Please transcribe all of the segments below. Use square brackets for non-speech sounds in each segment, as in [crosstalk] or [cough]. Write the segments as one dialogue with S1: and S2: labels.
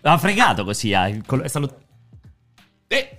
S1: L'ha fregato così, ah, il col- è stato...
S2: Eh,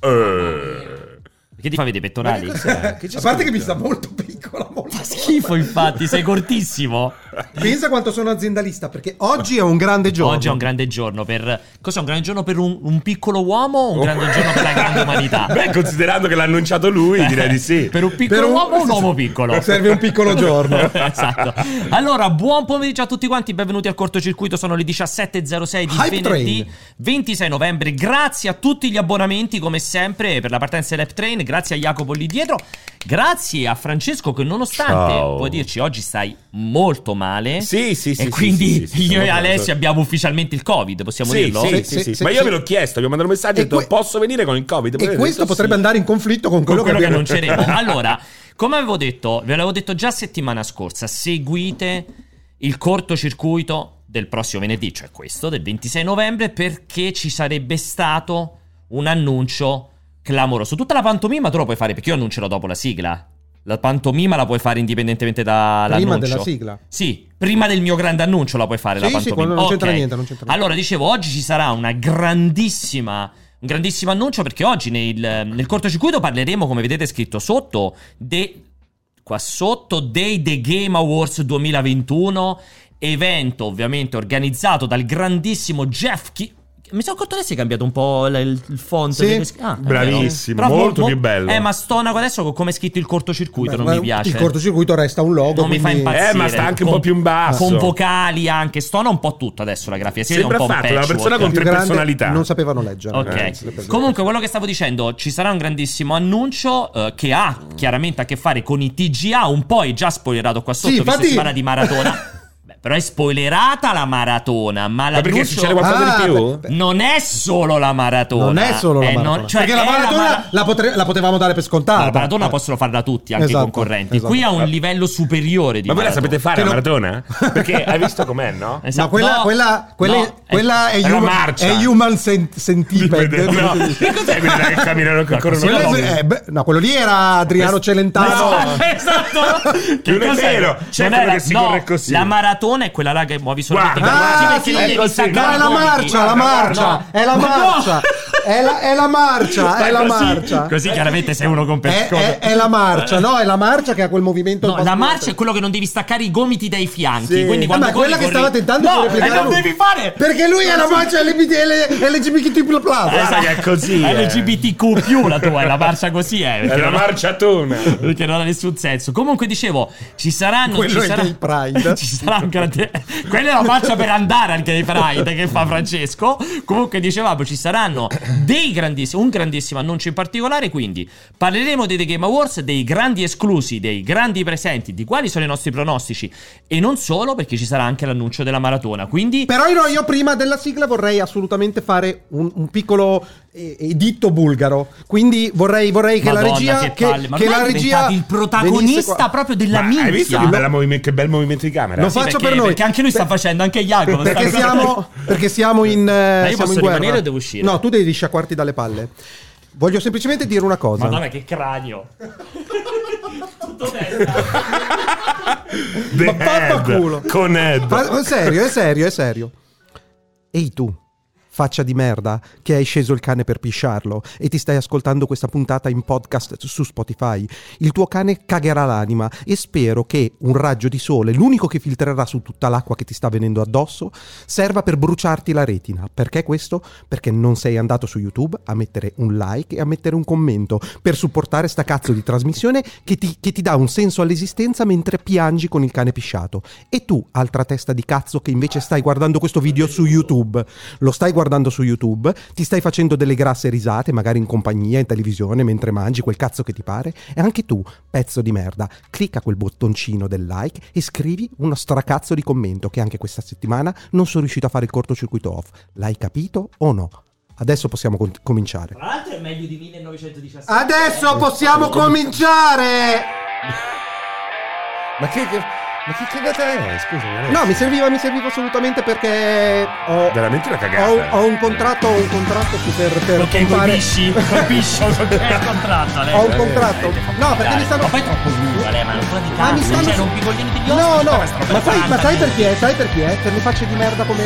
S1: Perché ti fa vedere i pettorali?
S3: A parte che mi sta molto piccola, molto
S1: [laughs] Schifo, infatti, sei cortissimo.
S3: Pensa quanto sono aziendalista, perché oggi è un grande giorno.
S1: Oggi è un grande giorno per... Cos'è un grande giorno per un, un piccolo uomo o un grande giorno per la grande umanità?
S2: Beh, considerando che l'ha annunciato lui, direi di sì.
S1: Per un piccolo
S3: Per un- [laughs]
S1: uomo o un uomo piccolo?
S3: Serve
S1: [laughs]
S3: un piccolo giorno.
S1: esatto. Allora, buon pomeriggio a tutti quanti, benvenuti al cortocircuito, sono le 17.06 di
S3: Hype
S1: venerdì
S3: Train.
S1: 26 novembre. Grazie a tutti gli abbonamenti, come sempre, per la partenza dell'App Train, grazie a Jacopo lì dietro, grazie a Francesco che nonostante,
S2: Ciao.
S1: puoi dirci, oggi stai molto male.
S2: Sì, sì, sì.
S1: E
S2: sì,
S1: quindi
S2: sì, sì, sì,
S1: io e
S2: sono
S1: Alessio
S2: d'accordo.
S1: abbiamo ufficialmente il Covid, possiamo
S2: Sì,
S1: dirlo?
S2: sì,
S3: Sì,
S2: sì,
S3: sì,
S2: sì.
S3: sì,
S2: Ma io
S3: sì.
S2: ve l'ho chiesto, abbiamo mandato un messaggio e ho
S3: E
S2: detto
S3: que-
S2: posso venire con il Covid? Poi
S3: E
S2: ho
S3: questo
S2: detto
S3: potrebbe
S2: sì.
S3: andare in conflitto con
S1: con
S3: quello,
S1: quello che
S3: abbiamo-
S1: annunceremo.
S3: [laughs]
S1: Allora, come avevo detto, ve l'avevo detto già settimana scorsa, seguite il cortocircuito del prossimo venerdì, cioè questo, del 26 novembre, perché ci sarebbe stato un annuncio clamoroso. Tutta la pantomima tu la puoi fare, perché io annuncerò dopo la sigla. La pantomima la puoi fare indipendentemente dall'annuncio.
S3: Prima della sigla.
S1: Sì, prima del mio grande annuncio la puoi fare la
S3: Sì, sì,
S1: pantomima.
S3: quando non c'entra
S1: Ok.
S3: niente, non c'entra niente.
S1: Allora, dicevo, oggi ci sarà una grandissima un grandissimo annuncio perché oggi nel, nel cortocircuito parleremo, come vedete scritto sotto, de- qua sotto dei The Game Awards 2021, evento ovviamente organizzato dal grandissimo Jeff Ki- mi sono accorto adesso che hai cambiato un po' l- il, il font.
S3: Sì.
S1: delle sc- ah, è vero.
S2: Bravissimo,
S1: Però
S2: molto
S1: mo-
S2: più bello.
S1: Eh, ma stonaco adesso con come è scritto il cortocircuito,
S3: Beh,
S1: non
S3: Eh, ma
S1: mi piace.
S3: Il cortocircuito resta un logo.
S1: Non mi fa
S3: quindi-
S1: impazzire.
S2: Eh, ma sta anche un
S1: Con-
S2: po' più in basso.
S1: Con vocali anche, stona un po' tutto adesso la grafica. Si vede
S2: Sembra
S1: un po' un
S2: fatto da una
S1: patchwork.
S2: persona con
S3: più
S2: tre
S3: grande,
S2: personalità.
S3: Non sapevano leggere.
S1: Ok,
S3: eh, se le perdevano.
S1: comunque quello che stavo dicendo, ci sarà un grandissimo annuncio eh, che ha chiaramente a che fare con i TGA, un po' è già spoilerato qua sotto,
S3: Sì,
S1: visto
S3: infatti-
S1: si parla di maratona. Beh, però è spoilerata la maratona,
S2: Ma
S1: ma
S2: perché
S1: l'annuncio
S2: succede qualcosa
S3: Ah,
S2: di più?
S3: beh, beh.
S1: non è solo la maratona.
S3: Non è solo la
S1: eh, non-
S3: maratona.
S1: cioè,
S3: Perché la
S1: è
S3: maratona la,
S1: mara-
S3: potre- la potevamo dare per scontata.
S1: la maratona
S3: Eh.
S1: possono farla tutti, anche
S3: Esatto,
S1: i concorrenti. Qui ha
S3: esatto.
S1: un livello superiore di
S2: Ma voi la sapete
S1: maratona.
S2: fare la
S3: Che
S2: maratona? Perché hai visto com'è,
S1: [laughs]
S2: no?
S1: Esatto.
S3: Ma quella,
S1: No, eh.
S3: quella, quella,
S1: no,
S3: quella
S1: [laughs]
S3: è,
S2: è la
S3: human,
S2: marcia.
S3: è human sent- centipede. [laughs]
S2: No. Che cos'è quella che camminano con
S1: Ma
S2: corona?
S1: così
S3: Quello
S1: no,
S3: è- eh, beh, no, quello lì era Adriano
S1: No,
S3: Celentano.
S1: [laughs] esatto.
S2: Non è
S1: cos'è? Cioè,
S2: vero, c'è
S1: Non
S2: quello
S1: era-
S2: che si corre così.
S1: La maratona è quella là che muovi solamente
S2: Guarda,
S1: i
S3: guarda,
S1: bracci perché
S3: Ah, sì,
S1: non
S3: è
S1: devi
S2: così.
S3: No,
S1: staccare
S3: è
S1: i
S3: la
S1: gomiti.
S3: marcia, la
S2: guarda,
S3: marcia,
S1: guarda.
S3: è la
S1: Ma [laughs] no!
S3: marcia, è la, è la marcia, è
S1: Fai
S3: la
S1: così,
S3: marcia.
S1: Così chiaramente sei uno con
S3: È,
S1: con-
S3: è- è la marcia, no? È la marcia che ha quel movimento. un
S1: No,
S3: po'
S1: la
S3: smosso.
S1: marcia è quello che non devi staccare i gomiti dai fianchi.
S2: Sì.
S1: Quindi
S2: Eh,
S1: quando
S3: ma
S1: corri,
S3: quella che
S1: corri-
S3: stava tentando
S1: no,
S3: di replicare
S1: e non
S3: lui.
S1: devi fare.
S3: Perché lui è la marcia
S2: Guarda
S3: LGBTQ.
S2: che è [laughs] così, eh.
S1: LGBTQ più la tua, è la marcia così, eh.
S2: È
S1: perché
S2: la
S1: non-
S2: marciatona.
S1: perché non ha nessun senso. Comunque dicevo, ci saranno
S3: Quello
S1: ci
S3: è
S1: sarà,
S3: Gay Pride.
S1: [laughs] ci sarà un grande- Quella è la marcia per andare al Gay Pride che fa Francesco. Comunque dicevamo, ci saranno dei grandissimi un grandissimo annuncio in particolare, quindi parleremo dei The Game Awards, dei grandi esclusi, dei grandi presenti, di quali sono i nostri pronostici e non solo perché ci sarà anche l'annuncio della maratona. Quindi
S3: Però io, io prima della sigla vorrei assolutamente fare un, un piccolo eh, editto bulgaro. Quindi vorrei, vorrei che
S1: Madonna,
S3: la regia.
S1: che palle, ma ormai
S3: la
S1: è diventato il
S3: venisse
S1: protagonista
S3: qua.
S1: proprio della
S2: Ma
S1: minchia.
S2: hai visto che, bella movime- che bel movimento di camera?
S3: Lo
S1: Sì,
S3: faccio
S1: perché-
S3: per noi.
S1: Perché anche lui sta
S3: Per-
S1: facendo, anche Jacopo. sta
S3: Perché
S1: cosa-
S3: [laughs] siamo, perché siamo in. eh, siamo
S1: posso
S3: in guerra.
S1: rimanere o devo uscire?
S3: No, tu devi sciacquarti dalle palle. Voglio semplicemente dire una cosa.
S1: Madonna, che cranio. Tutto testa.
S2: The
S3: Ma vaffanculo.
S2: Head, Con Ed.
S3: Ma- è serio, è serio, è serio. Ehi tu, faccia di merda, che hai sceso il cane per pisciarlo e ti stai ascoltando questa puntata in podcast su Spotify. Il tuo cane cagherà l'anima e spero che un raggio di sole, l'unico che filtrerà su tutta l'acqua che ti sta venendo addosso, serva per bruciarti la retina. Perché questo? Perché non sei andato su YouTube a mettere un like e a mettere un commento per supportare sta cazzo di trasmissione che ti, che ti dà un senso all'esistenza mentre piangi con il cane pisciato. E tu, altra testa di cazzo, che invece stai guardando questo video su YouTube, lo stai guardando su YouTube, ti stai facendo delle grasse risate, magari in compagnia, in televisione, mentre mangi quel cazzo che ti pare, e anche tu, pezzo di merda, clicca quel bottoncino del like e scrivi uno stracazzo di commento che anche questa settimana non sono riuscito a fare il cortocircuito off. L'hai capito o no? Adesso possiamo con- cominciare.
S1: Tra l'altro è meglio di 1917.
S3: Adesso possiamo cominciare!
S2: Ma che, che- Ma che cagata è? Scusami. adesso.
S3: No, mi serviva, mi serviva assolutamente perché ho,
S2: Veramente una
S3: ho-
S2: cagata. eh.
S3: ho un contratto, ho un contratto che per, per
S1: Ok,
S3: comprare-
S1: colpisci, colpisci, è il contratto, Ale.
S3: [laughs] Ho un contratto. No, perché
S1: Dai,
S3: mi stanno.
S1: Ma poi è troppo lunga, Ale, ma non puoi di
S3: Ah, mi
S1: cazzo,
S3: stanno-
S1: cioè, rompi i coglioni degli
S3: No,
S1: ospiti,
S3: no,
S1: questa roba
S3: ma
S1: è
S3: sai, ma
S1: tanta,
S3: sai
S1: quindi.
S3: perché? Sai perché? Per le facce di merda come,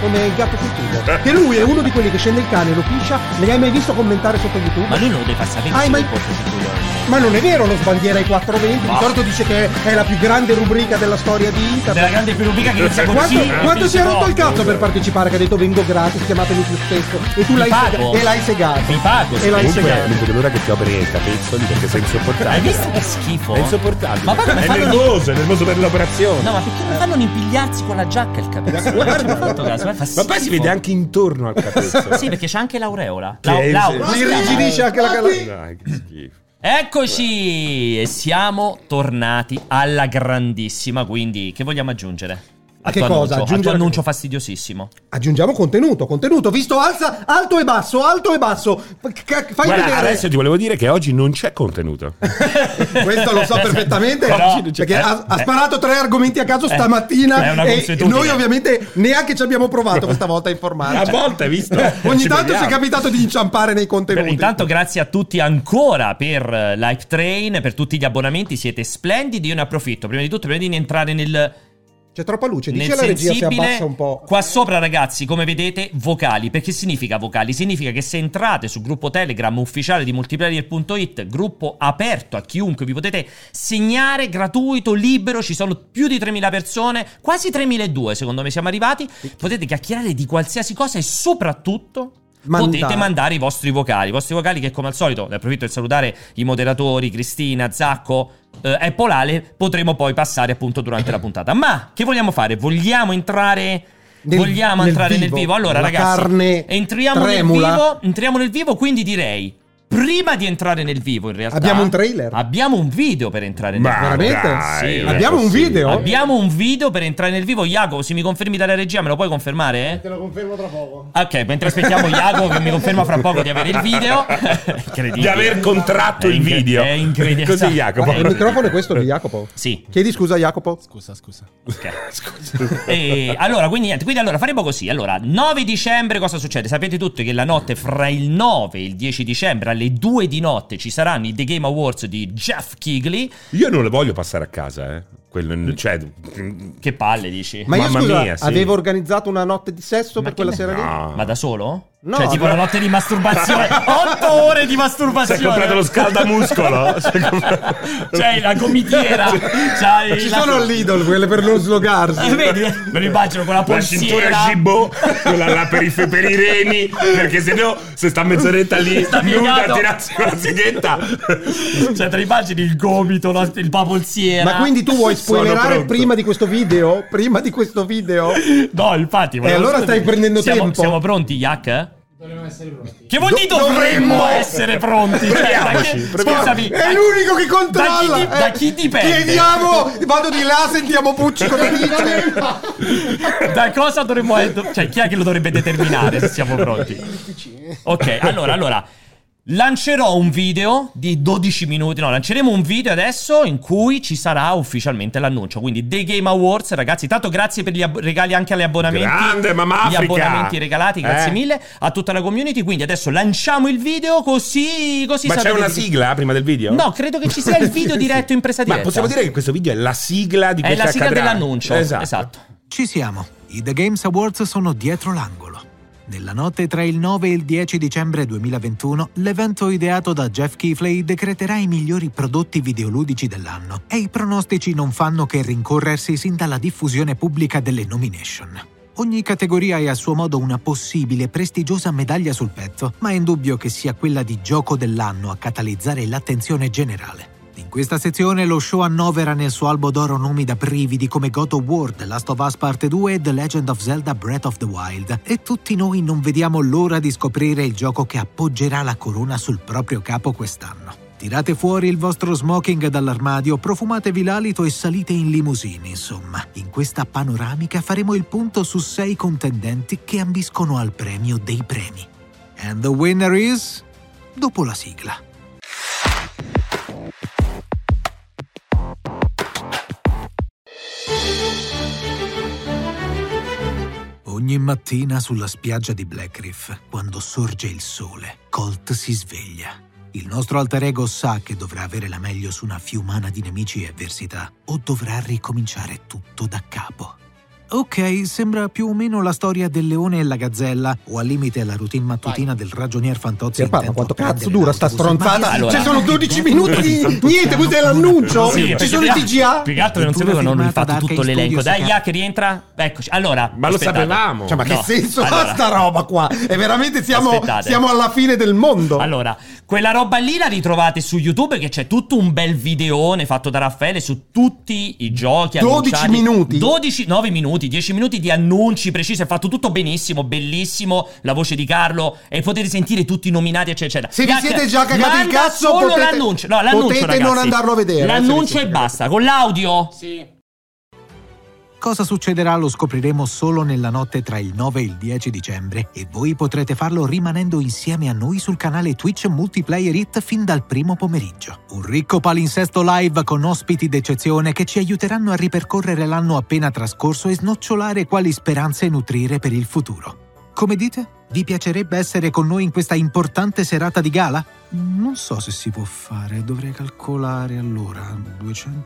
S3: come il gatto sul tubo. Che lui è uno di quelli che scende il cane, lo piscia, ne hai mai visto commentare sotto YouTube?
S1: Ma lui non lo deve far sapere
S3: Ah,
S1: che
S3: ma-
S1: sono colpo sui coglioni.
S3: Ma non è vero lo sbandiera ai 420,
S1: No.
S3: di solito dice che è la più grande rubrica della storia di internet.
S1: Della grande perubica che inizia con
S3: Quanto,
S1: sì,
S3: quanto
S1: non
S3: si è rotto il
S1: proprio.
S3: cazzo per partecipare? Che ha detto vengo gratis, chiamatemi più spesso. E tu
S1: Vi
S3: l'hai, sega-
S1: pago.
S3: e l'hai segato.
S1: Vi pago,
S3: E
S1: sì.
S3: l'hai
S2: Comunque,
S3: segato.
S2: non vedo l'ora che ti operi i capezzoli perché sei insopportabile.
S1: Hai visto che schifo?
S2: È insopportabile.
S1: Ma poi come
S2: è
S1: fanno-
S2: nervoso, è nervoso per l'operazione.
S1: No, ma perché non fanno impigliarsi con la giacca il capezzolo? Non ci ho fatto caso, ma fa
S2: Ma poi si
S1: schifo.
S2: vede anche intorno al capezzolo.
S1: Sì, perché c'è anche l'aureola.
S2: Che è-
S1: L'au- l'au-
S3: Mi irrigidisce anche la cala.
S2: Dai, che schifo.
S1: Eccoci! E siamo tornati alla grandissima, quindi che vogliamo aggiungere? Al
S3: Che
S1: tuo
S3: cosa?
S1: annuncio, al tuo
S3: Aggiungere-
S1: annuncio fastidiosissimo.
S3: Aggiungiamo contenuto, contenuto, visto alza, alto e basso, alto e basso. F- ca- Fai
S2: Guarda,
S3: vedere.
S2: adesso Ah, ti volevo dire che oggi non c'è contenuto.
S3: [laughs] Questo lo so perfettamente
S1: Eh, Però-
S3: perché
S1: eh,
S3: ha, ha
S1: eh.
S3: sparato tre argomenti a caso
S1: Eh, è
S3: stamattina
S1: una
S3: e
S1: consuetudine. Ah,
S3: noi ovviamente neanche ci abbiamo provato questa volta a informarci.
S2: A volte, hai visto?
S1: Eh,
S3: [laughs] Ogni
S2: Ci
S3: tanto ci è
S2: vediamo.
S3: capitato di inciampare nei
S1: Beh,
S3: contenuti.
S1: intanto grazie a tutti ancora per eh, Life Train, per tutti gli abbonamenti, siete splendidi. Io ne approfitto, prima di tutto, prima di entrare nel,
S3: C'è troppa luce, dice
S1: nel
S3: alla regia se
S1: sensibile,
S3: abbassa un po'.
S1: Qua sopra, ragazzi, come vedete, vocali. Perché significa vocali? Significa che se entrate sul gruppo Telegram ufficiale di multiplayer.it, gruppo aperto a chiunque, vi potete segnare gratuito, libero. Ci sono più di 3.000 persone, quasi 3.200 secondo me siamo arrivati. Potete chiacchierare di qualsiasi cosa e soprattutto.
S3: Mandare.
S1: Potete mandare i vostri vocali, i vostri vocali che come al solito, ne approfitto per salutare i moderatori, Cristina, Zacco eh, e Polale, potremo poi passare appunto durante la puntata. Ma che vogliamo fare? Vogliamo entrare...
S3: Nel-
S1: vogliamo
S3: nel
S1: entrare
S3: vivo,
S1: nel vivo? Allora
S3: la
S1: ragazzi,
S3: carne
S1: entriamo
S3: tremula.
S1: nel vivo, entriamo nel vivo, quindi direi, prima di entrare nel vivo in realtà...
S3: Abbiamo un trailer?
S1: Abbiamo un video per entrare nel
S2: Ma
S1: vivo.
S3: Veramente?
S2: dai,
S1: Sì.
S2: non è
S3: Abbiamo un
S2: possibile.
S3: video?
S1: Abbiamo un video per entrare nel vivo. Iago, se mi confermi dalla regia, me lo puoi confermare? eh?
S3: Te lo confermo tra poco.
S1: Ok, mentre aspettiamo Iago che mi conferma fra poco di avere
S2: [laughs]
S1: il video. Incredibile.
S2: Di aver contratto
S1: È
S2: il
S1: incre-
S2: video.
S1: è incredibile.
S2: Così, Jacopo.
S3: il microfono è questo di Jacopo.
S1: Sì.
S3: Chiedi scusa a Jacopo.
S4: Scusa, scusa.
S1: ok. E allora, quindi niente, quindi allora faremo così. Allora, 9 dicembre cosa succede? Sapete tutti che la notte fra il 9 e il 10 dicembre alle 2 di notte ci saranno i The Game Awards di Jeff Kigley.
S2: Io non lo voglio passare a casa, eh. Quello, cioè, no.
S1: Che palle dici?
S3: Ma io
S2: Mamma
S3: scusa,
S2: mia, sì.
S3: avevo organizzato una notte di sesso
S1: Ma
S3: per quella
S1: che
S3: sera lì.
S1: Ma da solo?
S3: No,
S1: cioè, tipo
S3: ma-
S1: una notte di
S3: [laughs]
S1: masturbazione. 8 ore di
S2: Si
S1: masturbazione.
S2: è comprato lo
S1: [laughs]
S2: scaldamuscolo. Si è comprato-
S1: C'hai Cioè, la gomitiera. c'hai
S3: Cioè, Ci
S1: la-
S3: sono all'idol quelle per non
S1: Eh,
S3: slogarsi.
S1: vedi? Me lo immagino con la
S2: La cintura
S1: polsiera.
S2: gibbo, quella là per i, per i reni, perché se no, se sta mezz'oretta lì,
S1: Sta
S2: nuda
S1: piegato.
S2: a tirarsi una sigaretta.
S1: Cioè, te lo immagini il gomito, la- il papolsiera.
S3: Ma quindi tu vuoi
S2: Sono
S3: spoilerare
S2: pronto.
S3: prima di questo video? Prima di questo video?
S1: No, infatti. volevo-
S3: allora stai prendendo
S1: siamo,
S3: tempo.
S1: Siamo pronti, Yak?
S4: Dovremmo essere pronti.
S1: Che vuol dire
S3: Do-
S1: dovremmo
S3: dovremmo
S1: essere pronti? Cioè,
S2: Proviamoci,
S1: da che-
S2: proviamo.
S1: Scusami.
S3: Ah, È l'unico che
S1: Da chi,
S3: controlla.
S1: di- da chi
S3: eh.
S1: dipende?
S3: Chiediamo, vado di là, sentiamo Pucci cosa
S1: [laughs]
S3: dice.
S1: Da cosa dovremmo. Cioè, chi è che lo dovrebbe determinare se siamo pronti?
S2: [laughs]
S1: Ok, allora, allora. Lancerò un video di 12 minuti. No, lanceremo un video adesso in cui ci sarà ufficialmente l'annuncio. Quindi The Game Awards, ragazzi. Tanto grazie per gli ab- regali anche agli abbonamenti.
S2: Grande, mamma
S1: Gli
S2: Africa!
S1: abbonamenti regalati, grazie
S2: Eh.
S1: mille a tutta la community. Quindi adesso lanciamo il video così. così
S2: Ma c'è
S1: saprete
S2: una
S1: di-
S2: sigla eh, prima del video?
S1: No, credo che ci sia il
S2: [laughs]
S1: video diretto in presa diretta.
S2: Ma possiamo dire che questo video è la sigla di
S1: è
S2: questa
S1: la sigla
S2: accadrà.
S1: dell'annuncio.
S2: Esatto.
S1: esatto.
S5: Ci siamo. I The Games Awards sono dietro l'angolo. Nella notte tra il 9 e il 10 dicembre 2021, l'evento ideato da Jeff Keighley decreterà i migliori prodotti videoludici dell'anno e i pronostici non fanno che rincorrersi sin dalla diffusione pubblica delle nomination. Ogni categoria è a suo modo una possibile prestigiosa medaglia sul petto, ma è indubbio che sia quella di gioco dell'anno a catalizzare l'attenzione generale. In questa sezione lo show annovera nel suo albo d'oro nomi da brividi come God of War, The Last of Us Part 2 e The Legend of Zelda Breath of the Wild e tutti noi non vediamo l'ora di scoprire il gioco che appoggerà la corona sul proprio capo quest'anno. Tirate fuori il vostro smoking dall'armadio, profumatevi l'alito e salite in limousine, insomma. In questa panoramica faremo il punto su sei contendenti che ambiscono al premio dei premi. And the winner is... dopo la sigla. Ogni mattina sulla spiaggia di Blackriff, quando sorge il sole, Colt si sveglia. Il nostro alter ego sa che dovrà avere la meglio su una fiumana di nemici e avversità, o dovrà ricominciare tutto da capo. Ok, sembra più o meno la storia del leone e la gazzella, o al limite la routine mattutina del ragionier Fantozzi.
S6: Sì, parla,
S5: intento a
S6: quanto cazzo
S5: prendere
S6: dura sta
S5: l'autobus.
S6: stronzata?
S5: Ma che-
S6: [laughs]
S1: Allora-
S6: Ci sono 12 minuti di niente, questo è l'annuncio.
S5: Sì,
S6: Ci
S1: perché
S6: sono i
S1: più-
S6: TGA.
S1: Più che altro che non
S5: Lettura
S1: sapevo, non ho
S5: firmata
S1: rifatto
S5: da
S1: tutto
S5: Arcane
S1: l'elenco.
S5: Studios
S1: Dai,
S5: Ca-
S1: ya che rientra. Eccoci. Allora,
S2: Ma lo
S1: aspettate.
S2: sapevamo.
S6: Cioè, ma
S1: No,
S6: che senso ha
S1: allora.
S6: sta roba qua? E veramente siamo,
S1: Aspettate.
S6: siamo alla fine del mondo.
S1: Allora, quella roba lì la ritrovate su YouTube che c'è tutto un bel videone fatto da Raffaele su tutti i giochi
S6: 12
S1: annunciati.
S6: minuti.
S1: 12, 9 minuti, 10 minuti di annunci precisi, è fatto tutto benissimo, bellissimo, la voce di Carlo e potete sentire tutti i nominati eccetera eccetera.
S6: Se vi
S1: Gacca-
S6: siete già cagati
S1: manda
S6: il cazzo,
S1: solo
S6: potete-
S1: l'annuncio. No, l'annuncio,
S6: potete
S1: ragazzi.
S6: non andarlo a vedere, se vi
S1: L'annuncio
S6: siete
S1: e
S6: cagati.
S1: basta, con l'audio.
S7: Sì.
S5: Cosa succederà lo scopriremo solo nella notte tra il 9 e il 10 dicembre e voi potrete farlo rimanendo insieme a noi sul canale Twitch Multiplayer It fin dal primo pomeriggio. Un ricco palinsesto live con ospiti d'eccezione che ci aiuteranno a ripercorrere l'anno appena trascorso e snocciolare quali speranze nutrire per il futuro. Come dite? Vi piacerebbe essere con noi in questa importante serata di gala? Non so se si può fare, dovrei calcolare allora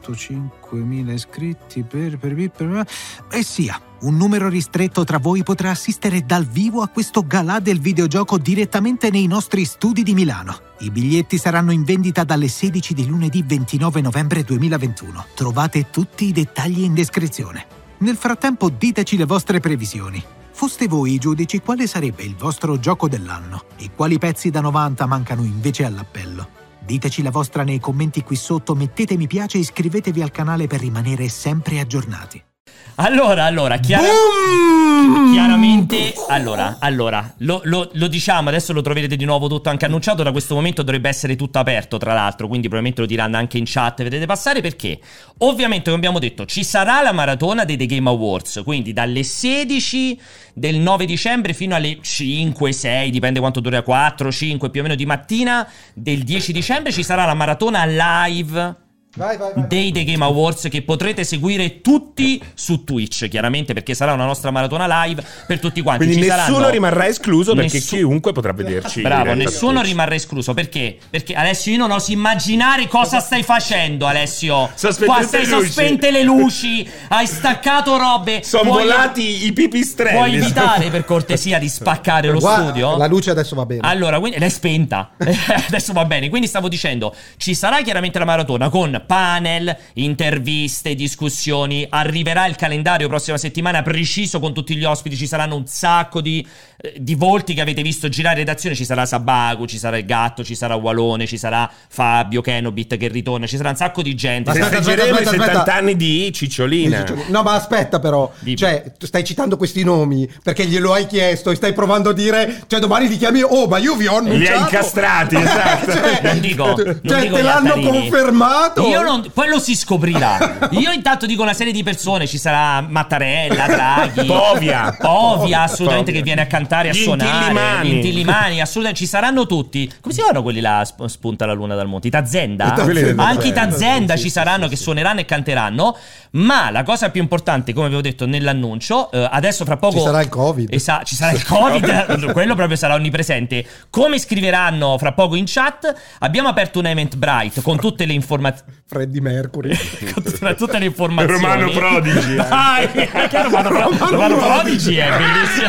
S5: 205.000 iscritti per per per- per- e sia, un numero ristretto tra voi potrà assistere dal vivo a questo galà del videogioco direttamente nei nostri studi di Milano. I biglietti saranno in vendita dalle 16 di lunedì 29 novembre 2021. Trovate tutti i dettagli in descrizione. Nel frattempo diteci le vostre previsioni. Foste voi i giudici quale sarebbe il vostro gioco dell'anno e quali pezzi da 90 mancano invece all'appello. Diteci la vostra nei commenti qui sotto, mettete mi piace e iscrivetevi al canale per rimanere sempre aggiornati.
S1: Allora, allora, chiara-
S6: Boom!
S1: chiaramente. Allora, allora lo, lo- lo diciamo, adesso lo troverete di nuovo tutto anche annunciato. Da questo momento dovrebbe essere tutto aperto, tra l'altro. Quindi, probabilmente lo diranno anche in chat. Vedete passare perché, ovviamente, come abbiamo detto, ci sarà la maratona dei The Game Awards. Quindi, dalle 16 del 9 dicembre fino alle 5, 6, dipende quanto dura, 4, 5 più o meno di mattina del 10 dicembre ci sarà la maratona live
S6: Vai, vai, vai.
S1: dei The Game Awards che potrete seguire tutti su Twitch, chiaramente perché sarà una nostra maratona live per tutti quanti.
S2: Quindi
S1: Ci
S2: nessuno
S1: saranno-
S2: rimarrà escluso perché
S1: Nessu-
S2: chiunque potrà vederci.
S1: Bravo,
S2: in diretta
S1: nessuno
S2: su Twitch.
S1: rimarrà escluso perché? Perché Alessio io non oso immaginare cosa stai facendo Alessio.
S2: Sospendete
S1: Qua stai
S2: le luci.
S1: sospente le luci, hai staccato robe.
S2: Sono
S1: Vuoi-
S2: volati i pipistrelli.
S1: Puoi evitare per cortesia di spaccare lo
S6: Guarda,
S1: studio?
S6: La luce adesso va bene.
S1: Allora, quindi l'hai spenta. [laughs] Adesso va bene. Quindi stavo dicendo, ci sarà chiaramente la maratona con panel, interviste, discussioni. Arriverà il calendario prossima settimana preciso con tutti gli ospiti. Ci saranno un sacco di, eh, di volti che avete visto girare in redazione. Ci sarà Sabago, ci sarà il gatto, ci sarà Walone, ci sarà Fabio Kenobit che ritorna. Ci sarà un sacco di
S6: Ma-
S1: gente.
S6: Aspetta, aspetta,
S2: Festeggeremo i
S6: aspetta,
S2: 70
S6: aspetta.
S2: anni di Cicciolina.
S6: No, ma aspetta, però.
S1: Dimmi.
S6: Cioè, tu stai citando questi nomi perché glielo hai chiesto e stai provando a dire. Cioè, domani ti chiami. Oh, ma io vi ho annunciato.
S2: Li
S6: [laughs]
S2: ha incastrati, esatto.
S1: Non dico, non
S6: cioè,
S1: dico
S6: te
S1: gli
S6: l'hanno
S1: altarini.
S6: confermato.
S1: Io non, quello
S6: [laughs]
S1: si scoprirà. Io intanto dico una serie di persone: ci sarà
S6: [laughs]
S1: Mattarella, Draghi,
S2: Povia.
S1: Povia, assolutamente
S2: Povia.
S1: che viene a cantare, a
S2: Gli
S1: suonare.
S2: Intillimani.
S1: Gli Intillimani, assolutamente ci saranno tutti. Come si chiamano quelli là? sp- Spunta la luna dal monte. I Tazenda?
S6: Quelli del
S1: Ma anche i
S6: Tazenda,
S1: Tazenda
S6: sì,
S1: ci
S6: sì,
S1: saranno che suoneranno e canteranno. Ma la cosa più importante, come avevo detto nell'annuncio, eh, adesso fra poco
S6: Ci sarà il Covid.
S1: Esa- ci sarà
S6: [laughs]
S1: il Covid, eh, quello proprio sarà onnipresente. Come scriveranno fra poco in chat, abbiamo aperto un Eventbrite con tutte le informazioni.
S6: Freddie Mercury.
S1: Con tutte- tutte le informazioni
S2: Romano Prodigy, eh.
S1: Dai, anche Romano, Pro-
S6: Romano
S1: Romano
S6: Prodigy.
S1: Prodigy è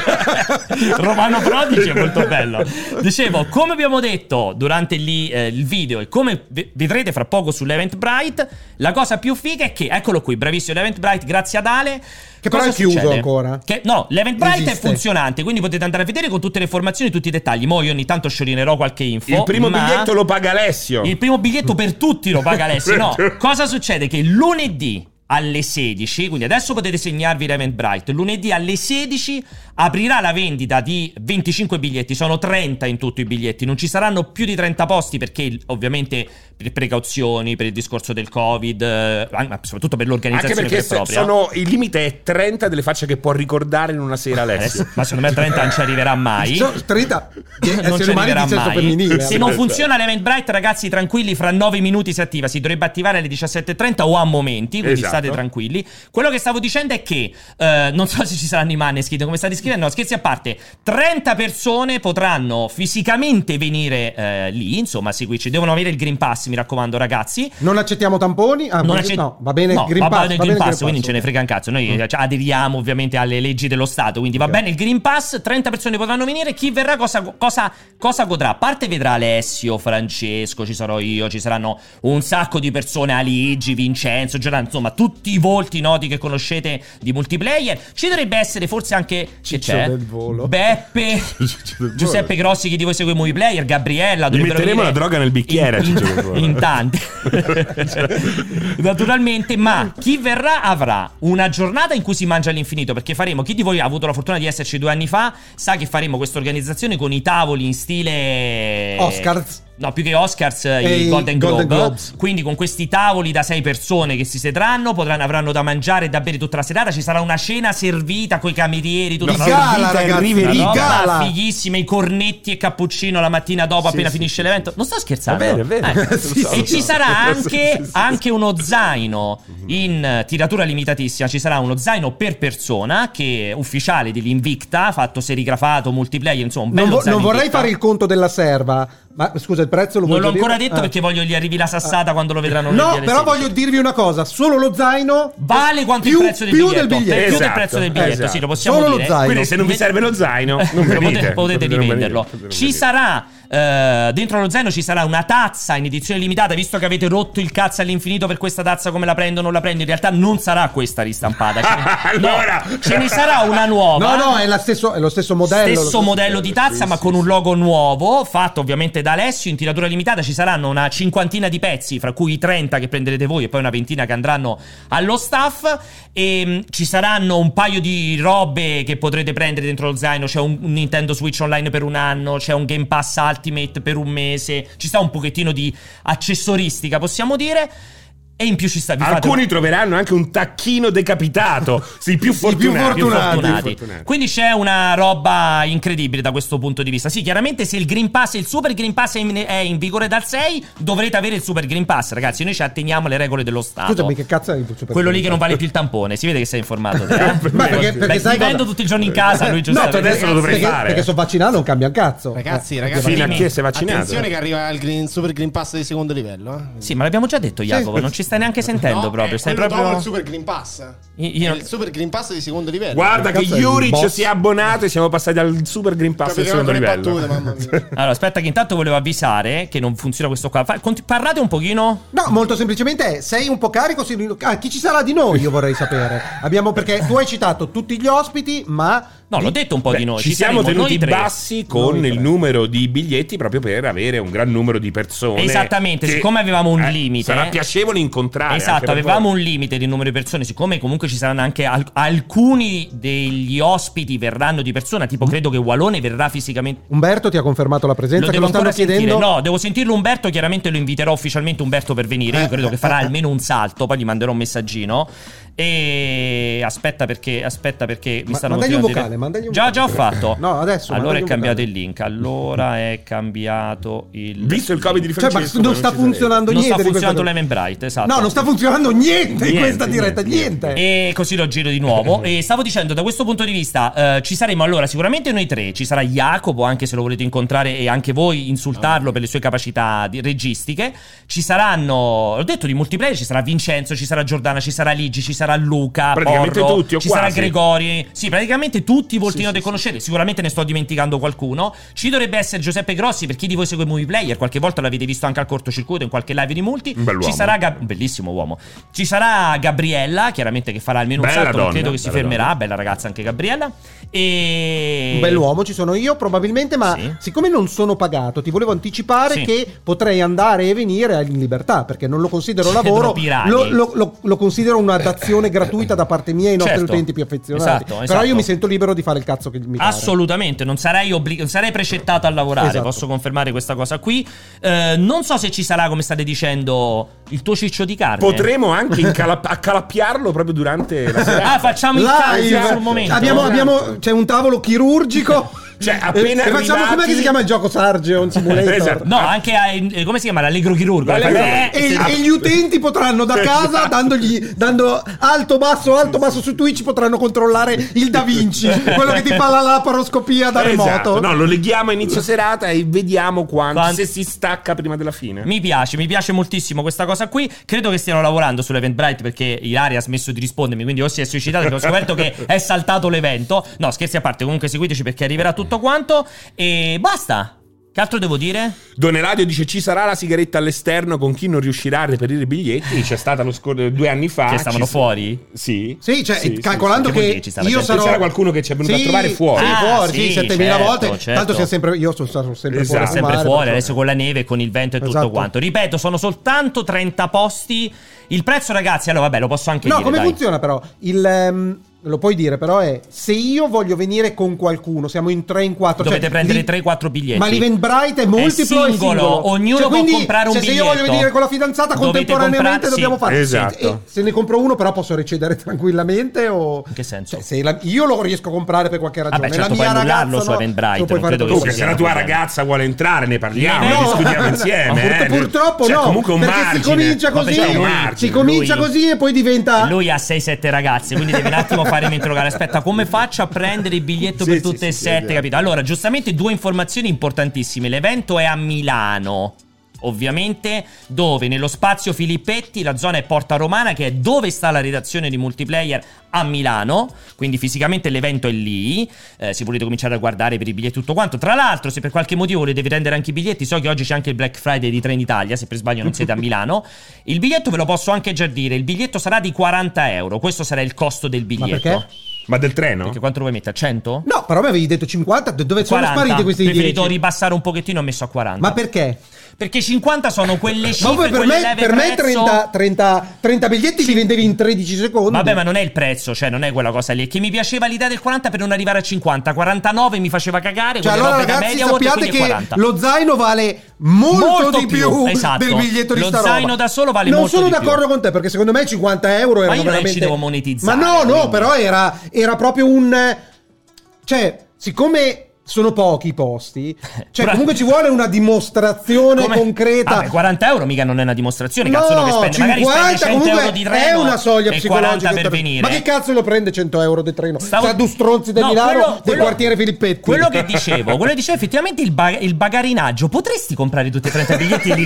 S1: bellissimo Romano Prodigy è molto bello dicevo come abbiamo detto durante lì, eh, il video e come ve- vedrete fra poco sull'Eventbrite la cosa più figa è che eccolo qui bravissimo l'Eventbrite grazie ad Ale
S6: Che però
S1: Cosa
S6: è chiuso
S1: succede?
S6: ancora.
S1: Che- no l'Eventbrite è
S6: Esiste.
S1: funzionante quindi potete andare a vedere con tutte le informazioni tutti i dettagli mo io ogni tanto sciolinerò qualche info
S2: Il primo
S1: ma-
S2: biglietto lo paga Alessio.
S1: il primo biglietto per tutti lo paga Alessio. No, cosa succede? Che lunedì alle 16, quindi adesso potete segnarvi l'Event Bright, lunedì alle 16 aprirà la vendita di 25 biglietti, sono 30 in tutto i biglietti, non ci saranno più di 30 posti perché il- ovviamente per precauzioni, per il discorso del Covid, eh, ma soprattutto
S2: Anche
S1: per l'organizzazione
S2: perché
S1: vera e
S2: se-
S1: propria.
S2: sono, il limite è 30 delle facce che può ricordare in una sera Alessio.
S1: Adesso- Eh, ma secondo me a
S2: [laughs]
S1: 30 non ci arriverà mai.
S6: So-
S1: [laughs]
S6: Trita,
S1: Non
S6: esseri
S1: ci
S6: umani
S1: arriverà
S6: di sesso
S1: mai.
S6: femminile.
S1: Se non funziona l'Eventbrite, ragazzi, tranquilli, fra 9 minuti si attiva. Si dovrebbe attivare alle 17.30 o a momenti. Quindi
S2: Esatto.
S1: state tranquilli. Quello che stavo dicendo è che eh, non so se ci saranno i maneskin come state scrivendo, no, scherzi a parte, 30 persone potranno fisicamente venire eh, lì, insomma, seguirci. Devono avere il Green Pass, mi raccomando, ragazzi.
S6: Non accettiamo tamponi? Ah,
S1: Non
S6: ma-
S1: accett-
S6: No, va bene,
S1: no,
S6: Green
S1: va
S6: Pass.
S1: bene il
S6: va
S1: Green
S6: bene
S1: Pass, quindi ce ne frega un cazzo. Noi eh, aderiamo ovviamente alle leggi dello Stato, quindi va
S6: Ok.
S1: bene il Green Pass, 30 persone potranno venire, chi verrà cosa, cosa- cosa godrà? A parte vedrà Alessio, Francesco, ci sarò io, ci saranno un sacco di persone, Aligi, Vincenzo, Giordano, insomma tutti i volti noti che conoscete di multiplayer. Ci dovrebbe essere forse anche... Che
S7: Ciccio
S1: c'è?
S7: del volo.
S1: Beppe,
S7: Ciccio del volo.
S1: Giuseppe Grossi, chi di voi segue i player, Gabriella...
S2: Gli
S1: dovrebbero
S2: metteremo
S1: venire
S2: la droga nel bicchiere,
S1: in-
S2: Ciccio del volo.
S1: in
S2: [laughs]
S1: tanti. [laughs] Naturalmente, ma chi verrà avrà una giornata in cui si mangia all'infinito. Perché faremo, chi di voi ha avuto la fortuna di esserci due anni fa, sa che faremo questa organizzazione con i tavoli in stile.
S6: Oscars.
S1: No, più che Oscars,
S6: E
S1: i
S6: i
S1: Golden,
S6: Golden
S1: Globe.
S6: Globes.
S1: Quindi con questi tavoli da sei persone che si sedranno, potranno, avranno da mangiare e da bere tutta la serata. Ci sarà una cena servita coi camerieri, tutto
S6: Di
S7: No,
S1: servito.
S7: no,
S6: gala,
S7: vita in
S6: ragazzi.
S7: Riverina.
S6: Di
S1: Una roba
S6: gala.
S1: fighissima, i cornetti e cappuccino la mattina dopo
S7: Sì,
S1: appena
S7: sì,
S1: finisce
S7: sì,
S1: l'evento. Non sto scherzando.
S7: È vero, è vero.
S6: [laughs]
S1: Eh.
S7: Lo so, lo
S1: E
S7: so.
S1: ci sarà anche,
S7: Sì, sì, sì.
S1: anche uno zaino
S6: Mhm.
S1: in eh, tiratura limitatissima. Ci sarà uno zaino per persona che è ufficiale dell'Invicta, fatto serigrafato, multiplayer, insomma, un
S6: Non,
S1: bello
S6: vo-
S1: zaino
S6: non vorrei
S1: Invicta.
S6: fare il conto della serva, ma scusa, il prezzo lo
S1: Non
S6: voglio
S1: l'ho ancora
S6: dire?
S1: detto
S6: Ah.
S1: perché voglio gli arrivi la sassata quando lo vedranno nel
S6: No,
S1: DLC.
S6: però voglio dirvi una cosa, solo lo zaino
S1: Vale quanto
S6: Più-
S1: il prezzo del
S6: più
S1: biglietto.
S6: del biglietto.
S1: Eh, più del
S2: Esatto,
S1: prezzo del biglietto,
S2: esatto.
S1: sì, lo possiamo
S6: Solo lo
S1: dire.
S6: zaino.
S2: Quindi se non vi serve lo zaino, non
S1: Lo
S2: venite.
S1: Eh, potete, potete
S2: non
S1: rivenderlo.
S2: venite.
S1: Ci sarà eh, dentro lo zaino ci sarà una tazza in edizione limitata, visto che avete rotto il cazzo all'infinito per questa tazza come la prendo, non la prendo. In realtà non sarà questa ristampata. Ce ne- no,
S2: [laughs] Allora!
S1: ce ne sarà una
S6: No,
S1: nuova.
S6: no, è, la stesso- è lo stesso modello. lo
S1: Stesso
S6: stesso-
S1: modello di tazza,
S7: Sì,
S1: ma
S7: sì,
S1: con
S7: sì.
S1: un logo nuovo, fatto ovviamente da Alessio in tiratura limitata. Ci saranno una cinquantina di pezzi, fra cui i 30 che prenderete voi e poi una ventina che andranno allo staff. E, mh, ci saranno un paio di robe che potrete prendere dentro lo zaino. C'è un, un Nintendo Switch online per un anno, c'è un Game Pass Ultimate per un mese. Ci sta un pochettino di accessoristica, possiamo dire. E in più ci sta. vi fate-
S2: Alcuni troveranno anche un tacchino
S1: [laughs]
S2: decapitato. Sì, più fortunati.
S1: più
S6: fortunati.
S1: fortunati. Quindi c'è una roba incredibile da questo punto di vista. Sì, chiaramente se il Green Pass, il Super Green Pass è in, è in vigore dal 6, dovrete avere il Super Green Pass, ragazzi. Noi ci atteniamo alle regole dello Stato.
S6: Scusami, che cazzo è il super
S1: Quello lì che non vale più il tampone, si vede che sei informato. Te, eh?
S6: Ma perché-
S1: Beh,
S6: perché sai
S1: ti vendo
S6: cosa?
S1: tutti i giorni in casa, lui
S2: No,
S1: giustamente.
S2: adesso lo dovrei
S6: perché,
S2: fare.
S6: Perché sono vaccinato non cambia un cazzo.
S7: Ragazzi,
S6: Eh,
S7: ragazzi,
S2: Fino a chi si è vaccinato.
S7: Attenzione che arriva il green- Super Green Pass di secondo livello. eh.
S1: Sì, ma l'abbiamo già detto, Jacopo. Non ci stai neanche sentendo
S7: No,
S1: proprio.
S7: è
S1: Stai
S7: quello dopo
S1: proprio.
S7: il Super Green Pass.
S1: Io- io-
S7: È Il Super Green Pass di secondo livello.
S2: Guarda che
S6: Cazzo, è il
S2: Juric
S6: boss.
S2: si è abbonato e siamo passati al Super Green Pass del
S7: Capitano
S2: secondo
S7: con le
S2: livello.
S7: battute, mamma
S2: [laughs]
S7: mia.
S1: Allora, aspetta, che intanto volevo avvisare che non funziona questo qua. Fa- conti- parlate un pochino.
S6: No, molto semplicemente è, sei un po' carico? sei un- ah, chi ci sarà di noi? Io vorrei sapere. Abbiamo, perché tu hai citato tutti gli ospiti, ma...
S1: No, l'ho detto un po' di noi.
S2: Ci siamo
S1: saremo noi
S2: tenuti
S1: tre.
S2: bassi con
S6: Noi tre.
S2: il numero di biglietti proprio per avere un gran numero di persone.
S1: Esattamente,
S2: che-
S1: siccome avevamo un
S2: eh,
S1: limite,
S2: Sarà
S1: eh.
S2: piacevole
S6: Ah,
S2: incontrare. anche
S1: Esatto,
S2: per
S1: avevamo
S2: voi.
S1: un limite di numero di persone, siccome comunque ci saranno anche al- alcuni degli ospiti verranno di persona,
S6: Mm.
S1: tipo credo che Walone verrà fisicamente
S6: Umberto ti ha confermato la presenza,
S1: lo
S6: che
S1: devo
S6: lo stanno
S1: ancora sentire.
S6: chiedendo...
S1: No, devo sentirlo Umberto, chiaramente lo inviterò ufficialmente Umberto per venire. Io credo che farà
S6: Eh.
S1: almeno un salto, poi gli manderò un messaggino. E aspetta perché aspetta perché mi
S6: Ma-
S1: stanno
S6: mandagli un
S1: continuando a
S6: vocale, mandagli
S1: dire-
S6: un
S1: Già già ho
S6: vocale.
S1: fatto.
S6: No, adesso,
S1: Allora è
S6: mandagli un
S1: cambiato
S6: vocale.
S1: il link. Allora è cambiato il
S2: Visto il Covid di
S6: Cioè, ma
S2: Francesco,
S6: non
S2: ci
S6: sta
S2: sarete.
S6: funzionando
S1: Non sta
S6: niente. di questa-
S1: funzionando l'Emen Bright, esatto.
S6: No, non sta funzionando niente in
S2: Niente,
S6: questa diretta,
S2: niente,
S6: niente.
S1: E così lo giro di nuovo. E stavo dicendo, da questo punto di vista, eh, ci saremo allora sicuramente noi tre. Ci sarà Jacopo, anche se lo volete incontrare e anche voi insultarlo per le sue capacità di- registiche. Ci saranno, ho detto di multiplayer, ci sarà Vincenzo, ci sarà Giordana, ci sarà Ligi, ci sarà Luca,
S2: Praticamente
S1: Porro,
S2: tutti, o
S1: ci sarà
S2: quasi.
S1: Gregori. Sì, praticamente tutti i voltino che conoscete. Sicuramente ne sto dimenticando qualcuno. Ci dovrebbe essere Giuseppe Grossi, per chi di voi segue Movie Player, qualche volta l'avete visto anche al cortocircuito in qualche live di multi.
S2: Un bell'uomo.
S1: Ci sarà Gab- un bellissimo uomo. Ci sarà Gabriella, chiaramente che farà almeno un
S2: Bella
S1: salto, non
S2: donna,
S1: credo che si
S2: bella
S1: fermerà,
S2: donna.
S1: bella ragazza anche Gabriella. E
S6: Un bell'uomo ci sono io probabilmente, ma
S1: Sì.
S6: siccome non sono pagato, ti volevo anticipare
S1: Sì.
S6: che potrei andare e venire in libertà perché non lo considero
S1: Siete
S6: lavoro,
S1: dei pirati.
S6: lo, lo- lo- lo considero una dazione gratuita da parte mia ai nostri
S1: Eh. Certo.
S6: utenti più affezionati.
S1: Esatto,
S6: Però
S1: esatto.
S6: io mi sento libero di fare il cazzo che mi pare.
S1: Assolutamente, non sarei, obbli- non sarei precettato a lavorare,
S6: Esatto.
S1: posso confermare questa cosa qui. Eh, non so se ci sarà, come state dicendo, il tuo ciccio di carne.
S2: Potremmo anche incala- accalappiarlo
S6: [laughs]
S2: proprio durante la serata.
S1: Ah, facciamo il
S6: Live!
S1: cambio sul momento.
S6: Abbiamo, abbiamo- c'è un tavolo chirurgico
S2: Cioè,
S3: E,
S2: appena
S3: e facciamo
S2: arrivati-
S3: com'è che si chiama il gioco
S1: [laughs]
S3: Sargeon Simulator?
S2: Esatto.
S1: No, anche ai- eh, come si chiama? L'allegrochirurgo.
S2: L'allegro-
S1: Eh,
S3: E, e gli utenti potranno da
S2: Esatto.
S3: casa, dandogli, dando alto basso, alto basso su Twitch, potranno controllare il Da Vinci, quello che ti fa la laparoscopia da
S2: Esatto.
S3: remoto.
S2: No, lo leghiamo a inizio serata e vediamo quanto,
S1: Quanto-
S2: se si stacca prima della fine.
S1: Eh. Mi piace, mi piace moltissimo questa cosa qui. Credo che stiano lavorando sull'Eventbrite perché Ilaria ha smesso di rispondermi, quindi o si è suicidato perché ho scoperto che è saltato l'evento. No, scherzi a parte, comunque seguiteci perché arriverà tutto quanto e basta. Che altro devo dire?
S2: Don Eladio dice ci sarà la sigaretta all'esterno con chi non riuscirà a reperire i biglietti. C'è stata lo scor- eh, due anni
S3: Ah,
S2: fa.
S1: che stavano
S2: Ci-
S1: fuori?
S2: Sì.
S3: Sì, cioè,
S2: Sì, sì,
S3: calcolando
S1: sì, sì. Che vuol
S3: che,
S1: dire, ci stava
S3: io
S1: gente?
S3: sarò...
S2: C'era qualcuno che ci è venuto a trovare fuori.
S3: Sì,
S1: Ah,
S3: fuori, sì,
S1: sì,
S3: 7000
S1: certo,
S3: volte.
S1: certo.
S3: Tanto siamo sempre... Io sono stato sempre fuori.
S2: Esatto.
S3: a
S1: sempre
S3: fumare,
S1: fuori,
S3: perciò-
S1: adesso con la neve, con il vento e tutto
S3: Ah, Esatto.
S1: quanto. Ripeto, sono soltanto 30 posti. Il prezzo, ragazzi, allora vabbè, lo posso anche
S3: No,
S1: dire.
S3: come
S1: dai.
S3: funziona però? Il, ehm, lo puoi dire però è se io voglio venire con qualcuno, siamo in 3 in 4,
S1: Dovete prendere 3-4 biglietti.
S3: Ma l'Eventbrite è multiplo
S1: È
S3: e
S1: singolo, ognuno
S3: Cioè,
S1: può
S3: quindi,
S1: comprare un
S3: cioè, Se io voglio
S1: biglietto.
S3: venire con la fidanzata
S1: Dovete
S3: contemporaneamente
S1: comprare- sì.
S3: dobbiamo fare
S2: Esatto.
S3: E se ne compro uno però posso recedere [laughs] tranquillamente o
S1: In che senso?
S3: Cioè, se la- io lo riesco a comprare per qualche ragione,
S1: Vabbè, certo,
S3: la mia
S1: puoi
S3: ragazza
S1: annullarlo su
S3: no,
S1: Eventbrite,
S3: lo puoi
S1: non credo che
S3: fare tu.
S2: Comunque,
S1: Sì,
S2: se
S1: sì,
S2: la tua
S1: sì.
S2: ragazza vuole entrare, ne parliamo,
S1: No,
S2: ne discutiamo
S1: [laughs]
S3: no,
S2: insieme.
S3: ma pur-
S2: eh.
S3: purtroppo
S2: C'è
S3: no,
S2: comunque un
S3: perché
S2: margine.
S3: si comincia
S1: Ma
S3: così,
S1: perché c'è un
S3: si
S1: margine,
S3: comincia
S1: lui-
S3: così e poi diventa
S1: Lui ha 6-7 ragazze, quindi devi un attimo
S2: [laughs]
S1: fare un interrogare. Aspetta, come faccio a prendere il biglietto
S2: Sì,
S1: per
S2: sì,
S1: tutte
S2: sì,
S1: e
S2: sì, è
S1: sette?
S2: vero.
S1: capito? Allora, giustamente due informazioni importantissime. L'evento è a Milano. Ovviamente, dove nello spazio Filippetti, la zona è Porta Romana, che è dove sta la redazione di multiplayer a Milano. Quindi, fisicamente l'evento è lì. Eh, se volete cominciare a guardare per i biglietti e tutto quanto. Tra l'altro, se per qualche motivo volete prendere anche i biglietti, so che oggi c'è anche il Black Friday di Trenitalia. Se per sbaglio non
S3: [laughs]
S1: siete a Milano, il biglietto ve lo posso anche già dire. Il biglietto sarà di 40 euro. Questo sarà il costo del
S3: Ma
S1: biglietto.
S3: perché?
S2: Ma del treno?
S1: Perché quanto lo vuoi mettere? 100?
S3: No, però mi avevi detto 50, d- dove sono
S1: 40.
S3: spariti questi
S1: Preferito
S3: 10?
S1: ribassare un pochettino, ho messo a 40.
S3: Ma perché?
S1: Perché 50 sono quelle
S3: Ma
S1: cifre,
S3: poi per
S1: quelle
S3: me,
S1: leve
S3: per me
S1: prezzo.
S3: 30, 30 30 biglietti li vendevi in 13 secondi.
S1: Vabbè, ma non è il prezzo, cioè non è quella cosa lì. È Che mi piaceva l'idea del 40 per non arrivare a 50. 49 mi faceva cagare.
S3: Cioè, allora, ragazzi, sappiate che lo zaino vale molto,
S1: Molto
S3: di
S1: più,
S3: più,
S1: esatto.
S3: del biglietto di
S1: Lo
S3: sta roba.
S1: zaino da solo vale
S3: non
S1: molto
S3: sono
S1: di più.
S3: d'accordo con te, perché secondo me 50 euro erano
S1: io non ci
S3: veramente...
S1: devo monetizzare,
S3: Ma no, no,
S1: quindi.
S3: però era, era proprio un... Cioè, siccome... Sono pochi i posti, cioè
S1: [laughs] Però-
S3: comunque ci vuole una dimostrazione
S1: Come-
S3: concreta.
S1: Vabbè, 40 euro mica non è una dimostrazione.
S3: No,
S1: cazzo, uno che spende magari spende
S3: 50
S1: 100
S3: comunque
S1: euro di treno
S3: è una soglia
S1: e
S3: psicologica.
S1: 40 per
S3: inter-
S1: venire.
S3: Ma che cazzo lo prende 100 euro di treno?
S1: Stavo-
S3: Stavo... Sa due stronzi da
S1: No,
S3: Milano
S1: quello-
S3: del
S1: quello-
S3: quartiere Filippetti.
S1: Quello che dicevo, quello che dicevo effettivamente il, ba- il bagarinaggio. Potresti comprare tutti e 30 biglietti e li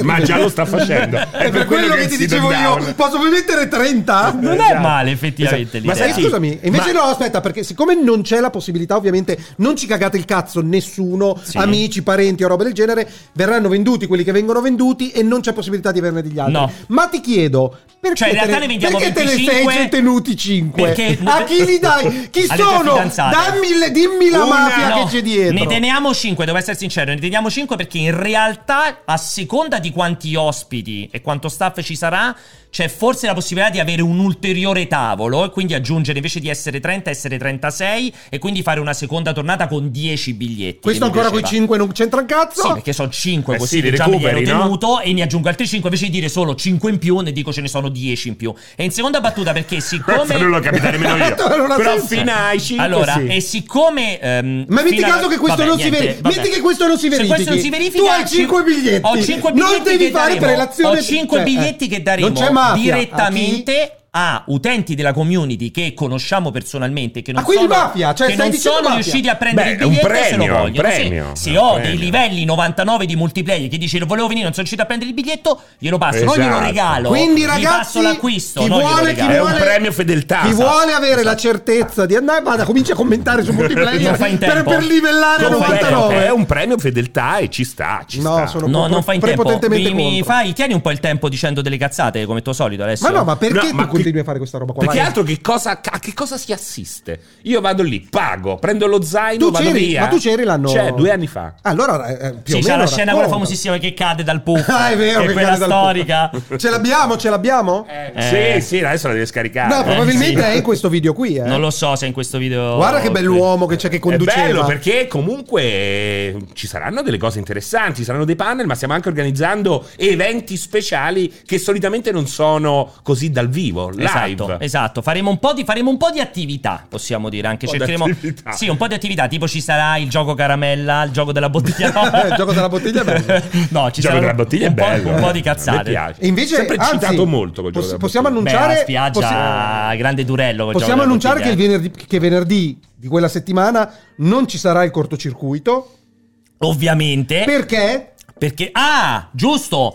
S2: [laughs] Ma già lo sta
S3: [laughs]
S2: facendo. È
S3: È per quello che ti
S2: si
S3: dicevo
S2: down.
S3: io, posso mettere 30?
S1: Non è
S2: Esatto.
S1: male effettivamente
S2: Esatto. Ma
S1: l'idea.
S3: Eh,
S2: sai- sì,
S3: scusami, e invece
S2: ma-
S3: no, aspetta, perché siccome non c'è la possibilità, ovviamente, non ci cagate il cazzo nessuno,
S1: Sì.
S3: amici, parenti o roba del genere, verranno venduti quelli che vengono venduti e non c'è possibilità di averne degli altri.
S1: No.
S3: Ma ti chiedo, perché,
S1: Cioè, in realtà
S3: te,
S1: ne vendiamo
S3: perché te ne
S1: 25?
S3: sei tenuti 5?
S1: Perché-
S3: A chi li
S1: [laughs]
S3: dai? Chi
S1: Alle tue
S3: sono?
S1: fidanzate.
S3: Dammi le- dimmi la
S2: Una-
S3: mafia
S1: No,
S3: che c'è dietro.
S1: Ne teniamo 5, devo essere sincero, ne teniamo 5 perché in realtà a seconda di quanti ospiti e quanto staff ci sarà, c'è forse la possibilità di avere un ulteriore tavolo e quindi aggiungere invece di essere 30 essere 36 e quindi fare una seconda tornata con 10 biglietti.
S3: Questo
S1: che mi
S3: ancora con i
S1: piaceva.
S3: 5 non c'entra un cazzo.
S1: Sì, perché sono 5
S2: Eh
S1: così
S2: sì, li
S1: che già me li
S2: recuperi,
S1: ero
S2: no?
S1: tenuto e ne aggiungo altri 5 invece di dire solo 5 in più ne dico ce ne sono 10 in più. E in seconda battuta perché
S2: [laughs] Questo non
S1: siccome
S2: l'ho capito nemmeno
S3: [laughs]
S2: io.
S3: Non ha
S2: Però
S3: senso.
S2: fino ai 5
S1: allora, e siccome. ehm,
S3: Ma metti
S1: fino alla-
S3: caso che questo
S1: vabbè,
S3: non
S1: niente,
S3: si veri-
S1: vabbè.
S3: metti che questo non si
S1: Se
S3: verifichi.
S1: questo non si verifica,
S3: Tu hai
S1: ci-
S3: cinque biglietti.
S1: Ho 5
S3: Non
S1: biglietti.
S3: devi
S1: che
S3: fare
S1: daremo.
S3: prelazione-
S1: Ho 5
S3: cioè, eh,
S1: biglietti che daremo
S3: non c'è mafia.
S1: direttamente. A utenti della community che conosciamo personalmente che non
S3: Ah, quindi
S1: sono,
S3: mafia, cioè,
S1: che
S3: stai
S1: non
S3: dicendo
S1: sono
S3: mafia.
S1: riusciti a prendere
S2: Beh,
S1: il
S2: è un
S1: biglietto se lo
S2: premio,
S1: vogliono
S2: un
S1: Se-
S2: premio,
S1: se,
S2: è un
S1: ho dei
S2: premio.
S1: livelli 99 di multiplayer che dici lo volevo venire non sono riuscito a prendere il biglietto glielo passo non glielo
S2: Esatto.
S1: regalo
S3: Quindi
S1: gli
S3: ragazzi,
S1: passo l'acquisto
S3: chi
S1: non glielo
S3: vuole, chi
S1: regalo
S2: è un
S3: vuole-
S2: premio fedeltà.
S3: Chi
S2: sa.
S3: vuole avere la certezza di andare, vada, comincia a commentare su
S1: [laughs] Non
S3: multiplayer
S1: fa in
S3: per,
S1: tempo.
S3: per livellare a
S1: Non fa in tempo. Eh,
S3: 99.
S2: È un premio fedeltà e ci sta, ci
S3: No,
S2: sta.
S3: sono
S1: No,
S3: pro-
S1: non fai in tempo.
S3: prepotentemente
S1: Mi, mi
S3: contro.
S1: fai, tieni un po' il tempo dicendo delle cazzate come tuo solito adesso.
S3: Ma no, ma
S2: No,
S3: perché tu
S2: ma qui-
S3: continui a fare questa roba qua?
S2: Più che
S3: Vai.
S2: altro che cosa, a che cosa si assiste? Io vado lì, pago, prendo lo zaino,
S3: Tu
S2: vado
S3: c'eri,
S2: via.
S3: ma tu c'eri l'anno
S2: Cioè, due anni fa.
S3: Allora, eh, eh, più
S1: Sì,
S3: o
S1: c'è
S3: meno
S1: la scena quella
S3: racconta.
S1: famosissima che cade dal puff.
S3: [laughs] Ah, è vero,
S1: che [laughs] è
S3: che
S1: quella
S3: cade dal Eh. puff.
S1: storica.
S3: Ce l'abbiamo, ce l'abbiamo?
S1: Eh.
S2: Sì, sì, adesso la devi scaricare.
S3: no,
S2: Eh.
S3: probabilmente
S1: sì.
S3: è in questo video qui, eh.
S1: Non lo so se in questo video.
S3: Guarda che bell'uomo che c'è che conduceva.
S2: È bello perché comunque eh, ci saranno delle cose interessanti, ci saranno dei panel, ma stiamo anche organizzando eventi speciali che solitamente non sono così dal vivo. no? Live.
S1: Esatto, esatto. Faremo, un po di, faremo un po' di attività, possiamo dire. Anche
S2: Un po'
S1: cercheremo.
S2: d'attività.
S1: Sì, un po' di attività. Tipo ci sarà il gioco caramella, il gioco della
S3: [laughs]
S1: bottiglia. No,
S3: Il gioco della bottiglia è bello.
S1: [laughs] no, ci
S2: Il gioco
S1: sarà
S2: della bottiglia è
S1: un, po'-
S2: bello.
S1: un po' di
S2: eh. A me
S1: cazzate.
S2: piace.
S3: E invece,
S2: Sempre
S3: anzi,
S2: citato molto col
S3: poss-
S2: gioco della
S3: possiamo
S2: bottiglia.
S1: Beh,
S3: annunciare.
S1: la spiaggia,
S3: possi-
S1: grande durello. col gioco
S3: possiamo
S1: della
S3: annunciare che,
S1: bottiglia,
S3: il
S1: eh.
S3: venerdi- che venerdì di quella settimana non ci sarà il cortocircuito.
S1: eh. Ovviamente.
S3: Perché?
S1: Perché, ah, giusto,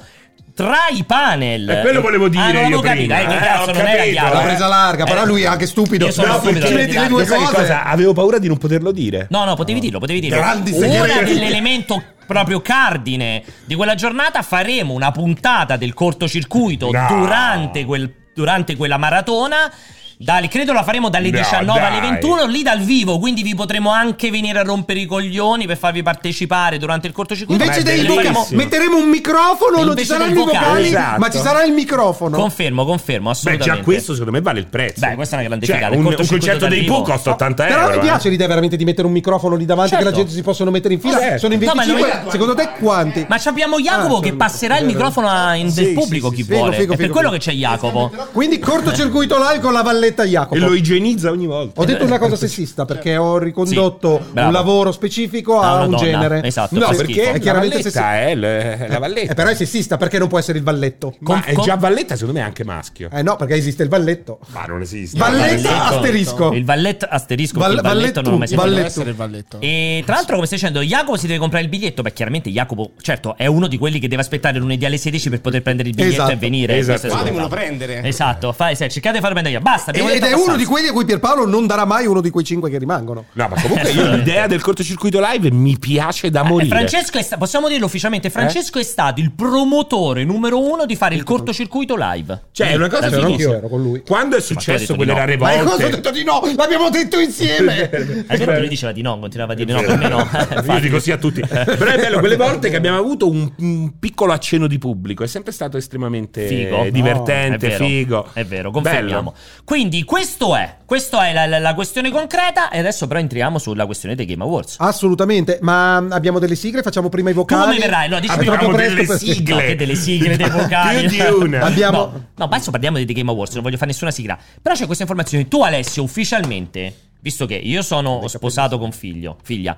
S1: tra i panel.
S2: Eh, quello volevo dire
S1: Ah, non
S2: io
S1: l'avevo capito,
S2: prima,
S1: eh, che
S2: eh,
S1: cazzo,
S2: ho
S1: non era
S2: capito,
S1: chiaro.
S3: L'ha
S2: eh.
S3: presa larga, però
S1: Eh,
S3: lui è anche stupido.
S1: io sono
S3: no,
S1: stupido,
S3: perché
S1: dai,
S3: metti
S1: dai,
S3: le due
S1: dai,
S2: Sai che
S3: cose.
S2: cosa? Avevo paura di non poterlo dire.
S1: No, no, potevi dirlo, potevi dirlo.
S3: Grandi
S1: Una
S3: segreti.
S1: dell'elemento proprio cardine di quella giornata faremo una puntata del cortocircuito
S2: No.
S1: durante, quel- durante quella maratona. Dal- credo la faremo dalle
S2: No,
S1: 19 alle
S2: dai.
S1: 21 lì dal vivo, quindi vi potremo anche venire a rompere i coglioni per farvi partecipare durante il cortocircuito.
S3: Invece
S1: Beh,
S3: dei
S1: le
S3: vocali,
S1: faremo-
S2: bellissimo.
S3: metteremo un microfono, non
S1: Invece
S3: ci saranno
S1: dei
S3: i vocali,
S1: vocali.
S2: Esatto.
S3: ma ci sarà il microfono.
S1: Confermo, confermo,
S2: Beh,
S1: assolutamente.
S2: già questo secondo me vale il prezzo.
S1: Beh, questa è una grande
S2: cioè,
S1: figata, il
S2: Un, un
S1: cortocircuito
S2: concerto
S1: dal
S2: dei
S1: vivo.
S2: Poo costa 80 euro.
S3: Però mi
S2: eh.
S3: piace l'idea veramente di mettere un microfono lì davanti
S1: Certo.
S3: che la gente si possono mettere in fila.
S2: Certo.
S3: Sono in
S1: No, ma
S3: 25.
S1: non è-
S3: Secondo te quanti?
S1: Ma c'abbiamo Jacopo
S3: Ah,
S1: che
S3: certo.
S1: passerà il
S3: Vero.
S1: microfono a- in-
S3: Sì,
S1: del
S3: sì,
S1: pubblico
S3: sì,
S1: chi
S3: sì. Figo,
S1: vuole.
S3: figo,
S1: è per
S3: figo.
S1: quello che c'è Jacopo.
S3: Quindi cortocircuito live con la valletta Jacopo.
S2: E lo igienizza ogni volta.
S3: Ho detto una cosa sessista perché ho ricondotto
S1: Sì, bravo.
S3: un lavoro specifico
S1: A
S3: a
S1: una
S3: un
S1: donna,
S3: genere.
S1: esatto,
S2: No,
S1: fa
S3: sì,
S1: schifo.
S2: perché
S3: è
S2: è la
S3: chiaramente
S2: valletta,
S3: sessista.
S2: eh, l- la valletta.
S3: Eh, però è sessista perché non può essere il valletto.
S2: Ma
S1: Con-
S2: è già valletta, secondo me è anche maschio.
S3: Eh no, perché esiste il valletto.
S2: Ma non esiste.
S3: Valletta
S1: Valletto.
S3: asterisco.
S1: Il valletto asterisco, perché
S3: Val-
S1: il valletto non l'ho mai
S3: valletto,
S1: sentito.
S7: Deve
S3: valletto.
S7: essere il valletto.
S1: E tra l'altro, come stai dicendo, Jacopo si deve comprare il biglietto. Beh, chiaramente Jacopo, certo, è uno di quelli che deve aspettare lunedì alle 16 per poter prendere il biglietto
S3: Esatto.
S1: e venire.
S2: Esatto.
S1: Questo è scontato.
S7: Fatemelo prendere.
S1: Esatto, fai, se- cercate di farlo prendere. Basta.
S3: Ed
S1: abbiamo
S3: ed
S1: detto
S3: è uno
S1: abbastanza.
S3: di quelli a cui Pierpaolo non darà mai uno di quei cinque che rimangono.
S2: No, ma
S1: [laughs]
S2: comunque io l'idea del cortocircuito live mi piace da
S1: Eh,
S2: morire.
S1: Francesco è sta- possiamo dirlo ufficialmente,
S3: Eh?
S1: Francesco è stato il promotore numero uno di fare il cortocircuito live.
S2: Cioè, è una cosa
S1: Davvero?
S2: che
S3: Anch'io ero con lui.
S2: Quando è
S1: tu hai detto
S2: successo
S1: di
S2: quella
S1: no.
S3: Ma è
S2: revolte?
S3: cosa ho detto di no? L'abbiamo detto
S2: [laughs]
S1: [laughs]
S3: insieme.
S1: È vero che lui diceva di no, continuava a dire no, per me no. Eh,
S2: Io
S1: [laughs] Infatti. Eh.
S2: dico sì a tutti. Però è bello, quelle volte che abbiamo avuto un, un piccolo accenno di pubblico è sempre stato estremamente Eh,
S1: Figo.
S2: divertente,
S1: È vero,
S2: figo.
S1: È vero, confermiamo. Quindi questo è, questa è la, la- la questione concreta e adesso però entriamo sulla questione dei Game Awards.
S3: Assolutamente, ma mm, abbiamo delle sigle, facciamo prima i
S1: Tu
S3: vocali.
S1: come verrai? No, dici
S3: Ah,
S2: Bello.
S1: prima
S3: proprio
S2: Abbiamo
S3: presto
S2: delle
S3: per-
S2: sigle.
S1: No, che delle sigle, dei vocali.
S2: [laughs] Più di una.
S3: Abbiamo-
S1: No, no, ma adesso parliamo dei Game Awards, non voglio fare nessuna sigla. Però c'è questa informazione. Tu, Alessio, ufficialmente, visto che io sono sposato con figlio, figlia,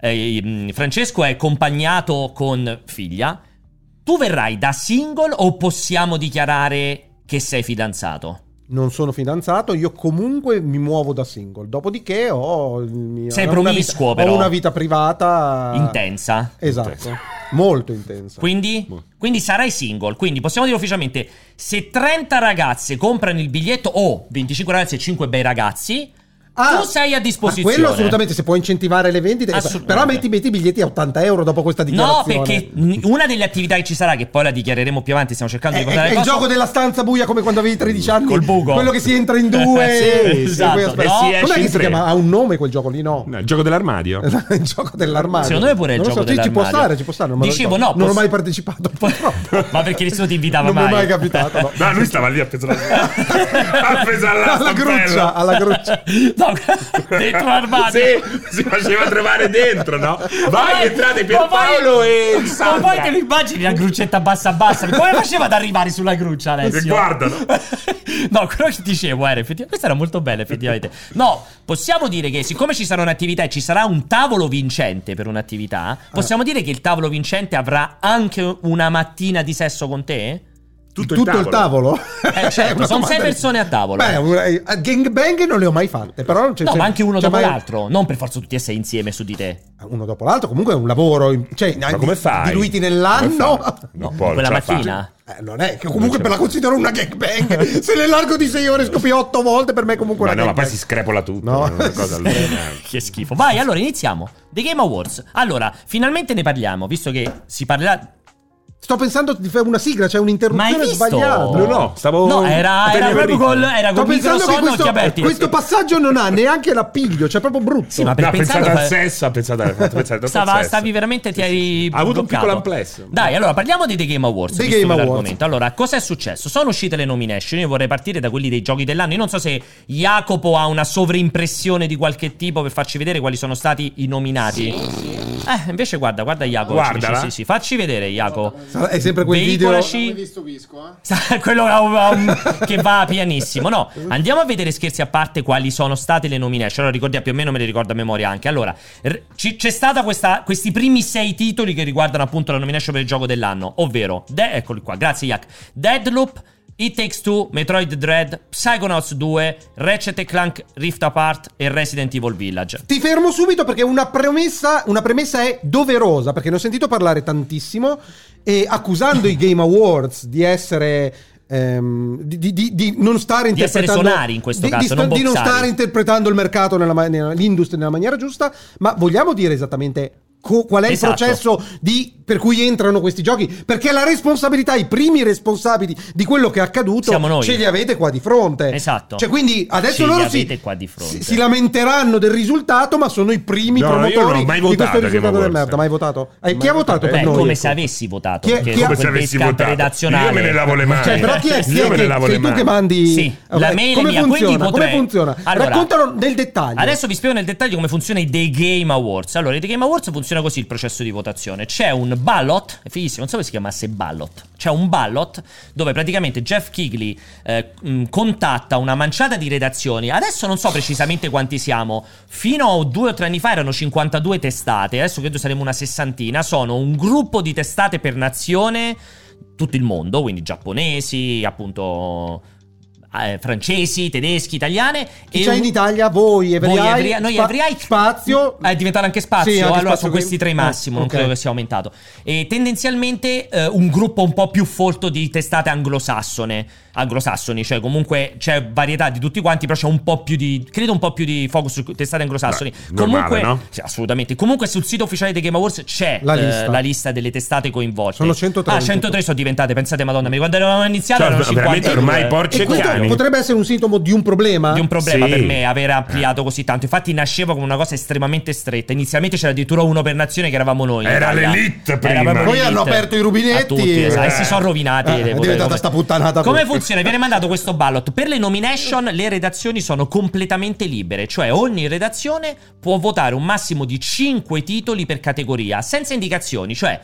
S1: eh, mm, Francesco è accompagnato con figlia, tu verrai da single o possiamo dichiarare che sei fidanzato?
S3: Non sono fidanzato, io comunque mi muovo da single. Dopodiché ho il mio-
S1: Sei
S3: ho una
S1: promiscuo,
S3: vita-
S1: però.
S3: Ho una vita
S2: Ah.
S3: privata
S1: Intensa.
S3: Esatto.
S2: Intensa.
S3: Molto intensa.
S1: Quindi,
S3: Boh.
S1: quindi sarai single. Quindi possiamo dire ufficialmente: se 30 ragazze comprano il biglietto, o 25 ragazze e 5 bei ragazzi, tu sei a disposizione.
S3: Ah, ma quello assolutamente se può incentivare le vendite.
S1: Assolutamente.
S3: Però metti, metti i biglietti a 80 euro dopo questa
S1: No,
S3: dichiarazione.
S1: perché n- una delle attività che ci sarà, che poi la dichiareremo più avanti, stiamo cercando
S3: È,
S1: di portare
S3: Eh, è- è il
S1: cose-
S3: gioco della stanza buia come quando avevi 13 anni.
S1: Col buco.
S3: Quello che si entra in
S1: [laughs]
S3: due.
S1: Sì,
S3: e- e
S1: esatto.
S3: poi aspetta.
S1: E si
S3: Com'è
S2: esce
S3: che
S2: in
S3: si
S2: tre.
S3: chiama? Ha un nome quel gioco lì? [laughs] No.
S2: No, il gioco dell'armadio.
S3: il gioco dell'armadio.
S1: Secondo me pure il
S3: Non lo
S1: gioco
S3: so, sì, Ci può
S1: dell'armadio.
S3: stare, ci può stare. Non me lo
S1: Dicevo,
S3: ricordo.
S1: no,
S3: Non ho
S1: posso-
S3: mai
S1: [laughs]
S3: partecipato. [laughs] purtroppo.
S1: Ma perché nessuno ti invitava
S3: non mi è
S1: mai?
S3: mai capitato.
S2: [laughs]
S3: no.
S2: No, lui stava lì [laughs] appeso alla appeso alla
S3: Alla
S2: stampella.
S3: gruccia,
S2: [laughs]
S3: alla gruccia.
S1: [laughs] no, [laughs] dentro l'armadio.
S2: Sì, si faceva trovare dentro, no?
S1: Ma
S2: Vai,
S1: poi-
S2: entrate
S1: ma poi-
S2: Pierpaolo e
S1: Ma poi
S2: Sandra.
S1: te lo immagini la gruccetta bassa
S2: [laughs]
S1: bassa? Come faceva ad arrivare sulla gruccia, Alessio?
S2: Che guardano.
S1: [laughs] no, quello che dicevo era effettivamente. Questa era molto bella, effettivamente. No, possiamo dire che siccome ci sarà un'attività e ci sarà un tavolo vincente per un'attività,
S2: Eh.
S1: possiamo dire che il tavolo vincente avrà anche una mattina di sesso con te?
S2: Tutto,
S3: Tutto il tavolo?
S1: Eh, certo,
S3: [laughs] È una
S1: sono sei
S3: domanda-
S1: persone a tavolo.
S3: Beh, una- eh, gangbang non le ho mai fatte, però non c'è
S1: No,
S3: c'è-
S1: ma anche uno
S3: c'è
S2: Cioè,
S1: dopo
S3: mai-
S1: l'altro, non per forza tutti e sei insieme su di te.
S3: Uno dopo l'altro, comunque è un lavoro. in- Cioè,
S2: Ma
S3: di-
S2: come fai?
S3: Diluiti
S2: Come
S3: nell'anno.
S2: fai?
S1: [laughs]
S2: No, poi non
S1: Quella
S2: Boh, ce la
S1: mattina.
S3: Eh, non è che comunque me la considero
S2: [laughs]
S3: una gangbang. Se ne largo di 6 ore scopri 8 volte, per me è
S2: fa.
S3: comunque
S2: Ma
S3: una
S2: no, ma poi
S3: gangbang.
S2: si screpola tutto.
S3: No.
S2: è una
S1: [laughs]
S2: cosa allucinante.
S1: Che schifo. Vai, allora iniziamo. The Game Awards. Allora, finalmente ne parliamo, visto che si parlerà.
S3: Sto pensando di fare una sigla, c'è
S1: Ma hai
S3: un'interruzione
S1: visto?
S3: sbagliata.
S2: No, no, stavo-
S1: No, era, era
S2: appena
S1: proprio
S2: capito.
S1: col, era
S3: Sto
S1: col
S3: pensando che
S1: microsono
S3: questo,
S1: occhi aperti.
S3: questo passaggio non ha neanche l'appiglio, cioè proprio brutto.
S1: Sì, ma
S2: No,
S1: per
S2: ha
S1: pensare-
S2: pensato al sesso, ha pensato al fatto pensare tanto al
S1: Stava-
S2: sesso.
S1: stavi veramente ti hai
S2: Ha avuto un
S1: bloccato.
S2: piccolo amplesso.
S1: Dai, allora parliamo dei The Game Awards.
S3: The
S1: visto
S3: Game
S1: che
S3: Awards.
S1: l'argomento. Allora, cosa è successo? Sono uscite le nomination. Io vorrei partire da quelli dei giochi dell'anno. Io non so se Jacopo ha una sovraimpressione di qualche tipo per farci vedere quali sono stati i nominati. Eh, invece guarda, guarda Iaco.
S2: Guardala.
S1: Sì, sì, sì. Facci vedere Iaco.
S3: Sarà- È sempre quel video.
S1: Veicolaci-
S7: Come vi stupisco, eh?
S1: Sa- [laughs] quello a- a- a- che va pianissimo. No, andiamo a vedere scherzi a parte quali sono state le nomination. Allora, ricordiamo più o meno, me le ricordo a memoria anche. Allora, r- ci- c'è stata questa, questi primi sei titoli che riguardano appunto la nomination per il gioco dell'anno, ovvero, De- eccoli qua, grazie Yak, Deadloop, It Takes Two, Metroid Dread, Psychonauts 2, Ratchet Clank Rift Apart e Resident Evil Village.
S3: Ti fermo subito perché una premessa, una premessa è doverosa, perché ne ho sentito parlare tantissimo e accusando i Game Awards di essere... ehm, di, di- di- di non stare
S1: Di essere
S3: interpretando
S1: sonari in questo
S3: di-
S1: caso,
S3: di, sta-
S1: non
S3: di non
S1: bozzari.
S3: stare interpretando il mercato nella, ma- nella- l'industria nella maniera giusta ma vogliamo dire esattamente co- qual è
S1: Esatto.
S3: il processo di- per cui entrano questi giochi perché la responsabilità i primi responsabili di quello che è accaduto
S1: Siamo noi.
S3: ce li avete qua di fronte
S1: Esatto.
S3: cioè quindi adesso
S1: Ce li
S3: loro
S1: avete
S3: si,
S1: qua di fronte.
S3: si- si lamenteranno del risultato ma sono i primi
S2: No,
S3: promotori
S2: io non ho mai
S3: di
S2: votato
S3: questo
S2: a Game
S3: risultato del
S2: Awards.
S3: merda mai votato Eh, chi
S2: Mai
S3: ha votato
S2: votato.
S3: per
S1: Beh,
S3: noi
S1: come
S3: ecco?
S1: se avessi votato.
S3: Chi è-
S1: perché
S3: chi è-
S1: quel
S2: Come se avessi
S1: bel scampo
S2: votato.
S1: redazionale.
S2: Io me ne lavo le mani.
S3: Cioè, però chi è, chi
S2: Eh, Io
S3: è
S2: me ne
S3: che-
S2: lavo le
S3: sei tu
S2: mani.
S3: che mandi
S1: Sì,
S3: Ok,
S1: la mailing
S3: come
S1: mia,
S3: funziona
S1: quindi potrei-
S3: come funziona
S1: Allora-
S3: raccontalo nel dettaglio
S1: Adesso vi spiego nel dettaglio come funziona i The Game Awards. Allora, i The Game Awards funziona così il processo di votazione. C'è un ballot, è fighissimo, non so come si chiamasse ballot. C'è un ballot dove praticamente Jeff Kigley eh, mh, contatta una manciata di redazioni. Adesso non so precisamente quanti siamo. Fino a due o tre anni fa erano 52 testate, adesso credo saremo una sessantina. Sono un gruppo di testate per nazione, tutto il mondo, quindi giapponesi, appunto... eh, francesi, tedeschi, italiane
S3: chi
S1: e
S3: c'è
S1: un-
S3: in Italia voi
S1: voi
S3: Evriai
S1: Evria- noi
S3: spa-
S1: Evriai Eh,
S3: spazio
S1: è diventato anche spazio
S3: Sì, anche
S1: allora
S3: spazio
S1: sono questi
S3: che-
S1: tre i massimo
S3: Ah,
S1: non
S3: ok.
S1: credo che sia aumentato e tendenzialmente eh, un gruppo un po' più folto di testate anglosassone anglosassoni cioè comunque c'è varietà di tutti quanti però c'è un po' più di credo un po' più di focus su testate anglosassoni
S2: Beh, normale,
S1: comunque
S2: no?
S1: sì, assolutamente comunque sul sito ufficiale dei Game Awards c'è eh,
S3: La
S1: la
S3: lista.
S1: lista, delle testate coinvolte
S3: Sono 103
S1: ah
S3: in
S1: 103 sono diventate pensate madonna mi quando eravamo iniziati
S2: Cioè,
S1: erano
S2: veramente
S1: 52
S2: ormai
S3: e questo
S2: porcettiani.
S3: potrebbe essere un sintomo di un problema
S1: di un problema
S2: Sì.
S1: per me aver ampliato così tanto. Infatti, nasceva come una cosa estremamente stretta. Inizialmente c'era addirittura uno per nazione che eravamo noi. in
S2: Era
S1: Italia.
S2: l'elite
S1: Era
S2: prima.
S1: proprio
S3: Poi
S1: l'elite.
S3: hanno aperto i rubinetti.
S1: A tutti, esatto, e si sono rovinati.
S3: Eh, è
S1: devo dire,
S3: diventata
S1: come-
S3: sta puttanata
S1: Come
S3: qui.
S1: funziona? Viene mandato questo ballot. Per le nomination, le redazioni sono completamente libere, cioè ogni redazione può votare un massimo di 5 titoli per categoria, senza indicazioni, cioè.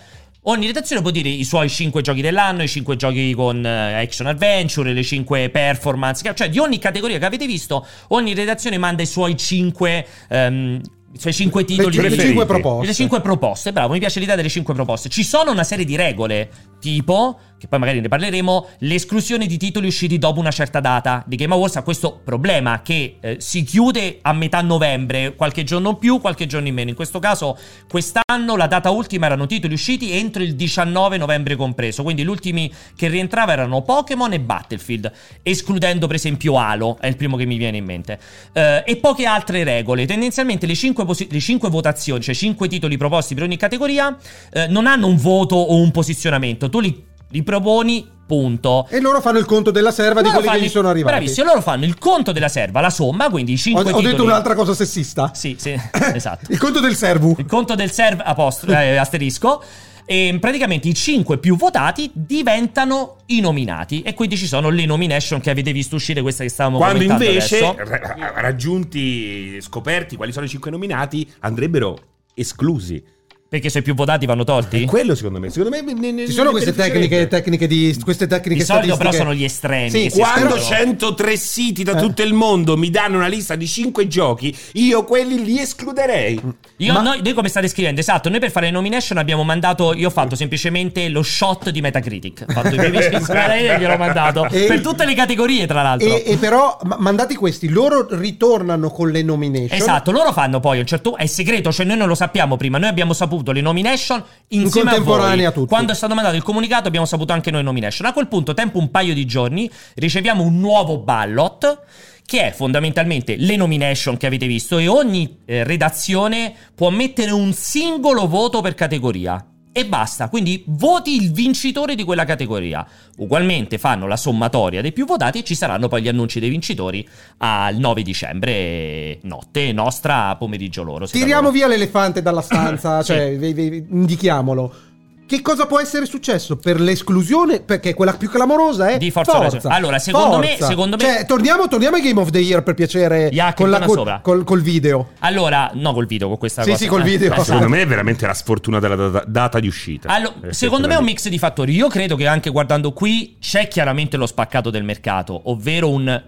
S1: Ogni redazione può dire i suoi 5 giochi dell'anno, i 5 giochi con eh, action adventure, le 5 performance, che- cioè di ogni categoria che avete visto, ogni redazione manda i suoi 5 i suoi 5
S3: le,
S1: titoli
S3: le
S1: preferiti.
S3: cinque
S2: preferiti.
S3: proposte
S1: Le cinque proposte, bravo, mi piace l'idea delle cinque proposte. Ci sono una serie di regole, tipo, che poi magari ne parleremo, l'esclusione di titoli usciti dopo una certa data. Di Game Awards ha questo problema che eh, si chiude a metà novembre, qualche giorno in più, qualche giorno in meno. In questo caso, quest'anno la data ultima erano titoli usciti entro il 19 novembre compreso, quindi gli ultimi che rientrava erano Pokémon e Battlefield, escludendo per esempio Halo, è il primo che mi viene in mente. Eh, e poche altre regole. Tendenzialmente le 5, votazioni, cioè 5 titoli proposti per ogni categoria, eh, non hanno un voto o un posizionamento. Tu li, li proponi, punto.
S3: e loro fanno il conto della serva di
S1: Loro
S3: quelli che
S1: fanno
S3: gli
S1: il-
S3: sono arrivati
S1: Bravissimo, loro fanno il conto della serva, la somma, quindi i
S3: ho,
S1: 5
S3: ho
S1: titoli.
S3: detto un'altra cosa sessista
S1: Sì, sì, [coughs] esatto.
S3: il conto del servu
S1: Il conto del serv apost- eh, asterisco. E praticamente i 5 più votati diventano i nominati. E quindi ci sono le nomination che avete visto uscire, questa che stavamo
S2: Quando
S1: commentando
S2: invece,
S1: adesso.
S2: ra- raggiunti, scoperti quali sono i cinque nominati, andrebbero esclusi.
S1: Perché se i più votati vanno
S2: E
S1: tolti?
S2: quello secondo me. Secondo me ne- ne-
S3: ci sono
S2: ne
S3: queste tecniche,
S2: beneficerebbe.
S3: tecniche di queste tecniche
S1: Di solito però
S3: statistiche.
S1: sono gli estremi.
S3: Sì,
S1: che si
S2: Quando
S1: escludono.
S2: 103 siti da tutto il mondo mi danno una lista di 5 giochi, io quelli li escluderei.
S1: Io-
S3: Ma-
S1: noi, noi come state scrivendo? Esatto, noi per fare le nomination abbiamo mandato. Io ho fatto semplicemente lo shot di Metacritic. Ho fatto i primi
S3: [laughs]
S1: scritti e gliel'ho mandato.
S3: E-
S1: per tutte le categorie, tra l'altro.
S3: e, e però ma- mandati questi loro ritornano con le nomination
S1: Esatto, loro fanno poi un certo è segreto, cioè noi non lo sappiamo prima, noi abbiamo saputo le nomination insieme
S3: contemporanea
S1: a
S3: a
S1: voi.
S3: tutti.
S1: Quando è stato mandato il comunicato abbiamo saputo anche noi nomination. A quel punto, tempo un paio di giorni, riceviamo un nuovo ballot che è fondamentalmente le nomination che avete visto e ogni eh, redazione può mettere un singolo voto per categoria. E basta, quindi voti il vincitore di quella categoria. Ugualmente fanno la sommatoria dei più votati e ci saranno poi gli annunci dei vincitori al 9 dicembre, notte nostra, pomeriggio loro. si
S3: tiriamo
S1: lavora. [coughs]
S3: via l'elefante dalla stanza cioè ve- ve- indichiamolo Che cosa può essere successo? Per l'esclusione, perché quella più clamorosa è
S1: Di Forza Horizon. Allora, secondo me-
S3: Forza.
S1: secondo me-
S3: Cioè, torniamo, torniamo ai Game of the Year per piacere
S1: Jack,
S3: con la-
S1: torna
S3: col-
S1: sopra.
S3: col- col video.
S1: Allora, no, col video, con questa
S3: Sì,
S1: cosa.
S3: sì, col
S1: Eh,
S3: video.
S1: esatto.
S3: [laughs]
S2: Secondo me è veramente la sfortuna della data, data di uscita.
S1: Allo- secondo me è un
S2: Certo, Effettivamente.
S1: mix di fattori. Io credo che anche guardando qui c'è chiaramente lo spaccato del mercato, ovvero un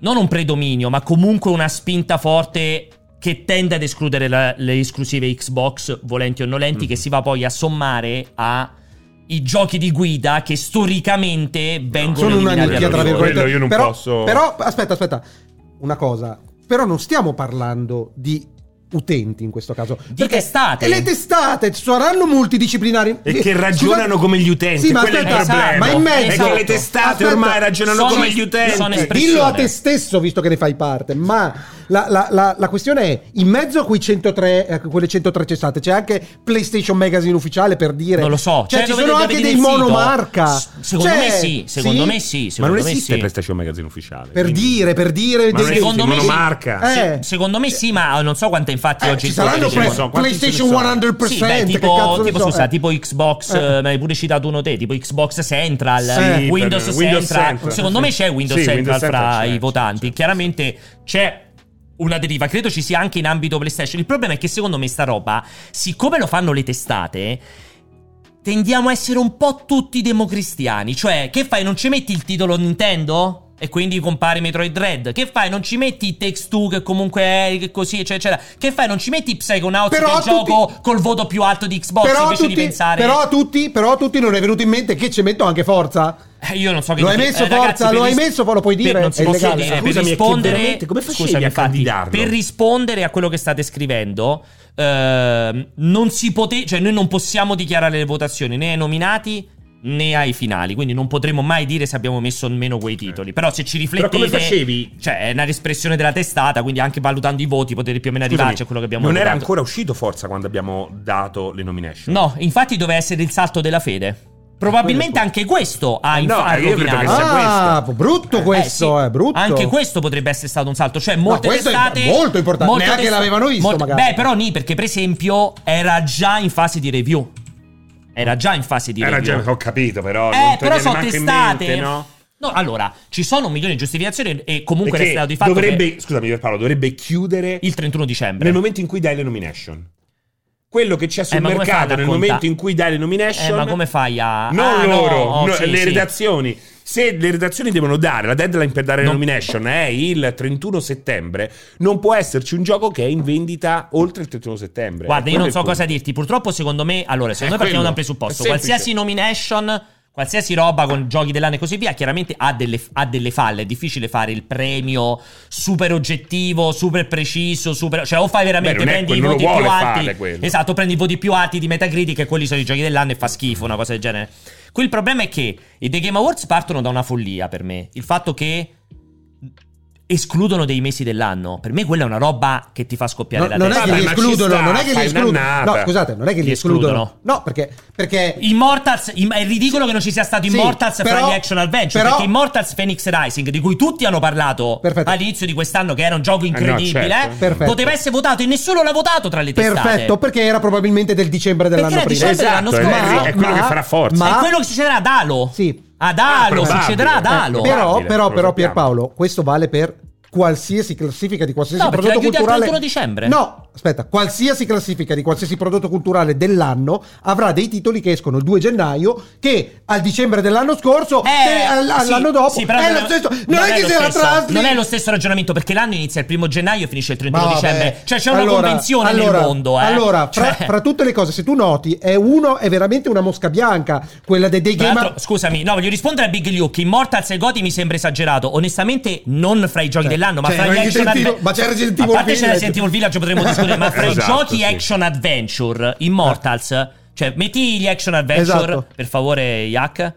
S1: non un predominio, ma comunque una spinta forte che tende ad escludere la- le esclusive Xbox, volenti o nolenti,
S2: Mhm.
S1: che si va poi a sommare a i giochi di guida che storicamente vengono
S3: Sono una
S1: eliminati
S3: nicchia
S1: dalla
S3: tra
S2: Quello
S1: loro-
S3: virgolette.
S2: io non
S3: però,
S2: posso-
S3: però aspetta, aspetta. Una cosa, però non stiamo parlando di utenti in questo caso. Perché
S1: testate.
S3: Le testate saranno multidisciplinari
S2: E che ragionano come gli utenti,
S3: Sì, ma
S2: quello è il
S3: aspetta,
S2: problema.
S3: ma in mezzo
S2: È
S1: Esatto.
S2: che le testate
S3: Aspetta.
S2: ormai ragionano
S1: Sono-
S2: come gli utenti.
S1: sono
S3: Eh,
S1: espressione.
S3: dillo a te stesso visto che ne fai parte, ma la, la- la- la questione è in mezzo a quei 103, eh, quelle 103 cessate c'è anche PlayStation Magazine ufficiale per dire
S1: Non lo so.
S3: cioè, ci
S1: dove-
S3: sono
S1: dove
S3: anche
S1: vedi
S3: dei
S1: il sito?
S3: monomarca.
S1: S- secondo
S3: Cioè,
S1: me sì, secondo
S3: sì?
S1: me sì.
S2: Ma
S1: secondo
S2: non
S1: me
S2: esiste
S1: sì.
S2: PlayStation Magazine ufficiale.
S3: Per
S2: quindi-
S3: dire, per
S2: Ma
S3: dire
S2: non
S3: dei-
S2: esiste
S1: Secondo me sì.
S2: monomarca.
S3: Eh,
S1: Secondo me sì, ma non so quante infatti
S3: Eh,
S1: oggi
S3: ci saranno
S2: ce ne
S3: pre-
S2: sono, quanti ce ne
S3: PlayStation
S2: sono?
S3: 100%.
S1: Sì, beh,
S3: che
S1: tipo,
S3: cazzo ne
S1: tipo,
S3: so,
S1: scusa,
S3: eh.
S1: tipo Xbox,
S3: Eh.
S1: eh, mi hai pure citato uno te, tipo Xbox Central,
S3: Sì,
S1: eh,
S2: per-
S1: Windows,
S2: Windows
S1: Central.
S2: Central,
S1: Secondo
S2: sì.
S1: me c'è Windows
S2: Sì,
S1: Central
S2: Windows
S1: fra
S2: Central c'è,
S1: i votanti.
S2: c'è, c'è.
S1: Chiaramente c'è una deriva, credo ci sia anche in ambito PlayStation. Il problema è che secondo me sta roba, siccome lo fanno le testate, tendiamo a essere un po' tutti democristiani. Cioè, che fai? Non ci metti il titolo Nintendo? E quindi compare Metroid Red. Che fai? Non ci metti i Takes Two, che comunque è così, eccetera, eccetera. Che fai? Non ci metti Psychonauts,
S3: Però
S1: che è il
S3: tutti-
S1: gioco col voto più alto di Xbox,
S3: però, a
S1: invece
S3: tutti,
S1: di pensare...
S3: però a tutti, però a tutti non è venuto in mente che ci metto anche forza.
S1: Eh, io non so che...
S3: Lo
S1: dire.
S3: hai messo,
S1: Eh, ragazzi,
S3: Forza,
S1: per
S3: lo hai
S1: ris-
S3: messo, poi lo puoi
S1: per-
S3: dire,
S1: non si
S3: è
S1: posso
S3: illegale.
S1: dire, eh, per
S2: Scusami, è che
S1: rispondere...
S2: veramente- come facevi
S1: Scusami,
S2: a
S1: infatti,
S2: candidarlo?
S1: Per rispondere a quello che state scrivendo, ehm, non si pote... Cioè, noi non possiamo dichiarare le votazioni né ai nominati né ai finali. Quindi non potremo mai dire se abbiamo messo o meno quei titoli. Però se ci
S2: Però
S1: riflettete...
S2: come facevi?
S1: Cioè, è una espressione della testata, quindi anche valutando i voti potete più o meno
S2: Scusami,
S1: arrivarci a quello che abbiamo
S2: Non era
S1: votato.
S2: ancora uscito Forza quando abbiamo dato le nomination.
S1: No, infatti doveva essere il salto della fede. Probabilmente anche questo ha
S2: Eh, No,
S1: infatti
S2: io credo che sia
S3: Ah, brutto questo,
S1: Eh, sì.
S3: eh, brutto.
S1: Anche questo potrebbe essere stato un salto. Cioè, molte
S3: questo è
S1: testate-
S3: molto importante.
S1: molte
S3: Neanche
S1: testate-
S3: l'avevano visto, magari.
S1: Beh, però, ni, perché per esempio era già in fase di review. Era già in fase di
S2: Era
S1: review.
S2: già, ho capito, però.
S1: Eh,
S2: non
S1: però
S2: te
S1: sono
S2: neanche in
S1: testate.
S2: mente, no?
S1: No, allora, ci sono un milione di giustificazioni e comunque
S2: Perché
S1: resta dato di fatto
S2: dovrebbe, scusami Pierpaolo, dovrebbe chiudere
S1: che il 31 dicembre.
S2: nel momento in cui dai le nomination. Quello che c'è sul
S1: Eh, ma come fai
S2: mercato
S1: a
S2: nel
S1: racconta-
S2: momento in cui dai le nomination.
S1: Eh, ma come fai a-
S2: Non
S1: Ah, no,
S2: loro,
S1: oh,
S2: no,
S1: sì,
S2: le
S1: sì.
S2: redazioni. Se le redazioni devono dare, la deadline per dare
S1: Non-
S2: le nomination è il 31 settembre, non può esserci un gioco che è in vendita oltre il 31 settembre.
S1: Guarda,
S2: Quello
S1: io non
S2: è il
S1: so cosa
S2: punto.
S1: dirti. Purtroppo, secondo me, allora, secondo
S2: Eh,
S1: me partiamo da un
S2: quello.
S1: presupposto:
S2: È semplice.
S1: qualsiasi nomination. Qualsiasi roba con giochi dell'anno e così via, chiaramente ha delle, ha delle falle. È difficile fare il premio super oggettivo, super preciso, super. Cioè, o fai veramente
S2: Beh, non è
S1: prendi i
S2: quello, non
S1: voti
S2: lo
S1: più
S2: vuole
S1: alti.
S2: fare quello.
S1: Esatto, prendi i voti più alti di Metacritic e quelli sono i giochi dell'anno e fa schifo, una cosa del genere. Qui il problema è che i The Game Awards partono da una follia per me. Il fatto che escludono dei mesi dell'anno. Per me quella è una roba che ti fa scoppiare
S3: No,
S1: la
S3: non
S1: testa.
S3: è che
S2: Vabbè,
S3: li
S2: ma ci
S3: escludono,
S2: sta,
S3: non è che li
S2: fai
S3: escludono.
S2: un'annata.
S3: No, scusate, non è che li
S1: Li
S3: escludono.
S1: escludono.
S3: No, perché perché
S1: Immortals, im- è ridicolo che non ci sia stato
S3: Sì,
S1: Immortals fra
S3: però-
S1: gli action adventure.
S3: però-
S1: perché Immortals Phoenix Rising, di cui tutti hanno parlato
S3: Perfetto.
S1: all'inizio di quest'anno, che era un gioco
S2: no,
S1: incredibile,
S2: certo.
S1: eh,
S3: Perfetto.
S1: poteva essere votato e nessuno l'ha votato tra le testate.
S3: Perfetto, perché era probabilmente del dicembre dell'anno
S1: era
S3: prima.
S1: dicembre dell'anno
S2: Esatto, è-
S1: scorso.
S2: è, è quello
S3: Ma-
S2: che farà forza.
S3: ma-
S1: È quello che succederà ad Halo.
S3: Esatto. Sì.
S1: Ad Halo,
S2: Ah, probabile.
S1: succederà ad
S2: Eh,
S1: Halo.
S3: Però,
S2: Probabile,
S3: però,
S2: lo
S3: però
S2: sappiamo.
S3: Pierpaolo, questo vale per qualsiasi classifica di qualsiasi
S1: No, perché
S3: prodotto
S1: la chiudi al 31
S3: culturale.
S1: dicembre.
S3: No, aspetta, qualsiasi classifica di qualsiasi prodotto culturale dell'anno avrà dei titoli che escono il 2 gennaio che al dicembre dell'anno scorso
S1: Eh,
S3: e al-
S1: sì,
S3: all'anno dopo
S1: sì, però
S3: è lo stesso. Non, è, che
S1: lo
S3: se la
S1: stesso-
S3: trasli
S1: non è lo stesso ragionamento perché l'anno inizia il primo gennaio e finisce il 31
S3: Ma
S1: dicembre.
S3: vabbè.
S1: Cioè c'è una
S3: Allora,
S1: convenzione
S3: allora,
S1: nel mondo. Eh.
S3: Allora, fra,
S1: Cioè-
S3: fra tutte le cose, se tu noti, è uno è veramente una mosca bianca, quella dei, dei
S1: Tra
S3: game
S1: l'altro, scusami, no, voglio rispondere a Big Luke. Immortals e Goti mi sembra esagerato. Onestamente, non fra i giochi dell'anno, ma
S3: cioè,
S1: fra gli action
S3: Resident Evil-
S1: adventure.
S3: ma c'è Resident Evil
S1: A parte c'è
S3: Village.
S1: Resident Evil Village, potremmo discutere, ma
S3: [laughs]
S1: fra
S2: Esatto,
S1: i giochi
S2: sì.
S1: action adventure, Immortals. Cioè, metti gli action adventure,
S3: Esatto.
S1: per favore, Yak.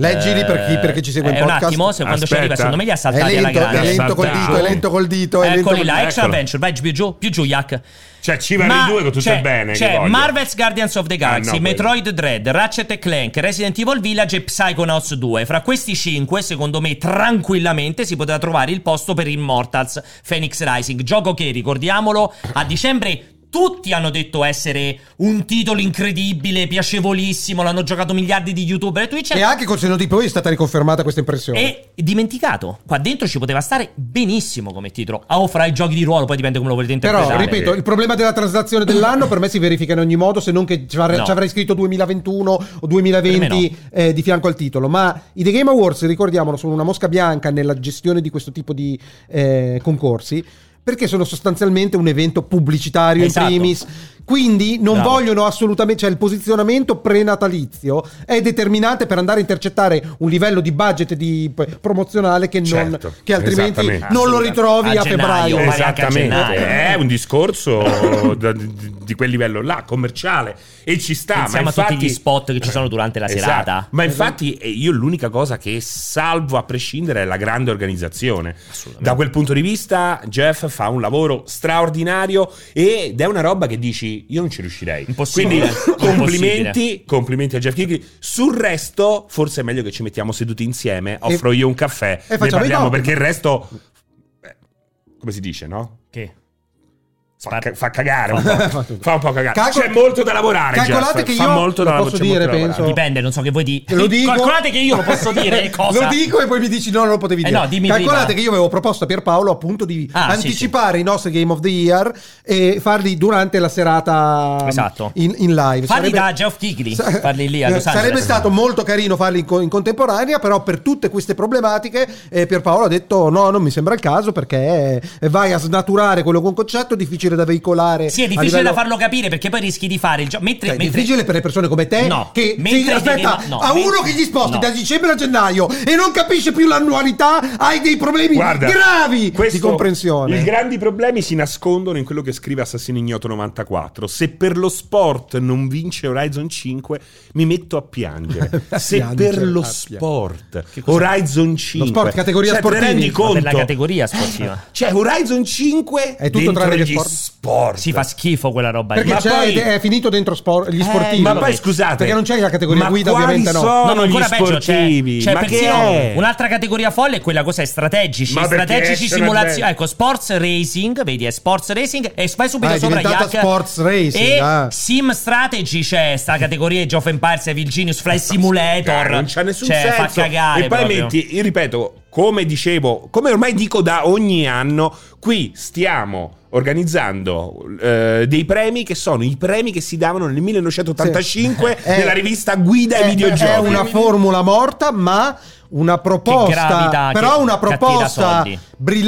S3: Leggili per chi,
S1: Eh,
S3: perché ci segue il
S1: eh,
S3: podcast.
S1: Un attimo, se quando ci
S2: Aspetta.
S1: arriva, secondo me li ha
S3: è
S1: saltati alla
S3: lento, è
S1: grande.
S3: lento col dito, è lento col dito, è lento
S1: Eccoli
S3: col
S1: là, action
S2: eccolo.
S1: adventure. Vai più giù, più giù, Yak.
S2: Cioè, ci vanno
S1: Ma
S2: i due con tutto
S1: c'è-
S2: il bene. che
S1: C'è
S2: voglio.
S1: Marvel's Guardians of the Galaxy,
S2: Ah, no,
S1: Metroid Dread, Ratchet and Clank, Resident Evil Village e Psychonauts 2. Fra questi 5, secondo me, tranquillamente si potrà trovare il posto per Immortals Phoenix Rising. Gioco che, ricordiamolo, a dicembre. tutti hanno detto essere un titolo incredibile, piacevolissimo, l'hanno giocato miliardi di youtuber e Twitch.
S3: E anche col senno di poi è stata riconfermata questa impressione.
S1: E dimenticato, qua dentro ci poteva stare benissimo come titolo. Ah, O fra i giochi di ruolo, poi dipende come lo volete interpretare.
S3: Però, ripeto, il problema della translazione dell'anno per me si verifica in ogni modo, se non che ci avrei,
S1: No.
S3: ci avrei scritto 2021 o
S1: Per me
S3: 2020 eh, di fianco al titolo. Ma i The Game Awards, ricordiamolo, sono una mosca bianca nella gestione di questo tipo di eh, concorsi, perché sono sostanzialmente un evento pubblicitario
S1: Esatto.
S3: in primis. Quindi non
S1: Bravo.
S3: vogliono assolutamente, cioè il posizionamento prenatalizio è determinante per andare a intercettare un livello di budget di p- promozionale che, non-
S2: Certo,
S3: che altrimenti
S2: esattamente.
S3: non lo ritrovi a,
S1: A gennaio, Eh,
S3: febbraio.
S1: ma magari anche a gennaio.
S2: è un discorso da- di, di quel livello là, commerciale, e ci sta.
S1: Pensiamo
S2: Ah, ma
S1: a tutti
S2: infatti,
S1: gli spot che ci sono durante la
S2: Esatto.
S1: serata.
S2: Ma infatti eh, io l'unica cosa che salvo a prescindere è la grande organizzazione. Da quel punto di vista Jeff fa un lavoro straordinario ed è una roba che dici io non ci riuscirei.
S1: Impossibile.
S2: Quindi complimenti, complimenti a Jeff Kiki. Sul resto forse è meglio che ci mettiamo seduti insieme, offro io un caffè
S3: e
S2: e ne
S3: facciamo i
S2: parliamo
S3: top.
S2: perché il resto beh, come si dice, no?
S1: Che?
S2: Fa, ca- fa cagare
S3: [laughs]
S2: un po'. fa un po' cagare.
S3: Calcol-
S2: C'è molto da lavorare.
S3: Calcolate
S2: Jeff.
S3: che
S2: Fa
S3: io
S2: molto da
S3: lo posso
S2: c'è
S3: dire,
S2: molto da
S3: penso.
S2: lavorare.
S1: Dipende, non so che voi dite.
S3: Lo dico.
S1: Calcolate che io lo posso dire cosa.
S3: [laughs] Lo dico e poi mi dici no, non lo potevi
S1: Eh
S3: dire.
S1: no, dimmi
S3: Calcolate
S1: prima.
S3: che io avevo proposto a Pierpaolo appunto di
S1: Ah, sì,
S3: anticipare i nostri Game of the Year e farli durante la serata um,
S1: Esatto.
S3: in, in live.
S1: Farli
S3: Sarebbe-
S1: da Geoff Kigli. Farli lì a Los Angeles.
S3: Sarebbe stato molto carino farli in, co- in contemporanea, però per tutte queste problematiche eh, Pierpaolo ha detto no, non mi sembra il caso perché eh, vai a snaturare quello con concetto, è difficile da veicolare.
S1: Sì, è
S3: a
S1: difficile
S3: livello-
S1: da farlo capire perché poi rischi di fare il gioco. Mentre,
S3: Cioè, è
S1: mentre-
S3: difficile per le persone come te
S1: No,
S3: che
S1: mentre
S3: sì,
S1: i
S3: aspetta,
S1: Digimon- no,
S3: a
S1: mentre-
S3: uno che gli sposti
S1: no.
S3: da dicembre a gennaio e non capisce più l'annualità, hai dei problemi
S2: Guarda,
S3: gravi
S2: questo-
S3: di comprensione.
S2: I grandi problemi si nascondono in quello che scrive Assassino Ignoto 94. Se per lo sport non vince Horizon 5, mi metto a
S3: [laughs]
S2: piangere.
S3: A
S2: Se
S3: piangere,
S2: per lo
S3: a
S2: sport Horizon 5,
S3: sport, categoria
S2: cioè, te ne
S3: sportivi.
S2: rendi
S1: Ma
S3: Ma
S2: conto?
S1: per la categoria sportiva.
S2: Cioè, Horizon 5
S3: È tutto
S2: dentro
S3: tranne che
S2: gli
S3: sport.
S2: sport.
S1: si fa schifo quella roba lì.
S3: perché
S2: ma
S3: c'è,
S2: poi-
S3: è finito dentro spor- gli
S1: Eh,
S3: sportivi.
S2: ma
S1: Vabbè.
S2: poi scusate,
S3: Perché non c'è la categoria
S2: ma
S3: guida,
S2: quali
S3: ovviamente no.
S2: sono
S1: No, no,
S2: gli
S1: ancora peggio, c'è,
S2: sportivi.
S1: c'è
S2: ma che
S1: persino
S2: è?
S1: un'altra categoria folle è quella cos'è? Strategici,
S2: Ma perché
S1: strategici
S2: esce una
S1: simulazioni.
S2: bella-
S1: Ecco, sports racing, vedi, è sports racing e vai subito
S3: Ah, è
S1: sopra gli
S3: diventata
S1: hack.
S3: sports racing,
S1: E
S3: ah.
S1: sim strategy c'è sta categoria Geoff Empires, Virginius, Fly Simulator.
S2: Eh, non c'è nessun
S1: Cioè,
S2: senso.
S1: fa cagare
S2: e poi
S1: proprio.
S2: metti, io ripeto, come dicevo, come ormai dico da ogni anno, qui stiamo organizzando eh, dei premi che sono i premi che si davano nel 1985
S3: Sì. Eh,
S2: nella rivista Guida
S3: è,
S2: ai videogiochi.
S3: È una formula morta, ma una proposta,
S1: gravità,
S3: però
S1: che-
S3: una
S1: che attira
S3: proposta
S1: soldi.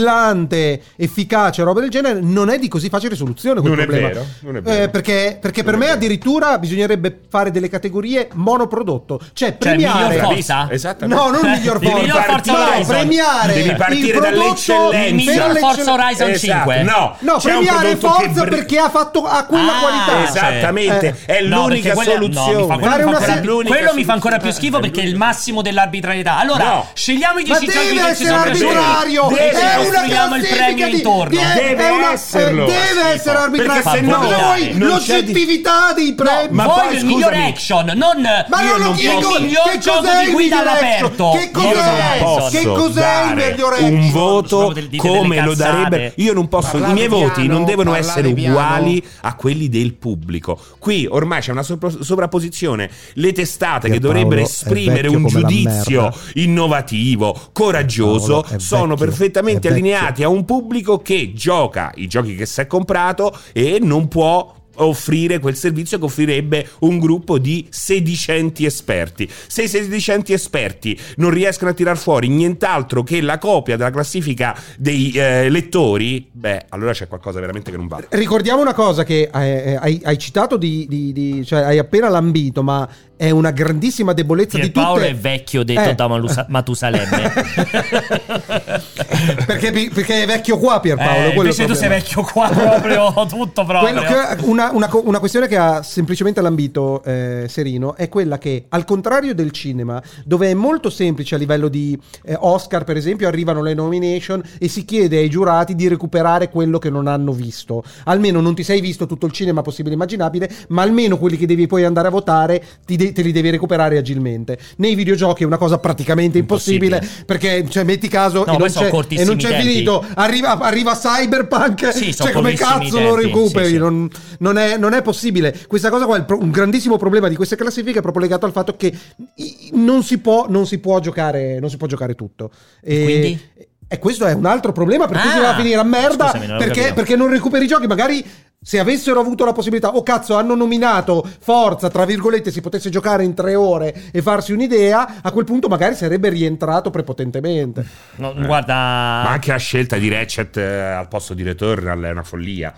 S3: brillante, efficace, roba del genere, non è di così facile soluzione quel
S2: Non è
S3: problema.
S2: vero, non è vero.
S3: Eh, perché perché per
S2: Non è
S3: me
S2: vero.
S3: addirittura bisognerebbe fare delle categorie monoprodotto, cioè
S1: Cioè,
S3: premiare
S1: miglior
S2: Bravissimo,
S1: forza?
S2: Esattamente.
S3: No, non
S1: Eh,
S3: miglior
S1: il
S3: forza.
S1: miglior Forza
S3: No,
S1: Horizon.
S3: premiare
S2: Devi
S3: il
S2: partire
S3: prodotto
S2: dall'eccellenza.
S1: Miglior
S3: per l'eccell-
S1: Forza Horizon
S2: Esatto,
S1: 5.
S2: No,
S3: No,
S2: c'è un
S3: premiare
S2: prodotto che
S3: Forza
S2: br-
S3: perché ha fatto a quella
S1: Ah,
S3: qualità.
S1: esatto.
S2: Esattamente, è
S1: No, perché
S2: l'unica
S1: quella- no, mi fa-
S2: soluzione.
S1: quello
S3: Fare
S1: mi fa
S3: una
S1: ancora
S3: se-
S1: più-
S2: L'unica
S1: quello mi fa ancora più
S2: soluzione.
S1: schifo perché è il massimo dell'arbitrarietà. Allora,
S2: No.
S1: scegliamo i
S3: Ma
S1: 10 giochi
S3: deve
S1: che ci
S3: essere
S1: sono piaciuti
S3: arbitrario!
S2: Deve-
S1: e ci
S3: è una
S1: costruiamo il
S3: classifica
S1: premio
S3: di-
S1: intorno.
S3: di- è
S2: Deve
S3: una-
S2: esserlo.
S3: Deve essere arbitrario!
S2: Perché se
S1: no-
S3: noi
S2: non c'è di-
S3: l'oggettività dei premi.
S2: Ma
S1: Ma voi
S2: poi,
S1: il miglior
S2: scusami.
S1: action, non
S3: Ma
S1: io
S3: non lo
S1: non
S3: chiedo
S1: posso- il
S3: che
S1: miglior gioco
S3: cos'è
S1: di
S3: il
S1: guida
S3: miglior
S1: all'aperto.
S3: action? Che
S1: Io
S3: cos'è?
S1: non posso.
S3: Che cos'è il
S2: dare
S3: miglior
S2: un
S3: action?
S1: Sono
S2: voto
S1: del- dite delle
S2: come lo
S1: cazzate.
S2: darebbe io non posso i
S7: Parlate
S2: miei
S7: piano,
S2: voti non devono
S7: parlate
S2: essere
S7: piano.
S2: uguali a quelli del pubblico qui ormai c'è una sopra- sovrapposizione le testate che
S6: Pierpaolo
S2: dovrebbero
S6: è
S2: esprimere
S6: vecchio
S2: un
S6: come la
S2: giudizio
S6: merda.
S2: innovativo coraggioso
S6: Pierpaolo è
S2: sono
S6: vecchio,
S2: perfettamente
S6: è vecchio.
S2: allineati a un pubblico che gioca i giochi che si è comprato e non può offrire quel servizio che offrirebbe un gruppo di sedicenti esperti. Se i sedicenti esperti non riescono a tirar fuori nient'altro che la copia della classifica dei eh, lettori, beh, allora c'è qualcosa veramente che non va.
S3: Ricordiamo una cosa che eh, hai, hai citato, di, di- di- cioè hai appena lambito, ma è una grandissima debolezza di tutte...
S1: Pierpaolo è vecchio detto
S3: Eh.
S1: da Malusa-
S3: [laughs]
S1: Matusalemme.
S3: perché, perché è vecchio qua Pierpaolo.
S1: Eh,
S3: quello
S1: invece
S3: è il
S1: tu sei
S3: problema.
S1: vecchio qua proprio, [laughs] tutto proprio.
S3: Quello che- una, una co- una questione che ha semplicemente l'ambito eh, Serino è quella che, al contrario del cinema, dove è molto semplice a livello di eh, Oscar, per esempio, arrivano le nomination e si chiede ai giurati di recuperare quello che non hanno visto. Almeno non ti sei visto tutto il cinema possibile e immaginabile, ma almeno quelli che devi poi andare a votare ti, de- li, te li devi recuperare agilmente. Nei videogiochi è una cosa praticamente impossibile, perché cioè, metti caso
S1: No,
S3: e,
S1: poi
S3: non
S1: sono
S3: c'è, e
S1: cortissimi
S3: non c'è
S1: tempi.
S3: finito, arriva, arriva Cyberpunk,
S1: Sì, sono
S3: cioè come
S1: pochissimi
S3: cazzo lo
S1: tempi,
S3: recuperi?
S1: sì, sì.
S3: Non, non è, non è possibile. Questa cosa qua è il pro- un grandissimo problema di queste classifiche, è proprio legato al fatto che i- non si può, non si può giocare, non si può giocare tutto. E,
S1: quindi?
S3: e questo è un altro problema per cui
S1: Ah!
S3: si va a finire a merda
S1: Scusami, non avevo
S3: perché,
S1: capito.
S3: perché non recuperi i giochi. Magari se avessero avuto la possibilità, oh cazzo, hanno nominato Forza, tra virgolette, si potesse giocare in tre ore e farsi un'idea, a quel punto magari sarebbe rientrato prepotentemente.
S1: No,
S2: Ma
S1: Guarda,
S2: anche la scelta di Ratchet eh, al posto di Returnal è una follia.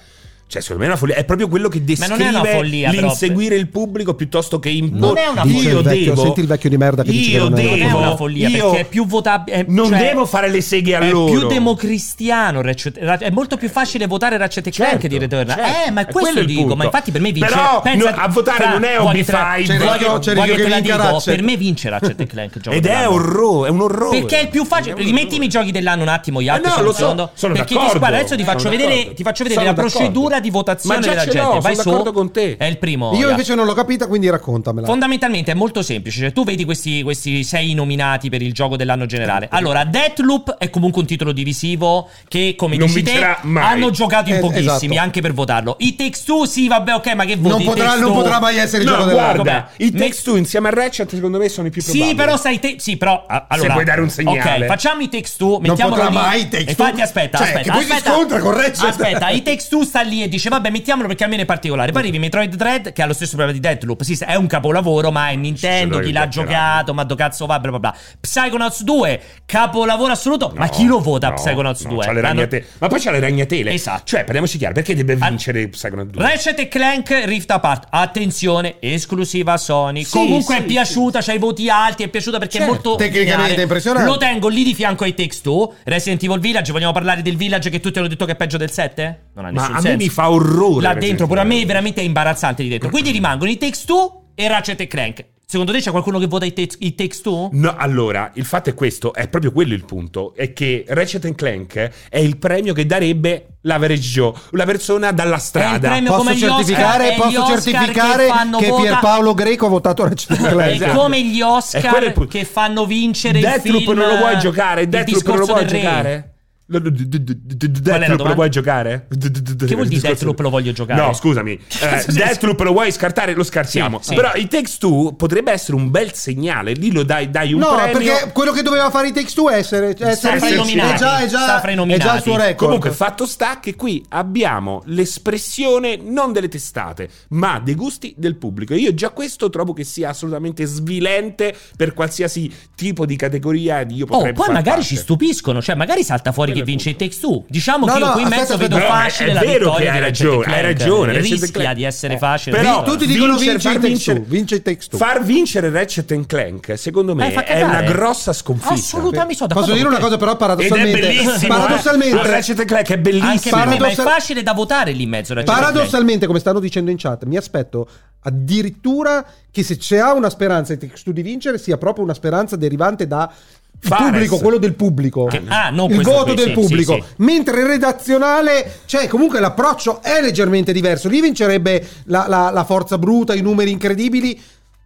S2: Cioè, secondo me è una follia. È proprio quello che
S1: Ma
S2: descrive
S1: non è una follia, però.
S2: l'inseguire il pubblico piuttosto che imporre.
S1: Non è una
S2: Io
S1: follia.
S3: Dice il vecchio-
S2: devo.
S3: senti il vecchio di merda che dice che
S2: io
S3: non è
S2: devo,
S3: una
S1: non è una follia
S2: io
S1: perché è più votabile. eh, cioè,
S2: Non devo fare le seghe a
S1: è
S2: loro.
S1: più democristiano. Ratchet- Ratchet- È molto più facile votare Ratchet e Clank
S2: Certo,
S1: di Returnal.
S2: certo.
S1: Eh, ma
S2: È
S1: è questo
S2: quello il
S1: dico.
S2: punto.
S1: Ma infatti per me vince.
S2: Però,
S1: pensa-
S2: no, a votare non è
S1: vuoi
S2: Obi-Five.
S1: che te la-
S2: C'è il
S1: vuoi che-
S3: rischio- c'è il
S1: vuoi che
S3: rischio
S1: te
S3: che
S1: la
S3: vinca
S1: dico?
S3: Ratchet.
S1: Per me vince Ratchet e Clank.
S2: [laughs]
S1: il gioco
S2: Ed è
S1: dell'anno.
S2: orrore, è un orrore.
S1: Perché è il più facile. Rimettimi i giochi dell'anno un attimo, gli altri
S2: Eh, no,
S1: sono
S2: lo
S1: un
S2: so,
S1: secondo.
S2: sono
S1: perché ti
S2: d'accordo.
S1: guarda, adesso ti faccio
S2: Sono
S1: vedere,
S2: d'accordo.
S1: ti faccio vedere
S2: Sono
S1: la procedura
S2: d'accordo.
S1: di votazione
S2: Ma già
S1: della
S2: ce l'ho,
S1: gente. Vai
S2: sono
S1: su.
S2: d'accordo con te.
S1: È il primo.
S3: Io
S1: Oia.
S3: invece non l'ho capita, quindi raccontamela.
S1: Fondamentalmente è molto semplice, cioè tu vedi questi, questi sei nominati per il gioco dell'anno generale.
S2: Eh,
S1: Allora, Deathloop è comunque un titolo divisivo che, come
S2: Non
S1: dici te,
S2: vincerà mai.
S1: hanno giocato in
S3: Eh,
S1: pochissimi
S3: esatto.
S1: anche per votarlo. I Takes Two, sì, vabbè, ok, ma che voti?
S3: non,
S1: I
S3: potrà,
S1: Takes
S3: non
S1: Two?
S3: potrà mai essere il
S2: No,
S3: gioco dell'anno.
S2: guarda,
S1: Vabbè,
S2: i
S1: me-
S2: Text 2 insieme a Ratchet secondo me sono i più probabili.
S1: Sì, però sai te. Sì, però. a- Allora,
S2: vuoi dare un segnale.
S1: Ok, facciamo i text two.
S3: Non
S1: Mettiamolo
S3: potrà
S1: lì.
S3: mai i Takes
S1: Infatti,
S3: Two.
S1: aspetta,
S3: Cioè,
S1: aspetta.
S3: che poi si
S1: aspetta,
S3: scontra con Ratchet.
S1: Aspetta, i text two sta lì e dice, vabbè, mettiamolo perché almeno è particolare.
S3: Mm.
S1: Poi arrivi Metroid Dread, che ha lo stesso problema di Deathloop. Sì, è un capolavoro, ma è Nintendo.
S2: Sì,
S1: Chi l'ha
S2: giocheranno.
S1: giocato, ma do cazzo va, bla bla bla. Psychonauts 2, capolavoro assoluto. ma chi lo vota
S2: no,
S1: Psychonauts
S2: no,
S1: 2?
S2: c'ha le
S1: L'hanno-
S2: ragnate- Ma poi c'ha le ragnatele.
S1: Esatto.
S2: Cioè, parliamoci chiaro, perché deve
S1: Ah,
S2: vincere Psychonauts 2?
S1: Ratchet e Clank Rift Apart. Attenzione, esclusiva Sony. Comunque è piaciuta, c'ha i voti alti, è piaciuta perché
S2: Certo.
S1: è molto
S3: tecnicamente
S1: lineare.
S3: impressionante.
S1: Lo tengo lì di fianco ai Takes 2. Resident Evil Village, vogliamo parlare del Village che tutti hanno detto che è peggio del 7? Non ha
S2: Ma
S1: nessun
S2: a me
S1: senso.
S2: mi fa orrore,
S1: Là
S2: Resident
S1: dentro, pure a me
S2: Evil.
S1: veramente è imbarazzante di dentro. Quindi rimangono i Takes 2 e Ratchet e Clank. Secondo te c'è qualcuno che vota i, Takes- i Takes 2?
S2: No, allora, il fatto è questo, è proprio quello il punto, è che Ratchet and Clank è il premio che darebbe l'average Joe, una persona dalla
S1: È il
S2: strada.
S1: premio
S3: Posso
S1: come gli Oscar,
S3: certificare,
S1: è gli
S3: posso
S1: Oscar
S3: certificare
S1: che fanno
S3: che,
S1: vota-
S3: Pierpaolo Greco ha votato Ratchet
S1: È
S3: Clank.
S2: Esatto.
S1: come gli
S2: È quello il
S1: Oscar
S2: punto.
S1: che fanno vincere il
S2: Deathloop
S1: film
S2: non lo vuoi giocare,
S1: il
S2: Deathloop non lo
S1: discorso
S2: vuoi
S1: del re.
S2: giocare. Lo- d- d- d- d- Deathloop
S1: domanda?
S2: lo vuoi giocare?
S1: Che
S2: Che
S1: vuol dire Deathloop lo voglio giocare?
S2: No,
S1: [laughs]
S2: scusami. Eh, Deathloop lo vuoi scartare? Lo scartiamo.
S1: Sì, sì.
S2: Però i Takes 2 potrebbe essere un bel segnale. Lì lo dai, dai un
S3: No,
S2: premio.
S3: perché quello che doveva fare i Takes Two è essere, essere
S1: Sta fra i
S3: è
S1: nominati,
S3: già, è,
S1: sta
S3: già,
S1: fra i
S3: è già il suo
S1: nominati.
S3: record.
S2: Comunque, fatto sta che qui abbiamo l'espressione non delle testate, ma dei gusti del pubblico. Io già questo trovo che sia assolutamente svilente per qualsiasi tipo di categoria. di Io
S1: Oh,
S2: potrei
S1: poi
S2: far
S1: magari
S2: parte.
S1: ci stupiscono, cioè magari salta fuori che vince i Takes Two. Diciamo
S3: No,
S1: che io
S3: no,
S1: qui in
S3: aspetta,
S1: mezzo
S3: aspetta.
S1: vedo
S2: No, ma è
S1: facile la
S2: vero che
S1: vittoria
S2: hai
S1: di Ratchet
S2: ragione,
S1: Clank.
S2: hai ragione, Ratchet
S1: Rischia
S2: Clank.
S1: di essere
S2: Eh,
S1: facile.
S2: però
S3: Tutti dicono
S2: vincere,
S3: vince i
S2: far
S3: Takes
S2: vincere-
S3: Two, vince i Takes Two.
S2: Far vincere Ratchet and Clank, secondo me,
S1: Eh, fa
S2: è
S1: cagare.
S2: una grossa sconfitta.
S1: Assolutamente sono d'accordo
S3: Posso dire
S1: con
S3: una
S1: te.
S3: cosa però
S2: Ed è
S3: paradossalmente
S2: bellissimo.
S3: paradossalmente,
S2: eh. Ratchet and Clank è bellissimo.
S1: Anche per me, ma è facile da votare lì in mezzo Ratchet Clank.
S3: paradossalmente, come stanno dicendo in chat, mi aspetto addirittura che se c'è una speranza ai Takes Two di vincere sia proprio una speranza derivante da il
S2: Fares.
S3: pubblico, quello del pubblico.
S1: Che- ah, no,
S3: il
S1: questo
S3: voto
S1: qui,
S3: del
S1: sì,
S3: pubblico.
S1: sì, sì.
S3: Mentre il redazionale, cioè comunque l'approccio è leggermente diverso. Lì vincerebbe la, la- la forza bruta, i numeri incredibili.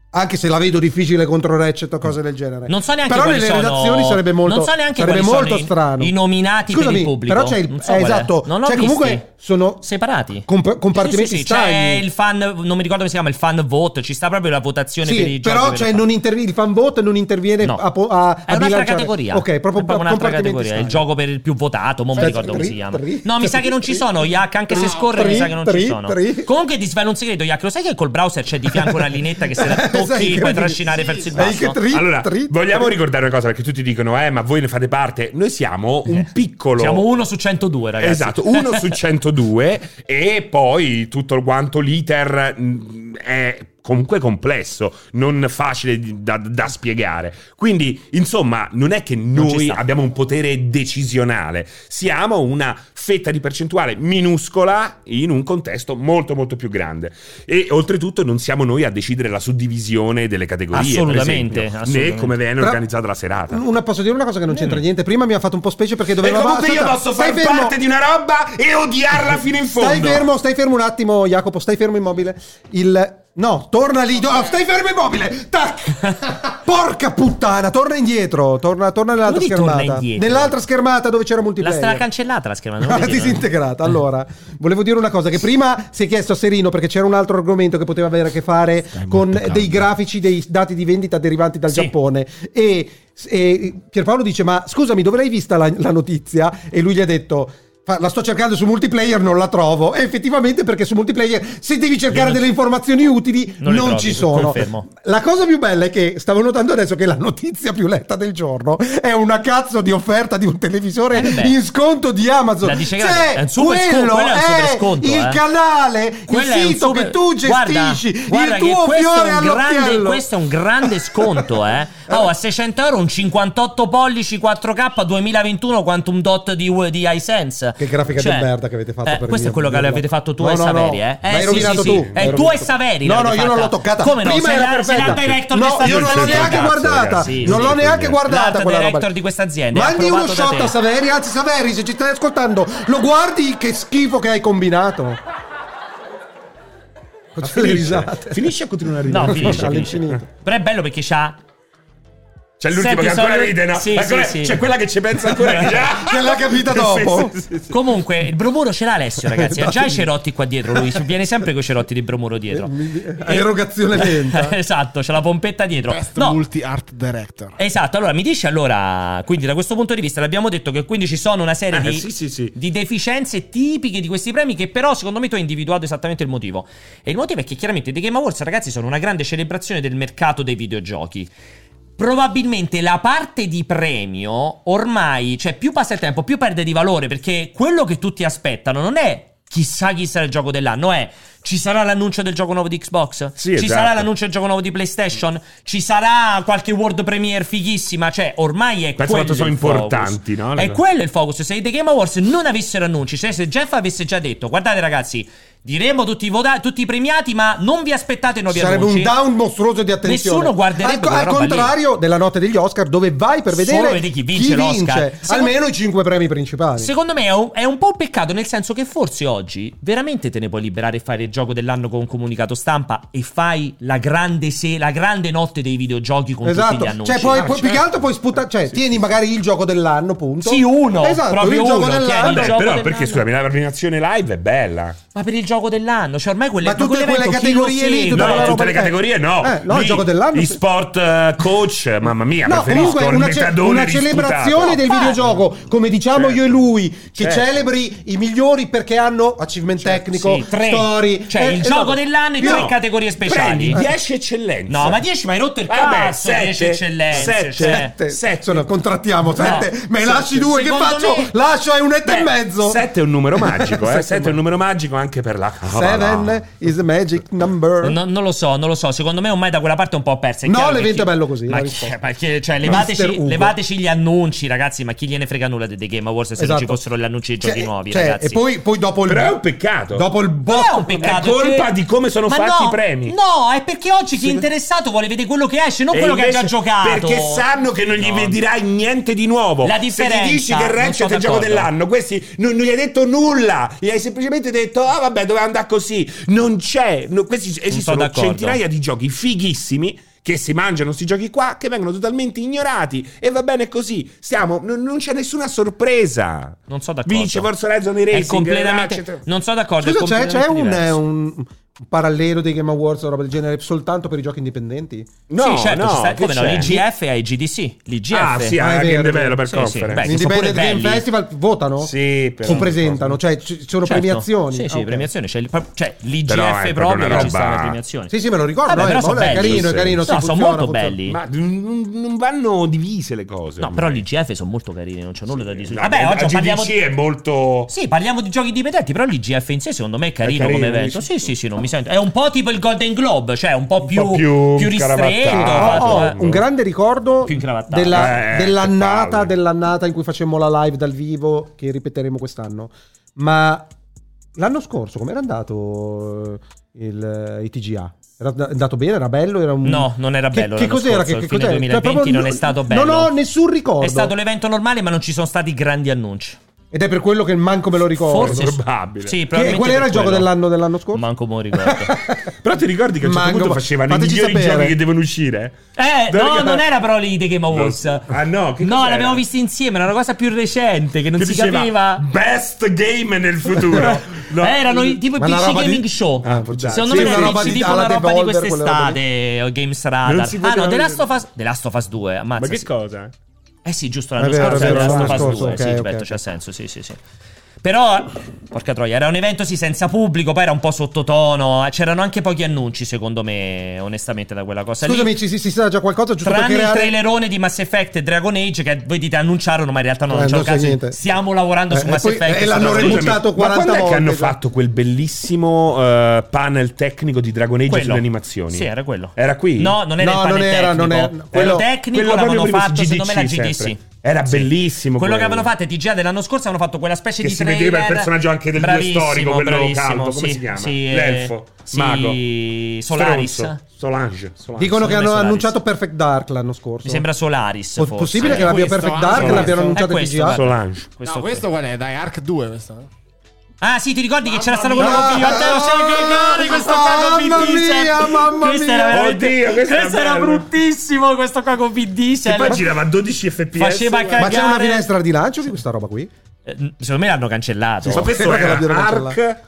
S3: Anche se la vedo difficile contro Ratchet o cose del genere.
S1: Eh. Non so neanche
S3: Però
S1: quali
S3: nelle
S1: sono-
S3: redazioni sarebbe molto,
S1: non so neanche
S3: sarebbe
S1: quali
S3: molto
S1: sono i-
S3: strano.
S1: i nominati per il
S3: Scusami,
S1: pubblico.
S3: Però c'è il.
S1: Non so
S3: eh,
S1: qual è.
S3: esatto.
S1: Non l'ho
S3: cioè,
S1: visti.
S3: comunque sono
S1: separati.
S3: comp- compartimenti
S1: Sì, sì, sì,
S3: stagni.
S1: C'è il fan, non mi ricordo come si chiama, il fan vote, ci sta proprio la votazione per
S3: Sì,
S1: i
S3: però
S1: giochi
S3: cioè,
S1: veri e
S3: non intervi- il fan vote non interviene
S1: No.
S3: a, po- a, a
S1: è un'altra
S3: bilanciare.
S1: categoria.
S3: Ok,
S1: È
S3: proprio
S1: proprio un'altra
S3: compartimenti
S1: categoria. È Il
S3: stagni.
S1: gioco per il più votato. Mo' non mi
S3: Aspetta,
S1: ricordo come
S3: tri-
S1: si chiama.
S3: tri-
S1: no, mi sa che non ci
S3: tri-
S1: sono, Yak. Anche se
S3: tri-
S1: scorre, mi sa che non
S3: tri-
S1: ci sono.
S3: tri-
S1: Comunque, ti svelo un segreto, Yak. Lo sai che col browser c'è di fianco una linetta che se
S3: [laughs]
S1: la
S3: Sai
S1: tocchi
S3: che-
S1: puoi trascinare
S3: Esatto. sì,
S1: verso il
S3: sì. Sai
S1: basso?
S3: che tri-
S2: allora,
S3: tri-
S2: vogliamo
S3: tri-
S2: ricordare una cosa perché tutti dicono, eh, ma voi ne fate parte. Noi siamo un piccolo.
S1: Siamo uno su 102, ragazzi.
S2: Esatto, uno
S1: [laughs]
S2: su 102 e poi tutto quanto l'iter mh, è comunque complesso, non facile di- da, da spiegare. Quindi, insomma, non è che
S1: ci
S2: noi
S1: sta.
S2: abbiamo un potere decisionale, siamo una fetta di percentuale minuscola in un contesto molto molto più grande. E oltretutto non siamo noi a decidere la suddivisione delle categorie, per
S1: Assolutamente,
S2: esempio, né
S1: assolutamente.
S2: come viene
S3: Però-
S2: organizzata la serata.
S3: Una, posso dire una cosa
S1: Mm.
S3: che non c'entra niente? Prima mi ha fatto un po' specie perché
S2: E
S3: doveva
S2: comunque io
S3: aspetta,
S2: posso
S3: stai
S2: far
S3: fermo.
S2: parte di una roba e odiarla fino in fondo.
S3: Stai fermo, stai fermo un attimo, Jacopo. Stai fermo immobile. Il No, torna lì. do- stai fermo immobile.
S1: [laughs]
S3: Tac. Porca puttana, torna indietro. Torna, torna nell'altra
S1: Come dici torna
S3: schermata.
S1: indietro?
S3: Nell'altra schermata dove c'era
S1: La
S3: multiplayer.
S1: strada cancellata la schermata. non
S3: [laughs] Ah,
S1: vedi, no?
S3: disintegrata. Allora, volevo dire una cosa che prima si è chiesto a Serino perché c'era un altro argomento che poteva avere a che fare con dei grafici dei dati di vendita derivanti dal
S1: Sì.
S3: Giappone e, e Pierpaolo dice "Ma scusami, dove l'hai vista la, la notizia?" e lui gli ha detto "Fa- la sto cercando su multiplayer, non la trovo. E effettivamente, perché su multiplayer, se devi cercare
S1: Non-
S3: delle informazioni utili,
S1: non
S3: non,
S1: le trovi,
S3: ci sono.
S1: confermo.
S3: La cosa più bella è che stavo notando adesso che la notizia più letta del giorno è una cazzo di offerta di un televisore
S1: Eh, vabbè.
S3: in sconto di Amazon.
S1: La dice
S3: Se
S1: grande, è un super sconto,
S3: Cioè, quello
S1: quello è un super
S3: è
S1: sconto,
S3: il
S1: eh.
S3: canale,
S1: Quello è
S3: il
S1: un
S3: sito
S1: super-
S3: che tu
S1: Guarda,
S3: gestisci,
S1: guarda
S3: il
S1: che
S3: tuo
S1: questo
S3: fiore
S1: è un grande,
S3: all'occhiello.
S1: Questo è un grande sconto,
S3: [laughs]
S1: eh. Oh, a 600 euro un 58 pollici 4K 2021 Quantum Dot di, di iSense.
S3: Che grafica di merda che avete fatto
S1: eh,
S3: per
S1: Questo
S3: mio
S1: è quello che
S3: Dio.
S1: avete fatto tu
S3: No,
S1: e
S3: no, no.
S1: Saveri, eh.
S3: L'hai
S1: eh, sì,
S3: rovinato
S1: sì,
S3: tu,
S1: sì.
S3: l'hai
S1: Eh, tu
S3: rovinato
S1: e
S3: tu.
S1: Saveri.
S3: No, no,
S1: l'avete
S3: io non
S1: fatta.
S3: l'ho toccata.
S1: Come no?
S3: Prima
S1: se
S3: era
S1: la, se la
S3: perfetta.
S1: director
S3: No,
S1: di
S3: io non l'ho
S2: Sì,
S3: neanche
S2: ragazzi,
S3: guardata.
S2: ragazzi,
S3: Non
S1: sì,
S3: l'ho
S1: sì,
S3: neanche
S2: sì.
S3: guardata
S1: L'art
S3: quella roba.
S1: director di questa azienda.
S3: Mandi
S1: ha
S3: uno
S1: provato da
S3: shot
S1: te.
S3: a Saveri, anzi Saveri, se ci stai ascoltando, lo guardi che schifo che hai combinato. Faccio le risate.
S2: Finisce a continuare a ridere.
S1: No, finisce, finisce.
S3: All'infinito.
S1: Però è bello perché c'ha
S2: C'è l'ultima
S1: Senti,
S2: che ancora
S1: sono-
S2: ride, no?
S1: Sì,
S2: Ma
S1: sì,
S2: quella-
S1: sì.
S2: C'è quella che ci pensa
S1: [laughs]
S2: ancora. che dice, "Ah!"
S3: Che l'ha capita
S2: [laughs] Sì,
S3: dopo?
S2: sì, sì, sì.
S1: Comunque, il bromuro ce l'ha Alessio, ragazzi. Ha già i cerotti qua dietro. Lui ci viene sempre con i cerotti di bromuro dietro. Eh,
S3: A erogazione
S2: [laughs]
S1: [laughs]
S3: lenta.
S1: esatto, c'è la pompetta dietro.
S7: Best
S1: No,
S7: Multi Art Director.
S1: Esatto, allora mi dici allora, quindi da questo punto di vista l'abbiamo detto che quindi ci sono una serie
S2: Eh,
S1: di,
S2: sì, sì, sì.
S1: di deficienze tipiche di questi premi che però secondo me tu hai individuato esattamente il motivo. E il motivo è che chiaramente The Game Awards ragazzi sono una grande celebrazione del mercato dei videogiochi. Probabilmente la parte di premio ormai, cioè più passa il tempo, più perde di valore perché quello che tutti aspettano non è chissà chi sarà il gioco dell'anno, è ci sarà l'annuncio del gioco nuovo di Xbox,
S2: Sì,
S1: ci
S2: esatto.
S1: sarà l'annuncio c'è il gioco nuovo di PlayStation, ci sarà qualche world premiere fighissima, cioè ormai è
S2: Queste
S1: quello
S2: cose sono
S1: il focus.
S2: importanti, no? Le
S1: È
S2: cose.
S1: quello il focus, se i The Game Awards non avessero annunci, cioè se Jeff avesse già detto "Guardate ragazzi, diremo tutti i vota- tutti i premiati, ma non vi aspettate nuovi
S3: Sarebbe
S1: annunci".
S3: un down mostruoso di attenzione.
S1: Nessuno guarderebbe
S3: Al, co-
S1: quella
S3: al
S1: roba lì.
S3: contrario della notte degli Oscar, dove vai per
S1: Solo
S3: vedere
S1: vedi chi vince l'Oscar.
S3: vince.
S1: Secondo-
S3: Almeno i cinque premi principali.
S1: Secondo me è un, è un po' un peccato, nel senso che forse oggi veramente te ne puoi liberare e fare il gioco dell'anno con un comunicato stampa e fai la grande, se- la grande notte dei videogiochi con tutti gli
S3: Esatto,
S1: annunci.
S3: cioè poi,
S7: Ah,
S3: poi- più che
S7: certo.
S3: altro puoi sputare, cioè tieni magari il gioco dell'anno, punto.
S1: Sì, uno,
S3: Esatto,
S1: proprio
S3: il gioco
S1: uno,
S3: dell'anno.
S1: tieni.
S2: Vabbè,
S1: gioco
S2: Eh, però
S1: del
S2: perché
S1: nano.
S2: scusami, la premiazione live è bella.
S1: Ma per il gioco dell'anno, cioè ormai quelle,
S3: Ma tutte
S1: quell'evento
S3: quelle
S1: chi lo
S3: categorie lì,
S1: segue?
S3: tutta
S2: No,
S3: Tutta la
S2: tutte
S3: roba
S2: le
S3: lì.
S2: categorie no.
S3: Eh, no, il
S2: Lì,
S3: gioco dell'anno.
S2: gli sport eh, coach, mamma mia,
S3: No,
S2: preferisco
S3: comunque
S2: il
S3: una, ce-
S2: metadone
S3: una
S2: risputato.
S3: celebrazione del
S1: Fai.
S3: videogioco, come diciamo
S2: Certo.
S3: io e lui, che
S2: Certo.
S3: celebri i migliori perché hanno achievement tecnico,
S1: Sì, tre.
S3: story,
S1: Cioè,
S3: eh,
S1: il
S3: esatto.
S1: gioco dell'anno e
S3: Io-
S1: tre categorie speciali.
S2: Prendi 10 eccellenze.
S1: No, ma 10 mi hai rotto il
S2: Vabbè,
S1: cazzo,
S2: sette,
S1: 10 eccellenze.
S2: sette,
S1: cioè.
S3: Sette. Sono- contrattiamo sette.
S1: No.
S3: Me lasci due, che
S1: Secondo
S3: faccio?
S1: me-
S3: Lascio è un etto e mezzo.
S2: 7 è un
S1: [laughs]
S2: numero magico, eh.
S3: Sette
S2: 7 è un numero magico anche per la
S3: Seven is the magic number.
S1: No, non lo so, non lo so. Secondo me ormai da quella parte è un po' persa. È
S3: No,
S1: chiaro che
S3: l'evento
S1: chi-
S3: è bello così,
S1: Ma
S3: la
S1: chi-
S3: risposta.
S1: ma chi- cioè, levateci,
S3: Ugo.
S1: levateci gli annunci, ragazzi. Ma chi gliene frega nulla dei The Game Awards se non
S3: Esatto.
S1: ci fossero gli annunci dei
S3: Cioè,
S1: giochi nuovi,
S3: cioè,
S1: ragazzi?
S3: E poi, poi dopo il.
S2: Però è un peccato.
S3: Dopo il
S1: Non
S3: botto.
S1: è un peccato
S2: È colpa
S1: che-
S2: di come sono
S1: Ma
S2: fatti
S1: no,
S2: i premi.
S1: No, è perché oggi chi è interessato vuole vedere quello che esce, non
S2: E
S1: quello che ha già
S2: invece-
S1: giocato.
S2: Perché sanno che non gli
S1: No.
S2: dirai niente di nuovo.
S1: La
S2: Se
S1: differenza,
S2: gli dici che
S1: non
S2: Ratchet
S1: sono
S2: è il gioco
S1: d'accordo.
S2: dell'anno, questi non, non gli hai detto nulla. Gli hai semplicemente detto, ah vabbè, doveva andare così. Non c'è. no, questi esistono
S1: d'accordo.
S2: centinaia di giochi fighissimi. Che si mangiano questi giochi qua, che vengono totalmente ignorati. E va bene così. Siamo, non, non c'è nessuna sorpresa.
S1: Non sono d'accordo.
S2: Vince Forza Horizon i Racing.
S1: È completamente.
S2: Ratchet.
S1: Non sono d'accordo. è
S3: Scusa, c'è, c'è
S1: completamente
S3: un, eh,
S1: diverso.
S3: un- un parallelo dei Game Awards o roba del genere soltanto per i giochi indipendenti?
S2: No,
S1: sì, certo,
S2: no,
S1: ci sta,
S2: che
S1: come no,
S2: c'è?
S1: l'IGF e IGDC. L'IGF.
S2: Ah, sì,
S3: Ah, è
S2: ah,
S3: vero,
S2: Game
S3: vero.
S2: Developer
S1: Sì, sì,
S2: Conference.
S1: beh, che sono pure
S3: L'Independent Game
S1: belli.
S3: Festival votano?
S2: Sì, però-
S3: O presentano, cioè ci ci sono
S1: Certo.
S3: premiazioni.
S1: Sì, sì,
S3: Ah, ok.
S1: premiazioni. C'è il- cioè, l'IGF
S2: Però è proprio
S1: proprio
S2: una
S1: ci stanno le
S2: roba-
S1: premiazioni.
S3: Sì, sì, me lo ricordo.
S1: Vabbè,
S3: eh,
S1: però
S3: ma
S1: sono
S3: è
S1: belli.
S3: carino, è carino.
S1: No,
S3: sì,
S1: sono
S3: funziona,
S1: molto
S3: funziona.
S1: belli.
S2: Ma non, non vanno divise le cose.
S1: No, però gli IGF sono molto carini, non c'ho Certo, nulla da dire. Vabbè,
S2: la
S1: oggi parliamo
S2: GDC
S1: di...
S2: è molto.
S1: Sì, parliamo di giochi indipendenti, però l'IGF in sé secondo me è carino,
S2: carino,
S1: come evento.
S2: dici?
S1: Sì, sì, sì, non mi sento. È un po' tipo il Golden Globe, cioè un po' più,
S2: po' più
S1: più ristretto.
S2: incarabattato.
S1: fatto,
S3: Ho
S1: eh.
S3: Oh, un grande ricordo
S1: Più incravattato.
S3: della-
S2: Eh, che
S3: dell'annata,
S2: palle.
S3: dell'annata in cui facemmo la live dal vivo che ripeteremo quest'anno. Ma l'anno scorso com'era andato eh, il, eh, i TGA? Era and- andato bene? Era bello? Era un...
S1: No, non era
S3: Che-
S1: bello.
S3: Che,
S1: l'anno
S3: cos'era?
S1: scorso,
S3: Che,
S1: il
S3: che
S1: fine
S3: cos'era?
S1: 2020
S3: Cioè, proprio
S1: non è stato
S3: no-
S1: bello.
S3: Non ho nessun ricordo.
S1: È stato l'evento normale, ma non ci sono stati grandi annunci.
S3: Ed è per quello che manco me lo ricordo.
S2: Forse-
S1: sì.
S2: probabile.
S1: Sì, probabilmente
S3: qual era
S1: per
S3: il gioco
S1: quello.
S3: dell'anno- dell'anno scorso? [laughs]
S1: Manco mo ricordo.
S2: Però ti ricordi che a un certo
S3: Mango,
S2: punto facevano i
S3: fateci
S2: migliori
S3: sapere.
S2: giochi che devono uscire?
S1: [laughs] Eh,
S2: Dove
S1: no,
S2: che-
S1: non era però lì The Game Awards.
S2: No. Ah, no, che
S1: no,
S2: cos'era?
S1: l'abbiamo visti insieme, era una cosa più recente che non
S2: Che
S1: si
S2: diceva,
S1: capiva.
S2: Best game nel
S1: [laughs]
S2: futuro. No.
S1: Eh, erano i- tipo i
S3: Ma una
S1: PC
S3: roba di-
S1: Gaming Show.
S3: Ah, può darsi.
S1: Secondo
S3: Sì,
S1: me
S3: una
S1: era
S3: roba di-
S1: tipo
S3: alla
S1: una roba di
S3: Devolver, quella roba
S1: quest'estate, o Games
S2: Non
S1: Radar.
S2: si
S1: Ah,
S2: poteva
S1: no, The
S2: vedere.
S1: Last of Us, The Last of Us 2, ammazza.
S2: Ma che
S1: sì.
S2: cosa?
S1: Eh sì, giusto, l'anno
S3: È vero,
S1: scorso
S3: è
S1: era
S3: vero,
S1: The Last of
S3: l'anno
S1: Us
S3: scorso,
S1: 2,
S3: ok,
S1: sì,
S3: ok.
S1: ripeto, c'ha senso, sì, sì, sì. Però, porca troia, era un evento sì senza pubblico, poi era un po' sottotono, eh, c'erano anche pochi annunci secondo me, onestamente, da quella cosa lì.
S3: Scusami, ci si, si sa già qualcosa giusto per
S1: Tranne il
S3: creare...
S1: trailerone di Mass Effect e Dragon Age che voi dite annunciarono, ma in realtà non
S3: Eh,
S1: annunciarono
S3: non so
S1: caso.
S3: niente.
S1: Stiamo lavorando
S3: Eh,
S1: su
S3: e
S1: Mass
S3: poi-
S1: Effect.
S3: e l'hanno
S1: Scusami.
S3: remutato mutato
S2: ma
S3: 40
S2: quando è che
S3: volte,
S2: hanno
S3: cioè.
S2: fatto quel bellissimo eh, panel tecnico di Dragon Age
S1: Quello.
S2: sulle animazioni?
S1: Sì, era quello.
S2: Era qui?
S1: No, non era
S3: No,
S1: il panel
S3: non era,
S1: tecnico.
S3: non era-
S1: Quello,
S3: quello-
S1: tecnico
S2: quello proprio
S1: l'avevano
S2: prima
S1: fatto,
S2: su
S1: secondo me la
S2: GDC
S1: GDC.
S2: sempre. Era bellissimo
S1: Quello,
S2: quello.
S1: che avevano fatto i TGA dell'anno scorso avevano fatto quella specie
S2: Che
S1: di
S2: si
S1: trailer
S2: vedeva il personaggio anche del duo
S1: Bravissimo,
S2: storico, quello
S1: bravissimo,
S2: calvo,
S1: sì,
S2: come si chiama?
S1: sì, eh,
S2: L'elfo,
S1: sì,
S2: mago.
S1: Solaris.
S2: Stronzo. Solange. Solange.
S3: Dicono che
S1: Secondo
S3: hanno
S1: me Solaris.
S3: annunciato Perfect Dark l'anno scorso.
S1: Mi sembra Solaris,
S3: Po-
S1: forse.
S3: possibile
S7: Eh,
S3: che l'abbia
S7: questo,
S3: Perfect
S7: eh,
S3: Dark e
S7: questo.
S3: l'abbiano annunciato
S1: È
S3: in
S1: questo,
S3: TGA?
S1: guarda.
S2: Solange.
S7: No, questo qual è? Dai, Ark 2 questo. eh.
S1: Ah sì, ti ricordi che c'era stato quello
S3: mia!
S1: con Matteo Cecchegari, questo qua con
S3: Mamma
S1: Vin Diesel.
S3: mia, mamma
S1: Questo era
S3: mia.
S1: veramente-
S2: Oddio, questo era
S1: questo era
S2: bello.
S1: bruttissimo, questo qua con Vin Diesel.
S2: E poi girava a 12 fps.
S1: Cioè, Faceva
S2: Ma-
S1: cagare.
S3: Ma c'è una finestra di lancio di questa roba qui?
S1: Eh, Secondo me l'hanno cancellato.
S2: Eh, Ma [laughs] questo
S3: Che
S2: era
S3: l'abbiano
S2: Ark.
S1: Ark-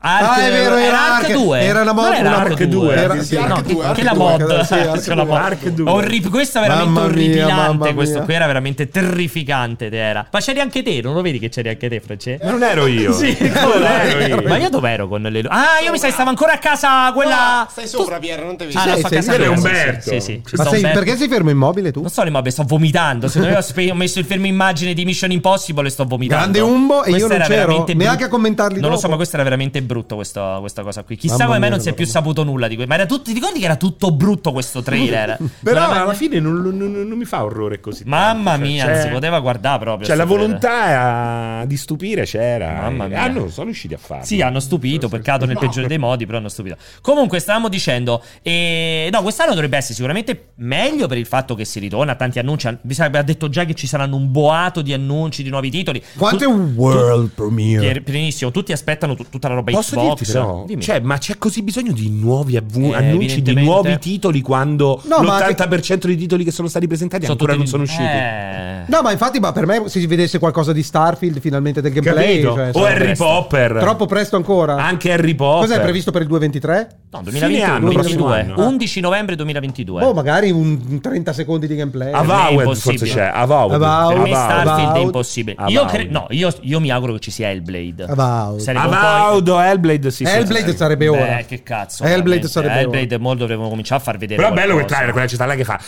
S3: Ah, è vero, era
S1: Ark
S3: Ark.
S1: 2.
S3: Era una mod-
S1: Non
S3: una
S1: Ark
S2: mod-
S1: 2.
S3: era-
S7: sì, Ark
S1: no, che-
S7: 2, Ark
S1: che la
S7: 2,
S1: mod.
S3: sì, Ark
S1: C'è la
S3: 2.
S1: mod.
S2: Ark 2.
S1: Orri- questo è veramente
S3: Mamma mia,
S1: orripilante.
S3: mamma
S1: questo
S3: mia.
S1: qui era veramente terrificante. te Era. Ma c'eri anche te, non lo vedi che c'eri anche te, Francesco?
S3: Eh,
S2: Ma non ero [laughs] io.
S1: Sì,
S2: non ero
S1: ma
S2: io.
S1: io dov'ero con le Ah, io mi sa che stavo ancora a casa quella.
S7: No, stai sopra, Pier, non ti vedo.
S1: Ah, no,
S3: sei,
S1: sto a
S3: sei,
S1: casa
S3: sei
S1: mia, sì,
S2: Umberto.
S1: Sì, sì. sì.
S3: Ma
S1: Sto
S3: sei,
S1: Umberto.
S3: perché sei fermo immobile tu?
S1: Non so, ma sto vomitando. Secondo me ho, spe- ho messo il fermo immagine di Mission Impossible e sto vomitando.
S3: Grande Umbo e io non
S1: era
S3: c'ero,
S1: veramente
S3: neanche a commentarli
S1: Non lo
S3: dopo.
S1: so, ma questo era veramente brutto, questo- questa cosa qui. Chissà
S3: Mamma
S1: come mai
S3: mia,
S1: non si è più
S3: allora.
S1: saputo nulla di questo. Ma era tutto, ti ricordi che era tutto brutto questo
S3: [laughs]
S1: trailer?
S2: Però
S1: Non era-
S2: alla fine non, non- non mi fa orrore così.
S1: Mamma
S2: tanto, cioè,
S1: mia,
S2: c'è-
S1: non si poteva guardare proprio.
S2: Cioè, la
S1: sto trailer.
S2: volontà eh, di stupire c'era.
S1: Mamma mia.
S2: Ah, non sono riusciti a farlo.
S1: Sì, hanno stupito, peccato nel peggiore dei modi, però hanno stupito. Comunque, stavamo dicendo, eh, no, quest'anno dovrebbe essere sicuramente meglio per il fatto che si ritorna a tanti annunci. Mi sa che ha detto già che ci saranno un boato di annunci di nuovi titoli.
S3: Quanto è
S1: Tut-
S3: un world premiere?
S1: Pier- Pienissimo, tutti aspettano tut- tutta la roba
S2: Posso
S1: Xbox.
S2: dirti però?
S1: Dimmi.
S2: Cioè, ma c'è così bisogno di nuovi avvu-
S1: Eh,
S2: annunci, di
S1: evidentemente.
S2: nuovi titoli quando
S3: No, ma anche-
S2: l'80% dei titoli che sono stati presentati
S1: Sono
S2: ancora
S1: tutti-
S2: non sono usciti?
S1: Eh.
S3: No, ma infatti, ma per me se si vedesse qualcosa di Starfield finalmente del gameplay.
S2: Capito?
S3: cioè,
S2: o
S3: insomma,
S2: Harry
S1: presto.
S2: Potter.
S3: Troppo presto ancora.
S2: Anche Harry Potter.
S3: Cos'è previsto per il 2023?
S1: No,
S2: Fine
S1: 2021,
S2: anno,
S1: 2022.
S2: prossimo anno.
S1: 11 novembre 2022.
S3: Oh, magari un un 30 secondi di gameplay.
S1: Ah, va-
S2: Avowed
S1: è
S2: forse
S1: impossibile.
S2: c'è. Avowed.
S3: Avowed.
S1: per me
S3: Avowed.
S1: Starfield è
S3: Avowed.
S1: impossibile.
S2: Avowed.
S1: Io, cre- no, io, io mi auguro che ci sia Hellblade.
S3: Avowed.
S1: Sarebbe un po'
S2: Avowed o Hellblade sì, sì,
S3: Hellblade
S2: sì.
S3: sarebbe ora.
S1: Beh, che cazzo.
S3: Hellblade
S1: veramente.
S3: sarebbe ora.
S1: Hellblade e Mold dovremmo cominciare a far vedere.
S2: Però è bello quel
S1: qualcosa.
S2: trailer, quella città là che fa.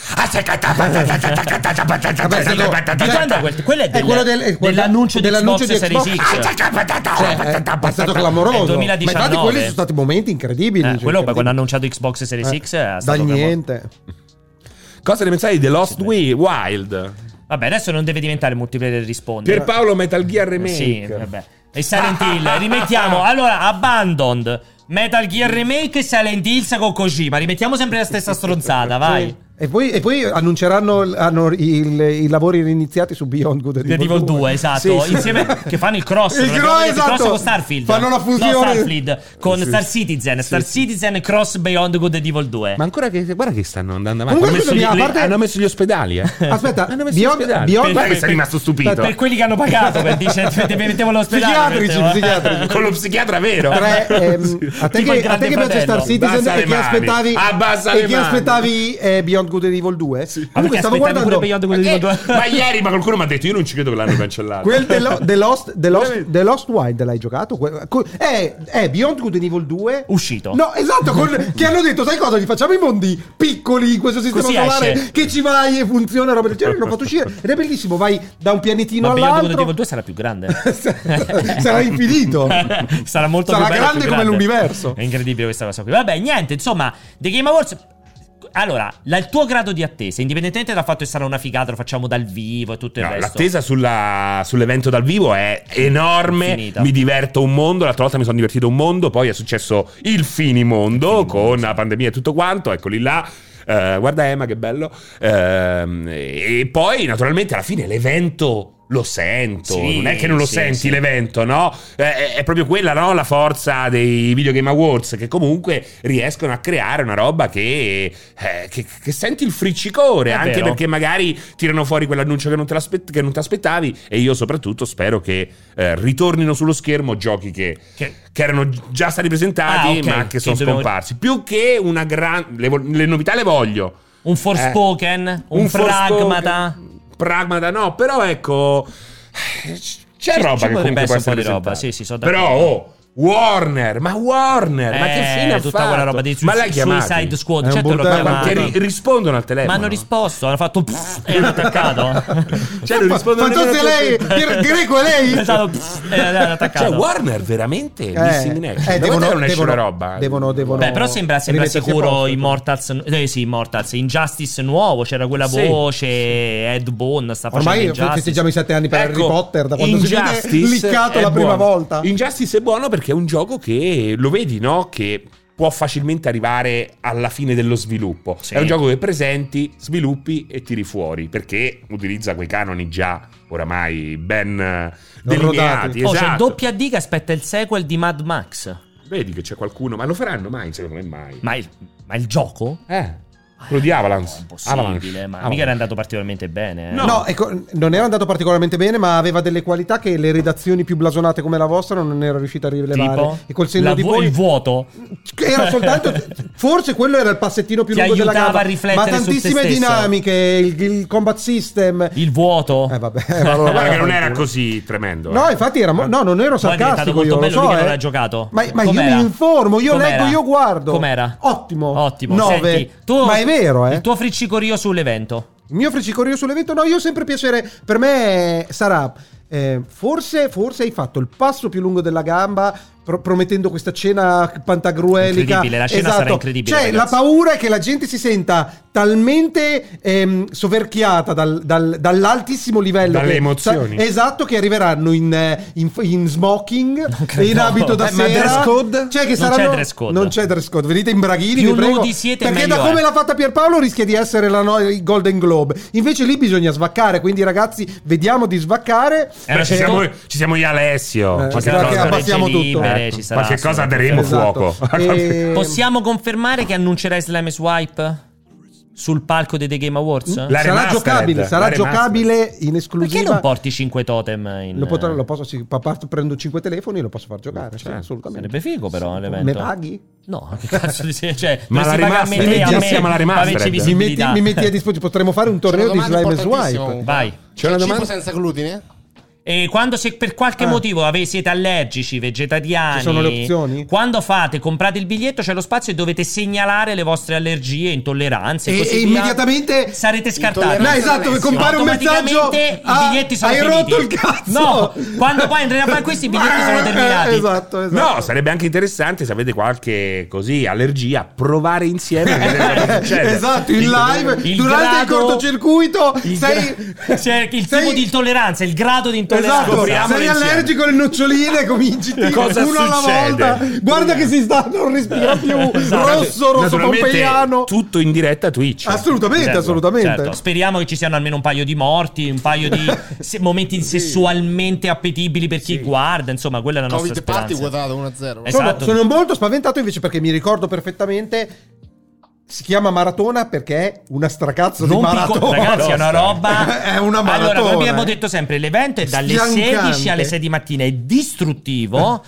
S3: Vabbè, è stato-
S1: Di quando è quel- quello è, del-
S3: quello del- è quello
S1: dell'annuncio,
S3: dell'annuncio
S1: di Xbox
S3: di Xbox.
S1: Series X.
S3: Cioè,
S1: eh,
S3: è, è stato
S1: È eh, il
S3: clamoroso.
S1: 2019.
S3: Ma infatti, quelli sono stati momenti incredibili.
S1: Eh,
S3: cioè,
S1: quello poi
S3: incredibili.
S1: quando hanno annunciato Xbox Series X è
S3: da
S1: stato
S3: Eh,
S1: Mm.
S3: niente.
S2: Cosa ne pensate di The Lost Way Wild?
S1: Vabbè, adesso non deve diventare multiplayer rispondere.
S2: Per Paolo Metal Gear Remake.
S1: Sì, vabbè. E Silent Hill,
S2: [laughs]
S1: rimettiamo. Allora, Abandoned, Metal Gear Remake e Silent Hill con Kojima. Rimettiamo sempre la stessa stronzata, vai.
S3: E poi, e poi annunceranno il- hanno il- i lavori riniziati su Beyond Good and
S1: The
S3: Evil
S1: Evil 2, esatto.
S3: Sì, sì.
S1: Insieme che fanno il cross.
S3: [laughs]
S1: non
S3: Il
S1: abbiamo
S3: cross,
S1: detto, il cross
S3: esatto.
S1: con Starfield.
S3: Fanno la fusione.
S1: No, Starfield con Star Citizen. Star Citizen cross Beyond Good and Evil 2.
S2: Ma ancora che guarda che stanno andando avanti.
S3: Comunque,
S2: hanno, messo
S3: scusami,
S2: gli,
S3: a
S2: le-
S3: parte-
S2: hanno messo gli ospedali,
S3: [laughs]
S2: eh.
S3: Aspetta,
S2: hanno messo
S3: Beyond-
S2: gli ospedali.
S3: Beyond-
S2: Guarda che sei rimasto stupito.
S1: Per quelli che hanno pagato, per dire, te- te- mettevo l'ospedale.
S3: Psichiatrici,
S1: mettevo- eh. [laughs]
S3: psichiatrici.
S2: Con lo psichiatra vero.
S3: Tre,
S2: [laughs]
S3: ehm, a te
S1: Tipo il
S3: che, a
S1: Grande
S3: te che piace
S1: Fratello.
S3: Star Citizen
S2: Abbassa
S3: e
S2: le
S3: che
S2: mani.
S3: aspettavi,
S2: Abbassa
S3: e
S2: le
S3: che
S2: mani.
S3: aspettavi eh, Beyond Good and Evil 2?
S1: Ah, perché
S3: Comunque stavo
S1: aspettavi
S3: guardando
S1: pure Beyond Good and Evil 2.
S2: Eh, ma ieri ma qualcuno mi ha detto io non ci credo che l'hanno cancellato. [laughs]
S3: quel The, Lo- The Lost, The, Lost, The Lost Wild l'hai giocato? Que- co- È, è Beyond Good and Evil 2
S1: Uscito.
S3: No,
S1: [laughs]
S3: esatto, con- che hanno detto, sai cosa? Gli facciamo i mondi piccoli in questo sistema
S1: Così
S3: solare
S1: esce.
S3: che ci vai e funziona, roba del genere, l'ho fatto uscire ed è bellissimo, vai da un pianetino
S1: Ma Beyond Good and
S3: all'altro.
S1: Evil 2 sarà più grande.
S3: [laughs] sarà infinito.
S1: [laughs] sarà molto
S3: Sarà
S1: più bello,
S3: grande
S1: più Eh.
S3: come l'universo.
S1: È incredibile questa cosa qui. Vabbè, niente, insomma, The Game Awards. Allora, la- il tuo grado di attesa, indipendentemente dal fatto che sarà una figata, lo facciamo dal vivo e tutto il
S2: No,
S1: resto.
S2: l'attesa sulla- sull'evento dal vivo è enorme.
S1: Infinita.
S2: Mi diverto un mondo. L'altra volta mi sono divertito un mondo. Poi è successo il finimondo con la pandemia e tutto quanto. Eccoli là. Eh, guarda Emma, che bello. Ehm, e poi, naturalmente, alla fine l'evento. lo sento,
S1: Sì,
S2: non è che non lo
S1: sì,
S2: senti
S1: sì.
S2: l'evento, no? Eh, È, è proprio quella, no? La forza dei Video Game Awards che comunque riescono a creare una roba che, eh, che, che senti il friccicore,
S1: È
S2: anche
S1: vero.
S2: perché magari tirano fuori quell'annuncio che non, te l'aspe- che non ti aspettavi e io soprattutto spero che eh, ritornino sullo schermo giochi che,
S1: Che-
S2: che erano già stati presentati
S1: Ah, ok,
S2: ma
S1: che
S2: che sono
S1: dobbiamo-
S2: scomparsi. Più che una grande... Le, vo- le novità le voglio.
S1: Un Forspoken,
S2: Eh,
S1: un, Pragmata.
S2: Forspoken, Pragmata no, però ecco eh, c- c'è
S1: Ci-
S2: roba
S1: ci
S2: che
S1: potrebbe
S2: comunque può
S1: essere un
S2: essere
S1: po' di roba,
S2: presentata.
S1: sì, sì, sono
S2: Però
S1: d'accordo.
S2: oh, Warner, ma Warner, ma che
S1: Eh,
S2: fine ha
S1: tutta
S2: fatto?
S1: quella roba di
S2: ma l'hai chiamato?
S1: Suicide Squad,
S3: È un
S1: certo l'ho
S3: bordello.
S1: chiamato.
S2: Quanti ri- rispondono al
S1: Ma
S2: telefono?
S1: hanno risposto, hanno fatto pff, e hanno [laughs] attaccato.
S2: Cioè, non rispondono
S3: Ma
S2: nemmeno
S3: tu sei lei,
S2: al telefono.
S3: Gre- Greco è lei.
S1: [laughs] È stato pff, e hanno
S2: Cioè,
S1: attaccato.
S2: Warner veramente
S3: Eh,
S2: missing in action. Dove
S3: eh, devono-
S2: te non esce
S3: devono-
S2: una roba.
S3: devono- devono-
S1: Beh, però sembra, sembra
S3: rimettersi a
S1: sicuro
S3: posto. ecco.
S1: Immortals. Eh sì, Immortals. Injustice nuovo. C'era quella
S2: Sì.
S1: voce. Ed Boon sta facendo
S3: Ormai
S1: Injustice.
S3: festeggiamo i sette anni per
S2: Ecco,
S3: Harry Potter da quando si
S2: Injustice
S3: vede liccato
S2: è
S3: la prima
S2: buono.
S3: volta.
S2: Injustice è buono perché è un gioco che lo vedi, no? Che può facilmente arrivare alla fine dello sviluppo.
S1: Sì.
S2: È un gioco che presenti, sviluppi e tiri fuori perché utilizza quei canoni già oramai ben eh, delineati.
S3: rodati.
S1: Oh, c'è
S2: esatto.
S1: doppia D che aspetta il sequel di Mad Max.
S2: Vedi che c'è qualcuno, ma lo faranno mai? Secondo me mai.
S1: Ma il, ma il gioco?
S2: Eh, quello di
S1: No,
S2: Avalanche.
S1: impossibile,
S2: Avalanche.
S1: ma
S2: Avalanche.
S1: mica era andato particolarmente bene. eh.
S2: No.
S3: No, ecco, non era andato particolarmente bene, ma aveva delle qualità che le redazioni più blasonate come la vostra non era riuscita a rilevare.
S1: Tipo,
S3: e col senno
S1: la
S3: di
S1: vu-
S3: poi
S1: il vuoto. [laughs]
S3: era soltanto forse quello era il passettino più
S1: Ti
S3: lungo della
S1: aiutava
S3: gara,
S1: a riflettere
S3: ma
S1: su te
S3: tantissime
S1: stesso.
S3: dinamiche, il, il combat system.
S1: Il vuoto.
S3: Eh vabbè, ma
S2: Ma
S3: allora-
S2: guarda che non era così tremendo.
S3: No,
S2: eh.
S3: infatti era mo- no, non ero
S1: Poi è diventato
S3: sarcastico
S1: molto
S3: io, lo
S1: bello,
S3: so,
S1: lui che
S3: eh.
S1: non l'ha giocato.
S3: Ma, ma io
S1: Com'era?
S3: mi informo, io
S1: Com'era?
S3: leggo, io guardo.
S1: Com'era?
S3: Ottimo.
S1: Ottimo.
S3: 9.
S1: Senti, tu-
S3: ma è vero, eh.
S1: Il tuo friccicorio sull'evento.
S3: Il mio fricicorio sull'evento, no, io ho sempre piacere. Per me eh, sarà. eh, forse, forse hai fatto il passo più lungo della gamba pro- promettendo questa cena pantagruelica.
S1: Incredibile, la cena sarà incredibile,
S3: Cioè,
S1: ragazzi.
S3: la paura è che la gente si senta talmente ehm, soverchiata dal- dal- dall'altissimo livello.
S2: Dalle
S3: che-
S2: emozioni.
S3: sa- esatto, che arriveranno in, eh, in,
S1: [laughs]
S3: in smoking,
S1: credo.
S3: in abito da
S2: Eh, ma
S3: sera.
S2: dress code?
S3: Cioè, che
S1: Non
S3: saranno,
S1: c'è dress code.
S3: Non c'è dress code. Venite in braghini,
S1: Più
S3: vi prego,
S1: nudi siete,
S3: Perché da
S1: meglio
S3: come
S1: è.
S3: la l'ha fatta Pierpaolo rischia di essere la no- il Golden Globe. Invece lì bisogna svaccare, quindi ragazzi, vediamo di svaccare.
S1: Era
S2: Beh, Eh, ci,
S1: scelto-
S2: siamo, ci siamo io e Alessio.
S3: Eh,
S2: Qualche
S3: Sarà
S1: Sarà
S3: che
S2: cosa-
S1: storie
S3: abbassiamo tutto.
S1: libere,
S2: Eh,
S1: ci sarà
S2: qualche cosa
S1: assolutamente. certo.
S2: daremo
S3: Esatto.
S2: fuoco.
S3: E-
S1: [laughs] Possiamo confermare che annuncerai Slime Swipe sul palco dei The Game Awards?
S2: La
S3: sarà
S2: remastered,
S3: giocabile,
S2: la
S3: sarà
S2: remastered.
S3: giocabile in esclusiva.
S1: Perché non porti 5 totem in
S3: Lo, potrò- lo posso, sì, papà, prendo 5 telefoni e lo posso far giocare. sì, assolutamente.
S1: Sarebbe figo però l'evento.
S3: Me paghi?
S1: No, [laughs] che cazzo di cioè,
S2: Ma la
S1: dovresti pagarmi
S2: remastered,
S3: eh,
S1: te a
S2: già
S1: me
S2: siamo alla
S1: per
S2: remastered.
S1: averci
S2: Mi
S3: Mi
S1: visibilità.
S3: metti, mi metti a disposizione, potremmo fare un torneo di slime and swipe.
S1: Vai.
S2: C'è una domanda-
S7: Cibo senza glutine?
S1: E quando se per qualche
S3: Ah.
S1: motivo ave- siete allergici, vegetariani,
S3: Ci sono le opzioni?
S1: Quando fate, comprate il biglietto, c'è lo spazio e dovete segnalare le vostre allergie, intolleranze e,
S3: E-
S1: così
S3: e
S1: via.
S3: immediatamente-
S1: sarete scartati.
S7: Intolleranza.
S3: No, esatto,
S7: Alessio,
S3: compare un messaggio.
S1: Automaticamente i
S3: ah,
S1: biglietti sono
S3: hai
S1: finiti.
S3: rotto il cazzo. Eh,
S1: No, quando poi entrerai a fare questi, i biglietti
S3: [laughs]
S1: sono terminati.
S3: Esatto, esatto.
S2: No, sarebbe anche interessante se avete qualche così allergia, provare insieme. a vedere cosa
S3: [laughs]
S2: succede. [laughs]
S3: esatto, in live
S1: Cioè, Il
S3: durante il
S1: grado-
S3: cortocircuito
S1: il
S3: sei, [laughs]
S1: gra- cioè, il tipo
S3: sei-
S1: di intolleranza, il grado di intolleranza.
S3: Esatto, sei
S2: Scopriamolo insieme.
S3: allergico alle noccioline,
S1: [laughs]
S3: cominci ti-
S2: Cosa
S3: uno alla
S2: succede?
S3: volta. Guarda che si sta,
S1: [laughs]
S3: non respira più.
S1: Esatto.
S3: Rosso, rosso
S2: Naturalmente,
S3: pompeiano.
S2: Tutto in diretta Twitch.
S3: Assolutamente,
S1: Certo,
S3: assolutamente.
S1: certo. Speriamo che ci siano almeno un paio di morti, un paio di
S3: [laughs]
S1: se- momenti sessualmente appetibili per chi guarda. Insomma, quella è la nostra
S7: Covid party
S1: speranza.
S7: quadrato 1-0.
S1: Esatto.
S3: Sono, sono molto spaventato invece perché mi ricordo perfettamente. Si chiama maratona perché è una stracazzo di
S1: Non ti
S3: maratona.
S1: co- ragazzi, è una roba.
S3: [laughs] È una
S1: Allora, come
S3: maratona,
S1: abbiamo
S3: eh.
S1: detto sempre, l'evento è dalle
S3: Sfiancante.
S1: 16 alle 6 di mattina, è distruttivo.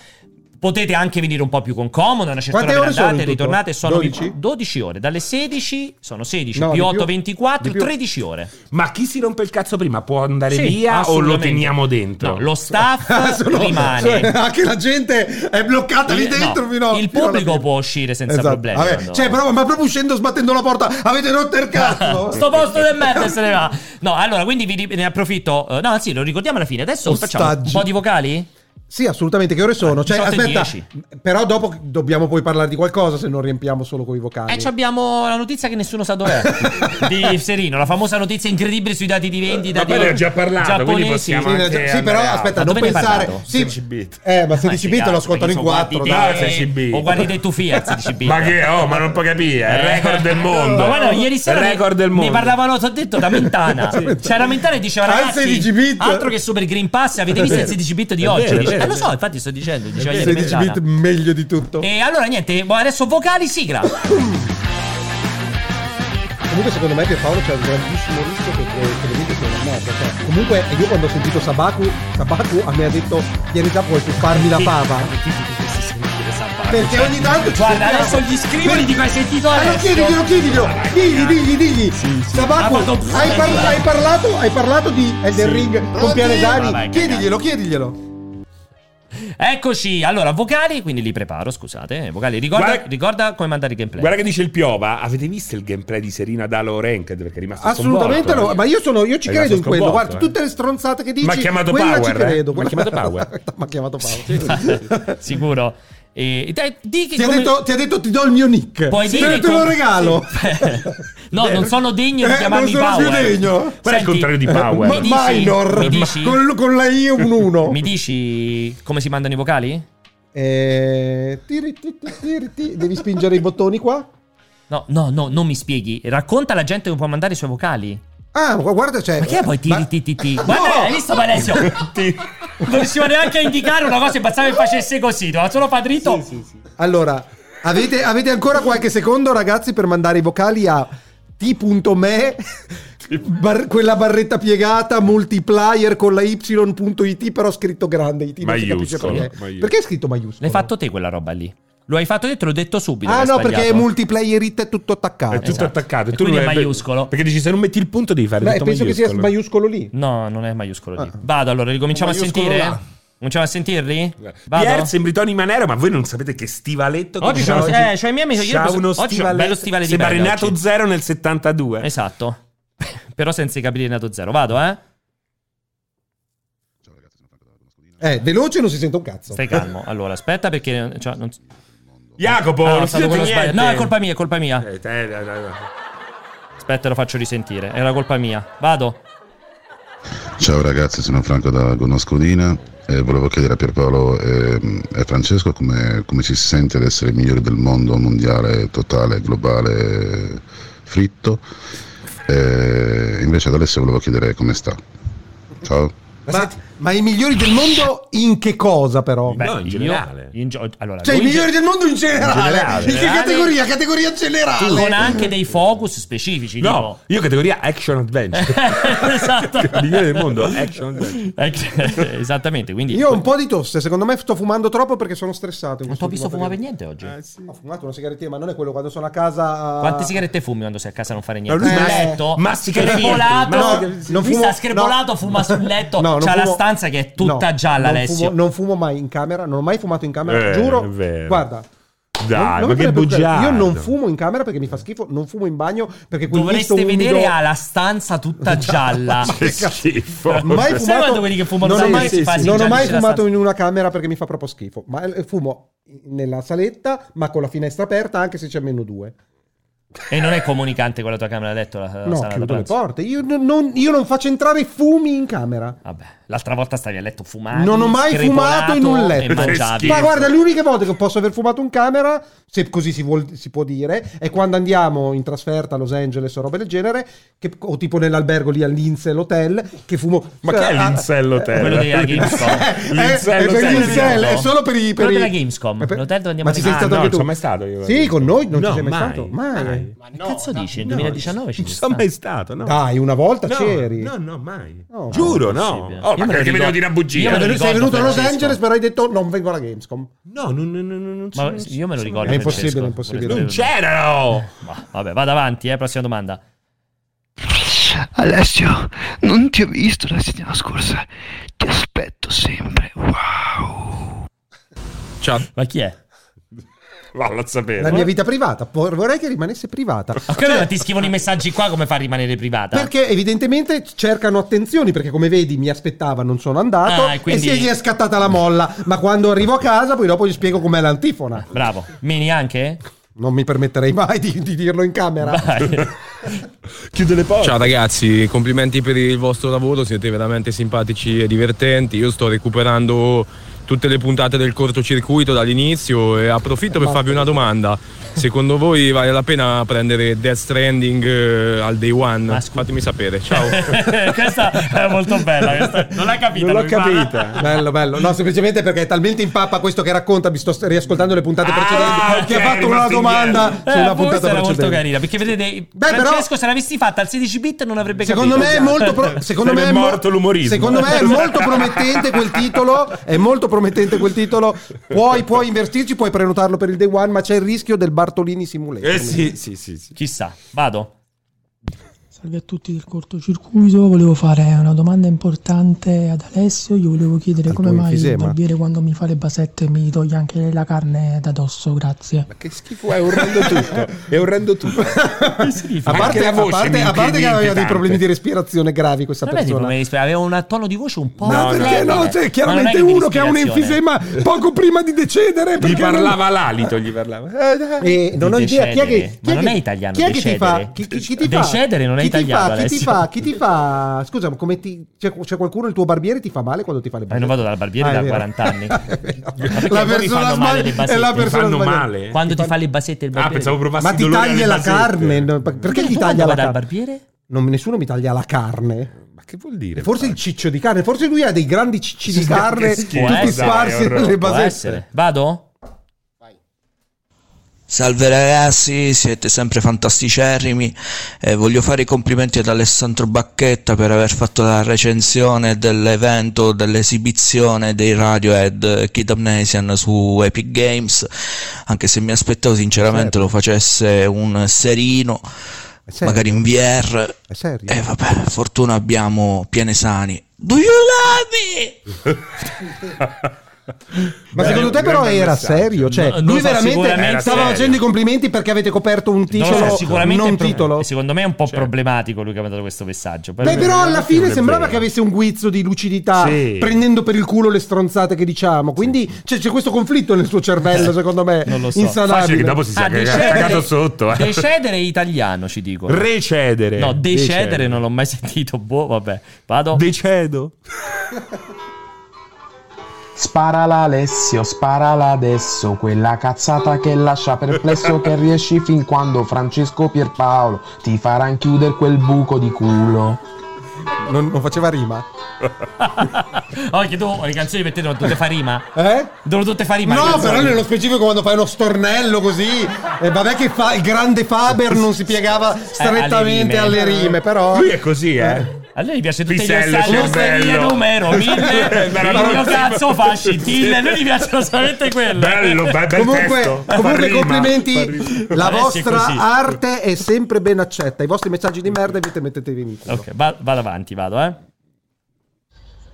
S1: Potete anche venire un po' più con comodo, una certa
S3: Quante
S1: ora
S3: ore
S1: ve ne
S3: sono
S1: andate,
S3: in tutto?
S1: ritornate, sono
S3: 12?
S1: 12 ore, dalle 16 sono 16
S3: No, di
S1: più 8
S3: più.
S1: 24,
S3: Di più.
S1: 13 ore.
S2: Ma chi si rompe il cazzo prima può andare
S1: Sì,
S2: via o lo
S1: assolutamente.
S2: teniamo dentro? Ah,
S1: No,
S2: [laughs]
S1: lo staff
S3: Ah, Sono-
S1: Eh, rimane.
S3: cioè, anche la gente è bloccata lì
S1: Il-
S3: dentro
S1: no,
S3: fino
S1: il
S3: fino alla
S1: pubblico
S3: fine.
S1: può uscire senza
S3: Esatto.
S1: problemi,
S3: Vabbè,
S1: quando-
S3: cioè, però, ma proprio uscendo sbattendo la porta avete rotto il
S1: [laughs]
S3: cazzo.
S1: Sto posto del merda se ne va. No, allora, quindi vi, ne approfitto. eh, No, sì, lo ricordiamo alla fine. Adesso facciamo un
S3: Ostaggi.
S1: po' di vocali?
S3: Sì, assolutamente. Che ore sono?
S1: Ah,
S3: Cioè,
S1: 18 e
S3: aspetta,
S1: 10.
S3: però dopo che- dobbiamo poi parlare di qualcosa se non riempiamo solo con i vocali.
S1: E Eh, abbiamo la notizia che nessuno
S2: [laughs]
S1: sa dov'è di Serino, la famosa notizia incredibile sui dati di vendita
S2: Ma poi ne ho
S1: dei
S2: già parlato, quindi
S1: giapponesi.
S2: possiamo
S3: Sì,
S2: anche
S3: sì, però
S2: andare
S3: aspetta,
S1: Ma
S3: non
S1: dove ne hai
S3: pensare.
S1: parlato?
S3: Sì,
S2: 16 bit.
S3: Eh, ma
S1: Ma
S3: 16 bit lo ascoltano in 4.
S2: dai.
S1: dai,
S2: Ah, 16 bit.
S1: O guardi dei tufi al 16 bit.
S2: Ma che oh, ma non puoi capire, è il record del mondo.
S1: Eh. Ma guarda, ieri sera
S2: È il
S1: ne-
S2: record del mondo.
S1: ne parlavano, ti ho detto,
S2: [laughs]
S1: da Mentana. C'era Mentana e diceva,
S3: Al
S1: ragazzi,
S3: 16 bit.
S1: altro che Super Green Pass, avete visto il
S2: vero.
S1: 16 bit di
S2: È
S1: oggi?
S2: vero, è
S1: Dice,
S2: vero,
S1: eh, lo
S2: è
S1: so, infatti sto dicendo, diceva ieri
S3: 16
S1: Mentana.
S3: bit meglio di tutto.
S1: E allora niente, boh, adesso vocali, sigla.
S3: Comunque secondo me Pierpaolo c'è un grandissimo rischio che, che, che le vite sono una merda. Cioè, comunque io quando ho sentito Sabaku, Sabaku a me ha detto vieni da puoi tuffarmi la pava. Perché ogni tanto ci
S1: Cioè, Guarda, adesso
S3: sentiamo.
S1: gli scrivo,
S3: Per-
S1: gli dico hai sentito
S3: Ah, no,
S1: adesso.
S3: chiediglielo, chiediglielo! Digli, digli, digli! Sabaku,
S1: Ah, vado-
S3: hai, par- hai parlato, hai parlato di Elden
S1: Sì.
S3: Ring con
S1: Oddio.
S3: Pianesani?
S1: Vabbè,
S3: Chiediglielo, chiediglielo!
S1: Eccoci, allora vocali, quindi li preparo, scusate. eh, Vocali, ricorda,
S2: Guarda-
S1: ricorda come mandare i gameplay.
S2: Guarda che dice il Piova, avete visto il gameplay di Serena Dalo Ranked perché è rimasto
S3: Assolutamente
S2: sconvolto,
S3: no,
S2: eh.
S3: ma io, sono, io ci
S2: È
S3: credo
S2: rimasto
S3: in quello.
S2: sconvolto,
S3: Guarda,
S2: eh.
S3: tutte le stronzate che dici.
S2: M'ha chiamato
S3: quella
S2: Power,
S3: ci
S2: eh.
S3: credo.
S2: M'ha chiamato Power.
S3: [laughs] Ma chiamato Power.
S1: Sicuro. E, dai, di che
S3: Ti ha,
S1: come-
S3: detto, ti ha detto ti do il mio nick.
S1: Puoi
S3: Te-
S1: dire
S3: te lo
S1: come- [laughs]
S3: regalo.
S1: no, non sono degno di
S3: Eh,
S1: chiamarmi
S3: non sono più
S1: Power.
S3: degno.
S2: Qual è il
S1: Senti,
S2: contrario di
S3: Ma-
S2: Power?
S1: mi dici-
S3: minor.
S1: mi dici-
S3: Con, con la I un 1.
S1: Mi dici come si mandano i vocali?
S3: Eh, tiri, tiri, tiri, tiri. Devi spingere i bottoni qua.
S1: No, no, no, non mi spieghi. Racconta alla gente che può mandare i suoi vocali.
S3: Ah, gu- guarda, c'è.
S1: Perché poi tiri
S3: Ma-
S1: ti ti ti? Guarda,
S3: No!
S1: hai visto
S3: [laughs]
S1: Valesio? non riusciva neanche a indicare una cosa e bastava che facesse così, doveva solo fa dritto.
S3: Allora, avete, avete ancora qualche secondo, ragazzi, per mandare i vocali a t.me, bar- quella barretta piegata, multiplier con la y.it, però scritto grande. It, non si capisce
S2: Maiuscolo,
S3: perché.
S2: maiuscolo.
S3: Perché è scritto maiuscolo?
S1: L'hai fatto te quella roba lì? Lo hai fatto io, te l'ho detto subito.
S3: Ah,
S1: che è
S3: no,
S1: sbagliato.
S3: perché è multiplayer it è tutto attaccato.
S2: È tutto
S1: Esatto.
S2: attaccato.
S1: E
S2: tu
S1: quindi
S2: non
S1: è maiuscolo.
S2: Perché dici se non metti il punto devi fare
S3: Beh,
S2: tutto
S3: penso che sia
S2: maiuscolo. eh.
S3: maiuscolo lì.
S1: No, non è maiuscolo lì. Vado allora, ricominciamo a
S7: Maiuscolo
S1: sentire?
S7: là.
S1: Cominciamo a sentirli? Vado.
S2: Pier sembri Tony Manero, ma voi non sapete che stivaletto che
S1: Oggi
S2: c'ha.
S1: sono- eh, cioè, i miei amici- ieri
S2: C'ha
S1: posso-
S2: uno
S1: oggi ho un
S2: stivale-
S1: bello stivale di
S2: Sembra
S1: pelle
S2: Renato
S1: oggi.
S2: Zero nel 72.
S1: Esatto. [laughs] Però senza i capelli di nato zero. Vado, eh?
S3: Eh, veloce non si sente un cazzo.
S1: Stai calmo. Allora, aspetta perché... cioè, non-
S2: Jacopo,
S1: Ah,
S2: Oh,
S1: no,
S2: non si
S1: è stato
S2: sente
S1: quello
S2: niente.
S1: sbagliato. No, è colpa mia, è colpa mia.
S2: Eh, te- dai, dai, dai.
S1: Aspetta, lo faccio risentire. Era colpa mia. Vado.
S8: Ciao ragazzi, sono Franco da Gonoscodina e volevo chiedere a Pierpaolo ehm, e a Francesco come, come ci si sente ad essere i migliori del mondo mondiale, totale, globale, fritto. E invece ad Alessio volevo chiedere come sta. Ciao.
S3: Ma, ma i migliori del mondo in che cosa, però?
S1: Beh,
S2: No, in
S1: io-
S2: generale.
S1: in gio- allora,
S3: Cioè, i
S1: lui in ge-
S3: migliori del mondo in generale. In,
S2: generale. eh.
S3: che categoria? Categoria generale.
S1: con anche dei focus specifici.
S2: No, io categoria action adventure.
S1: tipo. [laughs] esatto.
S2: Il migliore del mondo, action adventure.
S1: [laughs] Ecco, Esattamente, quindi...
S3: Io ho un po' di tosse, secondo me sto fumando troppo perché sono stressato. in
S1: Non ti ho visto
S3: quest'ultimo
S1: fumare per
S3: periodo.
S1: niente oggi.
S3: Ho fumato una sigarettina, ma non è quello quando sono a casa.
S1: Quante sigarette fumi quando sei a casa a non fare
S2: No,
S1: niente?
S2: lui
S1: Sul
S3: ma-
S1: letto,
S2: mastica i filtri,
S1: screpolato.
S2: mastica-
S1: lui sta screpolato, fuma sul letto.
S3: No, non
S1: c'ha la
S3: fumo-
S1: stanza che è tutta
S3: no,
S1: gialla,
S3: non
S1: Alessio.
S3: fumo- non fumo mai in camera, non ho mai fumato in camera,
S2: Eh,
S3: giuro.
S2: è vero.
S3: Guarda.
S2: Dai,
S3: non-
S2: ma
S3: non mi
S2: che
S3: prende per quello.
S2: bugiardo.
S3: Io non fumo in camera perché mi fa schifo, non fumo in bagno perché quel misto
S1: Dovreste
S3: umido-
S1: vedere ha la stanza
S3: [laughs]
S1: tutta gialla.
S2: Che schifo.
S3: mai
S1: Sai quando quelli che fumano
S3: non ho
S1: sempre
S3: mai,
S1: si fa
S3: non ho
S1: singiare
S3: mai
S1: nella
S3: fumato
S1: stanza.
S3: in una camera perché mi fa proprio schifo. Ma eh, fumo nella saletta, ma con la finestra aperta, anche se c'è meno due.
S1: e non è comunicante con la tua camera da letto la, la
S3: No,
S1: sala da
S3: chiudo le
S1: pranzo.
S3: porte. Io non, non- io non faccio entrare i fumi in camera.
S1: Vabbè, l'altra volta stavi a letto fumato.
S3: Non ho mai fumato in un letto.
S1: Ah, E mangiavi.
S2: Che
S3: Ma
S2: schifo.
S3: guarda, l'unica volta che posso aver fumato in camera, se così si, vuol- si può dire, è quando andiamo in trasferta a Los Angeles o robe del genere, che- o tipo nell'albergo lì all'Insel Hotel, che fumo... Cioè, ah,
S2: Ma che è l'insel hotel?
S1: Quello della GameStop.
S2: L'insel
S3: [laughs] Eh, è per
S2: hotel.
S3: gli Insel, è solo per i... Per
S1: Quello
S3: i-
S1: della Gamescom,
S3: è per-
S1: l'hotel dove andiamo
S3: Ma ci
S1: a
S3: sei
S1: mangiare.
S3: stato
S2: Ah, no,
S3: anche tu?
S2: non sono mai stato io. eh,
S3: Sì, con noi non
S2: No,
S3: ci sei mai,
S2: mai,
S1: Ah,
S3: stato. Mai.
S2: mai.
S1: Che cazzo dici? Nel 2019 ci
S2: Non sono
S1: sei stato.
S2: mai stato, no.
S3: Dai, una volta
S2: No,
S3: c'eri.
S2: No, no, mai.
S3: No,
S2: Giuro, no.
S1: possibile.
S2: Oh,
S1: Io
S2: ma
S1: me lo
S2: perché mi
S1: ricordo.
S2: devo dire una bugia?
S1: Io me lo
S3: Sei
S1: ricordo,
S3: venuto a Los
S1: Francesco.
S3: Angeles, però hai detto non vengo alla Gamescom.
S2: No, non, non, non, non, non
S1: Ma
S2: c'è-
S1: io me lo ricordo.
S3: È impossibile,
S1: Francesco.
S3: è impossibile.
S1: Vorrei-
S2: Non c'erano!
S1: Ma vabbè, vado avanti, eh, prossima domanda.
S9: Alessio, non ti ho visto la settimana scorsa. Ti aspetto sempre. Wow.
S1: Ma chi è?
S2: Vallo a sapere.
S3: La mia vita privata, po- vorrei che rimanesse privata.
S1: Ho capito, ma ti scrivono i messaggi qua come fa a rimanere privata?
S3: Cioè Perché evidentemente cercano attenzioni, perché come vedi mi aspettava, non sono andato
S1: Ah, e quindi-
S3: e si è scattata la molla. Ma quando arrivo a casa poi dopo gli spiego com'è l'antifona.
S1: Bravo. Mini anche?
S3: Non mi permetterei mai di, di dirlo
S1: [laughs]
S3: in camera. [laughs]
S1: Vai.
S2: Chiude le porte.
S10: Ciao ragazzi, complimenti per il vostro lavoro, siete veramente simpatici e divertenti. Io sto recuperando tutte le puntate del cortocircuito dall'inizio e approfitto per farvi una domanda. Secondo voi vale la pena prendere Death Stranding eh, al day
S1: Ma
S10: one?
S1: scu-
S10: Fatemi sapere, ciao.
S1: [laughs] questa è molto bella. questa- Non l'ha capita.
S2: Non l'ho
S1: lui, ma-
S2: capita.
S3: Bello, bello. No, semplicemente perché è talmente in pappa questo che racconta, mi sto riascoltando le puntate
S2: Ah,
S3: precedenti,
S2: ok,
S3: che ha fatto una
S2: rimasto
S3: domanda
S2: indietro.
S1: Eh,
S3: sulla
S1: forse
S3: puntata
S1: era molto
S3: precedente.
S1: carina perché vedete
S3: Beh, però-
S1: Francesco se l'avessi fatta al 16 bit non avrebbe
S3: Secondo me,
S1: capito Cioè,
S3: è
S2: [laughs]
S3: molto pro- secondo, me
S2: Sarebbe
S3: è mo-
S2: morto l'umorismo.
S3: secondo me è molto promettente quel titolo. È molto promettente quel titolo. Puoi, puoi investirci, puoi prenotarlo per il day one, ma c'è il rischio del Bartolini Simulator.
S2: Eh sì, sì, sì, sì.
S1: chissà vado
S11: Salve a tutti del cortocircuito, volevo fare una domanda importante ad Alessio, gli volevo chiedere
S3: Al
S11: come
S3: tuo
S11: mai il
S3: enfisema?
S11: barbiere quando mi fa le basette mi toglie anche la carne da dosso, grazie.
S2: Ma che schifo, è orrendo tutto. È orrendo tutto. [laughs]
S3: A
S2: Anche
S3: parte,
S2: la
S3: a
S2: voce
S3: parte-
S2: mi
S3: a parte che
S2: inquieta
S3: aveva dei
S2: tanto.
S3: problemi di respirazione gravi questa
S1: non è tipo
S3: persona.
S1: mi dispi- aveva un tono di voce un po'
S3: Ma perché no?
S1: terribile. Ma
S3: C'è
S1: non è
S3: chiaramente
S1: che mi
S3: uno che ha un
S1: ispirazione.
S3: enfisema poco prima di decedere.
S2: Gli
S3: perché non-
S2: parlava l'alito, gli parlava. Eh, dai.
S3: E non
S1: Di
S3: ho idea chi è
S1: decedere.
S3: che. chi
S1: Ma
S3: è
S1: non
S3: che-
S1: è italiano,
S3: Chi è che ti
S1: decedere.
S3: fa? Chi, chi- chi ti fa?
S1: Decedere non è
S3: chi
S1: italiano,
S3: ti Fa, chi ti
S1: Alessio.
S3: fa? Chi ti fa? Scusa, ma come ti. C'è, c'è qualcuno, il tuo barbiere ti fa male quando ti fa le
S1: Ma io Eh, non vado dal barbiere
S3: Ah, è
S1: da
S3: vero.
S1: 40 anni.
S3: [laughs] È vero.
S1: perché
S3: la
S1: poi mi
S3: persona
S1: fanno male le
S3: sbagli- [laughs] è
S1: basette?
S3: la
S1: Mi
S2: Mi
S3: persona
S2: fanno
S3: sbagliata.
S2: male.
S1: quando ti fa le basette il
S2: Ah,
S1: barbiere
S2: pensavo provassi
S3: Ma ti
S2: i dolori alle
S3: taglia la
S2: basette.
S3: carne? No, pa- Perché
S1: tu
S3: ti
S1: quando
S3: taglia la
S1: vai dal
S3: carne?
S1: barbiere
S3: Non, nessuno mi taglia la carne.
S2: Ma che vuol dire?
S3: Forse il ciccio di carne, forse lui ha dei grandi cicci di
S2: che
S3: carne
S2: schifo,
S1: dai,
S3: tutti sparsi
S2: orrore.
S3: nelle
S1: può
S3: basette.
S1: essere vado?
S12: Salve ragazzi, siete sempre fantasticerrimi. Eh, voglio fare i complimenti ad Alessandro Bacchetta per aver fatto la recensione dell'evento, dell'esibizione dei Radiohead eh, Kid Amnesian su Epic Games. Anche se mi aspettavo sinceramente
S3: Certo.
S12: lo facesse un serino,
S3: È serio?
S12: magari in VR.
S3: È serio?
S12: E Eh, vabbè, fortuna abbiamo piene sani. Do you love me?
S3: Ma
S2: Beh,
S3: secondo te
S2: un
S3: però
S2: grande
S3: era
S2: messaggio.
S3: serio? Cioè,
S1: No, non
S3: lui
S1: lo so,
S3: veramente
S1: sicuramente-
S3: stava
S2: Era
S3: facendo
S2: serio.
S3: i complimenti perché avete coperto un
S1: Non lo
S3: titolo
S1: so,
S3: non,
S1: sicuramente è pro-
S3: titolo?
S1: Secondo me è un po' problematico lui che ha mandato questo messaggio.
S3: Beh, però alla
S2: non
S3: fine
S2: è
S3: sembrava
S2: vero.
S3: che avesse un guizzo di lucidità,
S2: Sì.
S3: prendendo per il culo le stronzate che diciamo. Quindi c'è, c'è questo conflitto nel suo cervello, secondo me,
S1: Eh, Non lo so.
S2: Facile che
S3: insanabile.
S2: dopo si sia
S1: Ah,
S2: cagato sotto. eh.
S1: decedere è italiano, ci dicono.
S2: Recedere.
S1: no, decedere non l'ho mai sentito. Boh, vabbè. Vado. [laughs]
S2: Decedo.
S13: Sparala Alessio, sparala adesso, quella cazzata che lascia perplesso che riesci fin quando Francesco Pierpaolo ti farà chiudere quel buco di culo.
S3: Non, non faceva rima.
S1: oh, che tu le canzoni per te devono tutte fare rima?
S3: Eh?
S1: Devono tutte fare rima. le
S3: No,
S1: canzoni.
S3: però nello specifico quando fai uno stornello così, e vabbè che fa, il grande Faber non si piegava strettamente
S1: Eh, alle
S3: alle
S1: rime.
S3: rime, però...
S2: Lui è così, eh.
S1: A lei gli piace tutti gli
S2: Pisello,
S1: assaggi.
S2: cervello.
S1: Non sei mille numero, mille.
S2: Eh,
S1: il
S2: beh,
S1: mio
S2: non-
S1: cazzo fasci, tille. A lui gli piacciono solamente quelle.
S2: Bello, be- bel
S3: Comunque,
S2: testo.
S3: comunque
S2: Fa rima, fa
S3: complimenti,
S2: rima.
S3: [laughs] la
S1: Adesso è
S3: vostra
S1: Eh, così.
S3: arte è sempre ben accetta. I vostri messaggi di merda vi mettetevi in culo.
S1: Ok, va- vado avanti, vado, eh.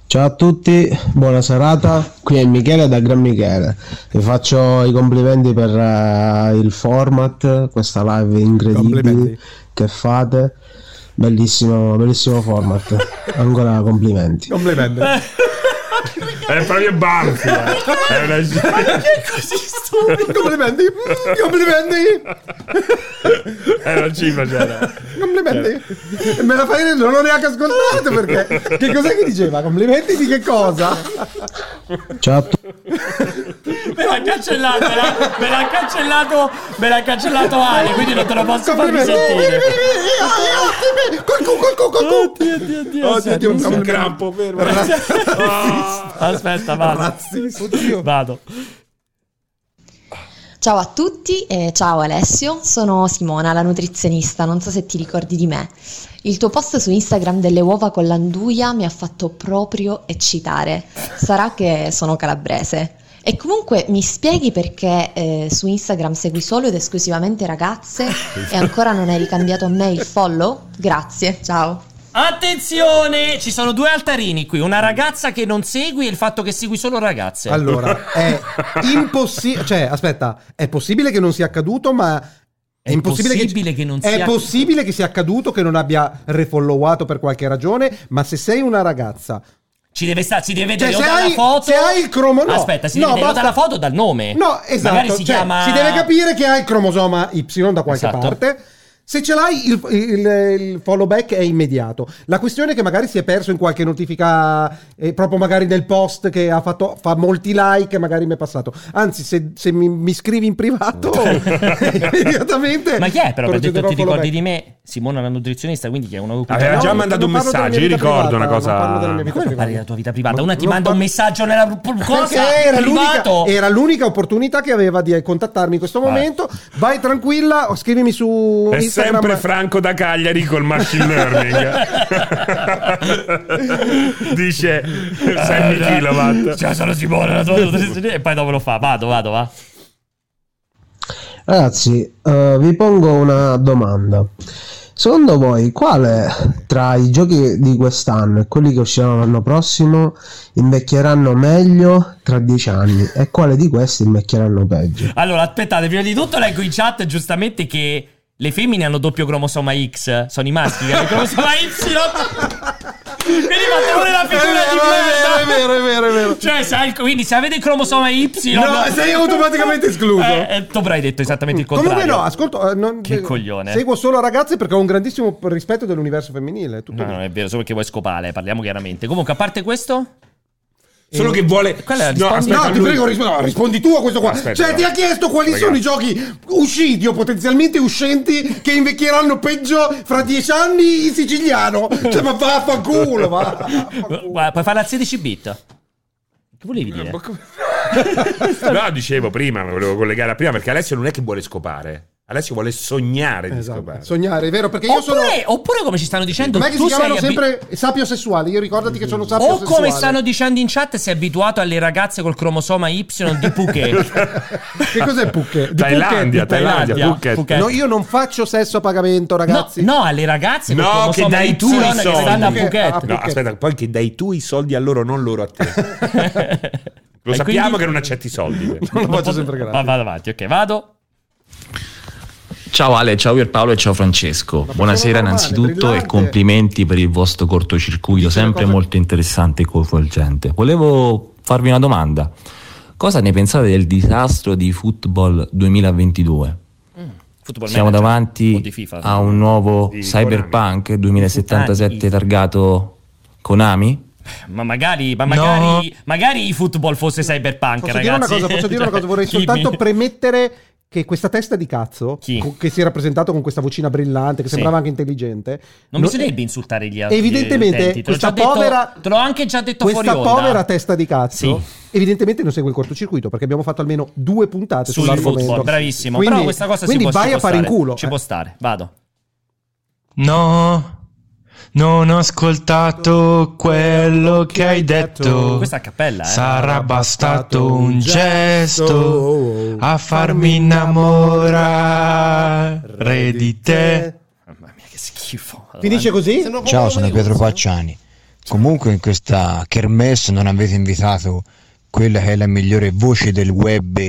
S13: Ciao a tutti, buona serata, qui è Michele da Gran Michele. Vi faccio i complimenti per eh, il format, questa live incredibile
S3: Complimenti.
S13: che fate. Bellissimo, bellissimo format. Ancora complimenti.
S3: Complimenti.
S2: È proprio banfia. È una-
S3: Complimenti. Mm, Complimenti.
S2: è una cifra, cioè.
S3: Complimenti. Me la fai non l'ho neanche ascoltato perché che cos'è che diceva? Complimenti di che cosa?
S13: Ciao a tutti.
S1: Me l'ha cancellato, me l'ha, me l'ha cancellato, me l'ha cancellato Ale, quindi non te lo posso far
S3: Complimenti.
S1: risentire.
S3: Col cu, col cu, col cu.
S1: Oddio, oddio, oddio.
S3: Oddio,
S1: aspetta,
S3: oddio,
S2: È
S3: un
S2: un
S3: complimento.
S2: crampo, fermo. Ah.
S1: aspetta, vado.
S3: Razzista. Oddio.
S1: Vado.
S11: Ciao a tutti e ciao Alessio, sono Simona, la nutrizionista, non so se ti ricordi di me. Il tuo post su Instagram delle uova con l'anduia mi ha fatto proprio eccitare. Sarà che sono calabrese. E comunque mi spieghi perché eh, su Instagram segui solo ed esclusivamente ragazze e ancora non hai ricambiato a me il follow? Grazie, ciao.
S1: Attenzione, ci sono due altarini qui, una ragazza che non segui e il fatto che segui solo ragazze.
S3: Allora, è impossibile. Cioè, aspetta, è possibile che non sia accaduto, ma. È,
S1: È
S3: impossibile
S1: possibile che non
S3: è
S1: sia-
S3: possibile che sia accaduto, che non abbia refollowato per qualche ragione. Ma se sei una ragazza.
S1: Ci deve stare, si deve vedere
S3: Cioè,
S1: o
S3: se
S1: dalla
S3: hai-
S1: foto. Ah,
S3: se hai il cromo- no.
S1: Aspetta, si
S3: No,
S1: deve vedere o
S3: basta-
S1: dalla foto o dal nome.
S3: No, esatto.
S1: Magari si
S3: cioè,
S1: chiama.
S3: si deve capire che ha il cromosoma Y da qualche
S1: Esatto.
S3: parte. Se ce l'hai, il, il, il follow back è immediato. La questione è che magari si è perso in qualche notifica, eh, proprio magari nel post che ha fatto, fa molti like, e magari mi è passato. Anzi, se, se mi, mi scrivi in
S1: [laughs]
S3: privato, [laughs] immediatamente.
S1: Ma chi è però? Perché detto ti
S3: procederò follow
S1: ricordi
S3: back.
S1: di me? Simona, la nutrizionista, quindi chi è uno
S2: Aveva già
S1: No,
S2: mandato un
S3: non parlo della
S2: messaggio, io
S3: mia vita
S2: ricordo
S3: privata,
S2: una
S3: non parlo della
S2: cosa.
S3: mia
S1: Ma come non parli della tua vita privata? Una ti
S3: non
S1: manda un
S3: par-
S1: messaggio nella ru- cosa
S3: Perché era
S1: privato.
S3: l'unica, era l'unica opportunità che aveva di contattarmi in questo
S1: Vai.
S3: momento. Vai tranquilla, o scrivimi su
S2: È
S3: Instagram.
S2: sempre Franco da Cagliari col machine
S3: [laughs]
S2: learning. Dice Sammy
S3: Eh,
S1: Ah,
S2: Kilowatt.
S1: Ciao, sono Simona, la tua nutrizionista. E poi dopo lo fa. Vado, vado, va.
S13: Ragazzi, eh, vi pongo una domanda. Secondo voi, quale tra i giochi di quest'anno e quelli che usciranno l'anno prossimo invecchieranno meglio tra dieci anni e quale di questi invecchieranno peggio?
S1: Allora, aspettate, prima di tutto leggo in chat giustamente che le femmine hanno doppio cromosoma X, sono i maschi che hanno il cromosoma Y. Quindi fate pure la figura di merda.
S3: Eh, È vero, è vero, è vero.
S1: Cioè, se hai il- quindi se avete il cromosoma Y...
S3: No, sei automaticamente escluso.
S1: Eh, eh, tu avrai detto esattamente il contrario.
S3: Comunque no, ascolto, eh, non-
S1: Che
S3: eh,
S1: coglione.
S3: Seguo solo ragazze perché ho un grandissimo rispetto dell'universo femminile. è Tutto
S1: No,
S3: lì.
S1: non è vero, solo perché vuoi scopare, parliamo chiaramente. Comunque, a parte questo...
S2: Solo che vuole.
S1: Quella è la
S2: no,
S1: risposta.
S2: aspetta,
S3: No, ti
S2: lui-
S3: prego, risp- no, rispondi tu a questo qua.
S2: Aspetta,
S3: cioè,
S2: no.
S3: ti ha chiesto quali
S2: Ragazzi.
S3: sono i giochi usciti o potenzialmente uscenti che invecchieranno peggio fra dieci anni in siciliano. Cioè, ma vaffanculo, va.
S1: Guarda, puoi farla a 16 bit. Che volevi dire?
S2: No, dicevo prima, me volevo collegare a prima perché Alessio non è che vuole scopare. Alessio vuole sognare di
S3: Esatto.
S2: scopare.
S3: [laughs] Sognare, è vero, perché io
S1: Oppure,
S3: sono.
S1: oppure come ci stanno dicendo,
S3: Com'è che si
S1: tu sei
S3: chiamano
S1: abi-
S3: sempre sapio sessuale? Io ricordati che sono sapio
S1: O
S3: sessuale.
S1: come stanno dicendo in chat, sei abituato alle ragazze col cromosoma Y di
S3: [laughs]
S1: Phuket.
S3: Che cos'è Pucche? Di
S2: Thailandia, Thailandia,
S3: Pucche?
S1: Thailandia,
S2: Phuket.
S1: Phuket.
S3: No, io non faccio sesso a pagamento,
S1: No,
S3: ragazzi.
S1: no, alle ragazze col
S2: No,
S1: cromosoma
S2: che dai
S1: Y
S2: tu i
S1: che
S2: soldi.
S1: stanno a
S3: Che-
S1: Phuket.
S3: ah,
S2: No,
S3: Perché?
S2: aspetta, poi che dai tu i soldi a loro, non loro a te. Lo
S1: E
S2: sappiamo
S1: quindi-
S2: che non accetti i
S1: [laughs]
S2: soldi.
S3: [laughs] Non lo faccio sempre
S1: Va,
S3: gratis.
S1: vado avanti, ok, vado.
S14: Ciao Ale, ciao Pierpaolo e ciao Francesco. Buonasera
S3: normale,
S14: innanzitutto
S3: brillante.
S14: e complimenti per il vostro cortocircuito, sempre molto interessante e coinvolgente. Volevo farvi una domanda. Cosa ne pensate del disastro di Football 2022?
S1: Football
S14: Siamo
S1: Manager. O
S14: davanti
S1: di FIFA.
S14: a un nuovo
S2: Di
S14: Cyberpunk
S1: Konami.
S14: 2077 targato Konami?
S1: Ma magari, ma magari, magari i football fosse cyberpunk, ragazzi.
S3: Posso
S1: Cioè,
S3: dire una cosa, posso dire
S1: [laughs]
S3: una cosa, vorrei
S1: Dimmi.
S3: soltanto premettere che questa testa di cazzo,
S1: Chi?
S3: co- che si era presentato con questa vocina brillante, che
S1: Sì.
S3: sembrava anche intelligente,
S1: Non
S3: no-
S1: bisognerebbe insultare gli altri.
S3: Evidentemente,
S1: utenti, te l'ho
S3: questa
S1: già detto-
S3: povera-
S1: te l'ho anche già detto fuori
S3: questa
S1: onda.
S3: povera testa di cazzo,
S1: Sì.
S3: evidentemente non segue il cortocircuito perché abbiamo fatto almeno due puntate
S1: sul
S3: sull'argomento.
S1: football, bravissimo.
S3: Quindi-
S1: Però questa cosa si
S3: quindi
S1: può
S3: vai
S1: ci
S3: a
S1: può
S3: fare in
S1: stare,
S3: culo. eh.
S1: Ci può stare, vado.
S15: No, non ho ascoltato quello che hai detto.
S1: Questa a cappella, eh.
S15: Sarà bastato un gesto a farmi innamorare di te.
S1: Mamma mia, che schifo.
S3: Finisce così?
S16: Ciao, sono Pietro Pacciani. Comunque in questa kermesse non avete invitato quella che è la migliore voce del web,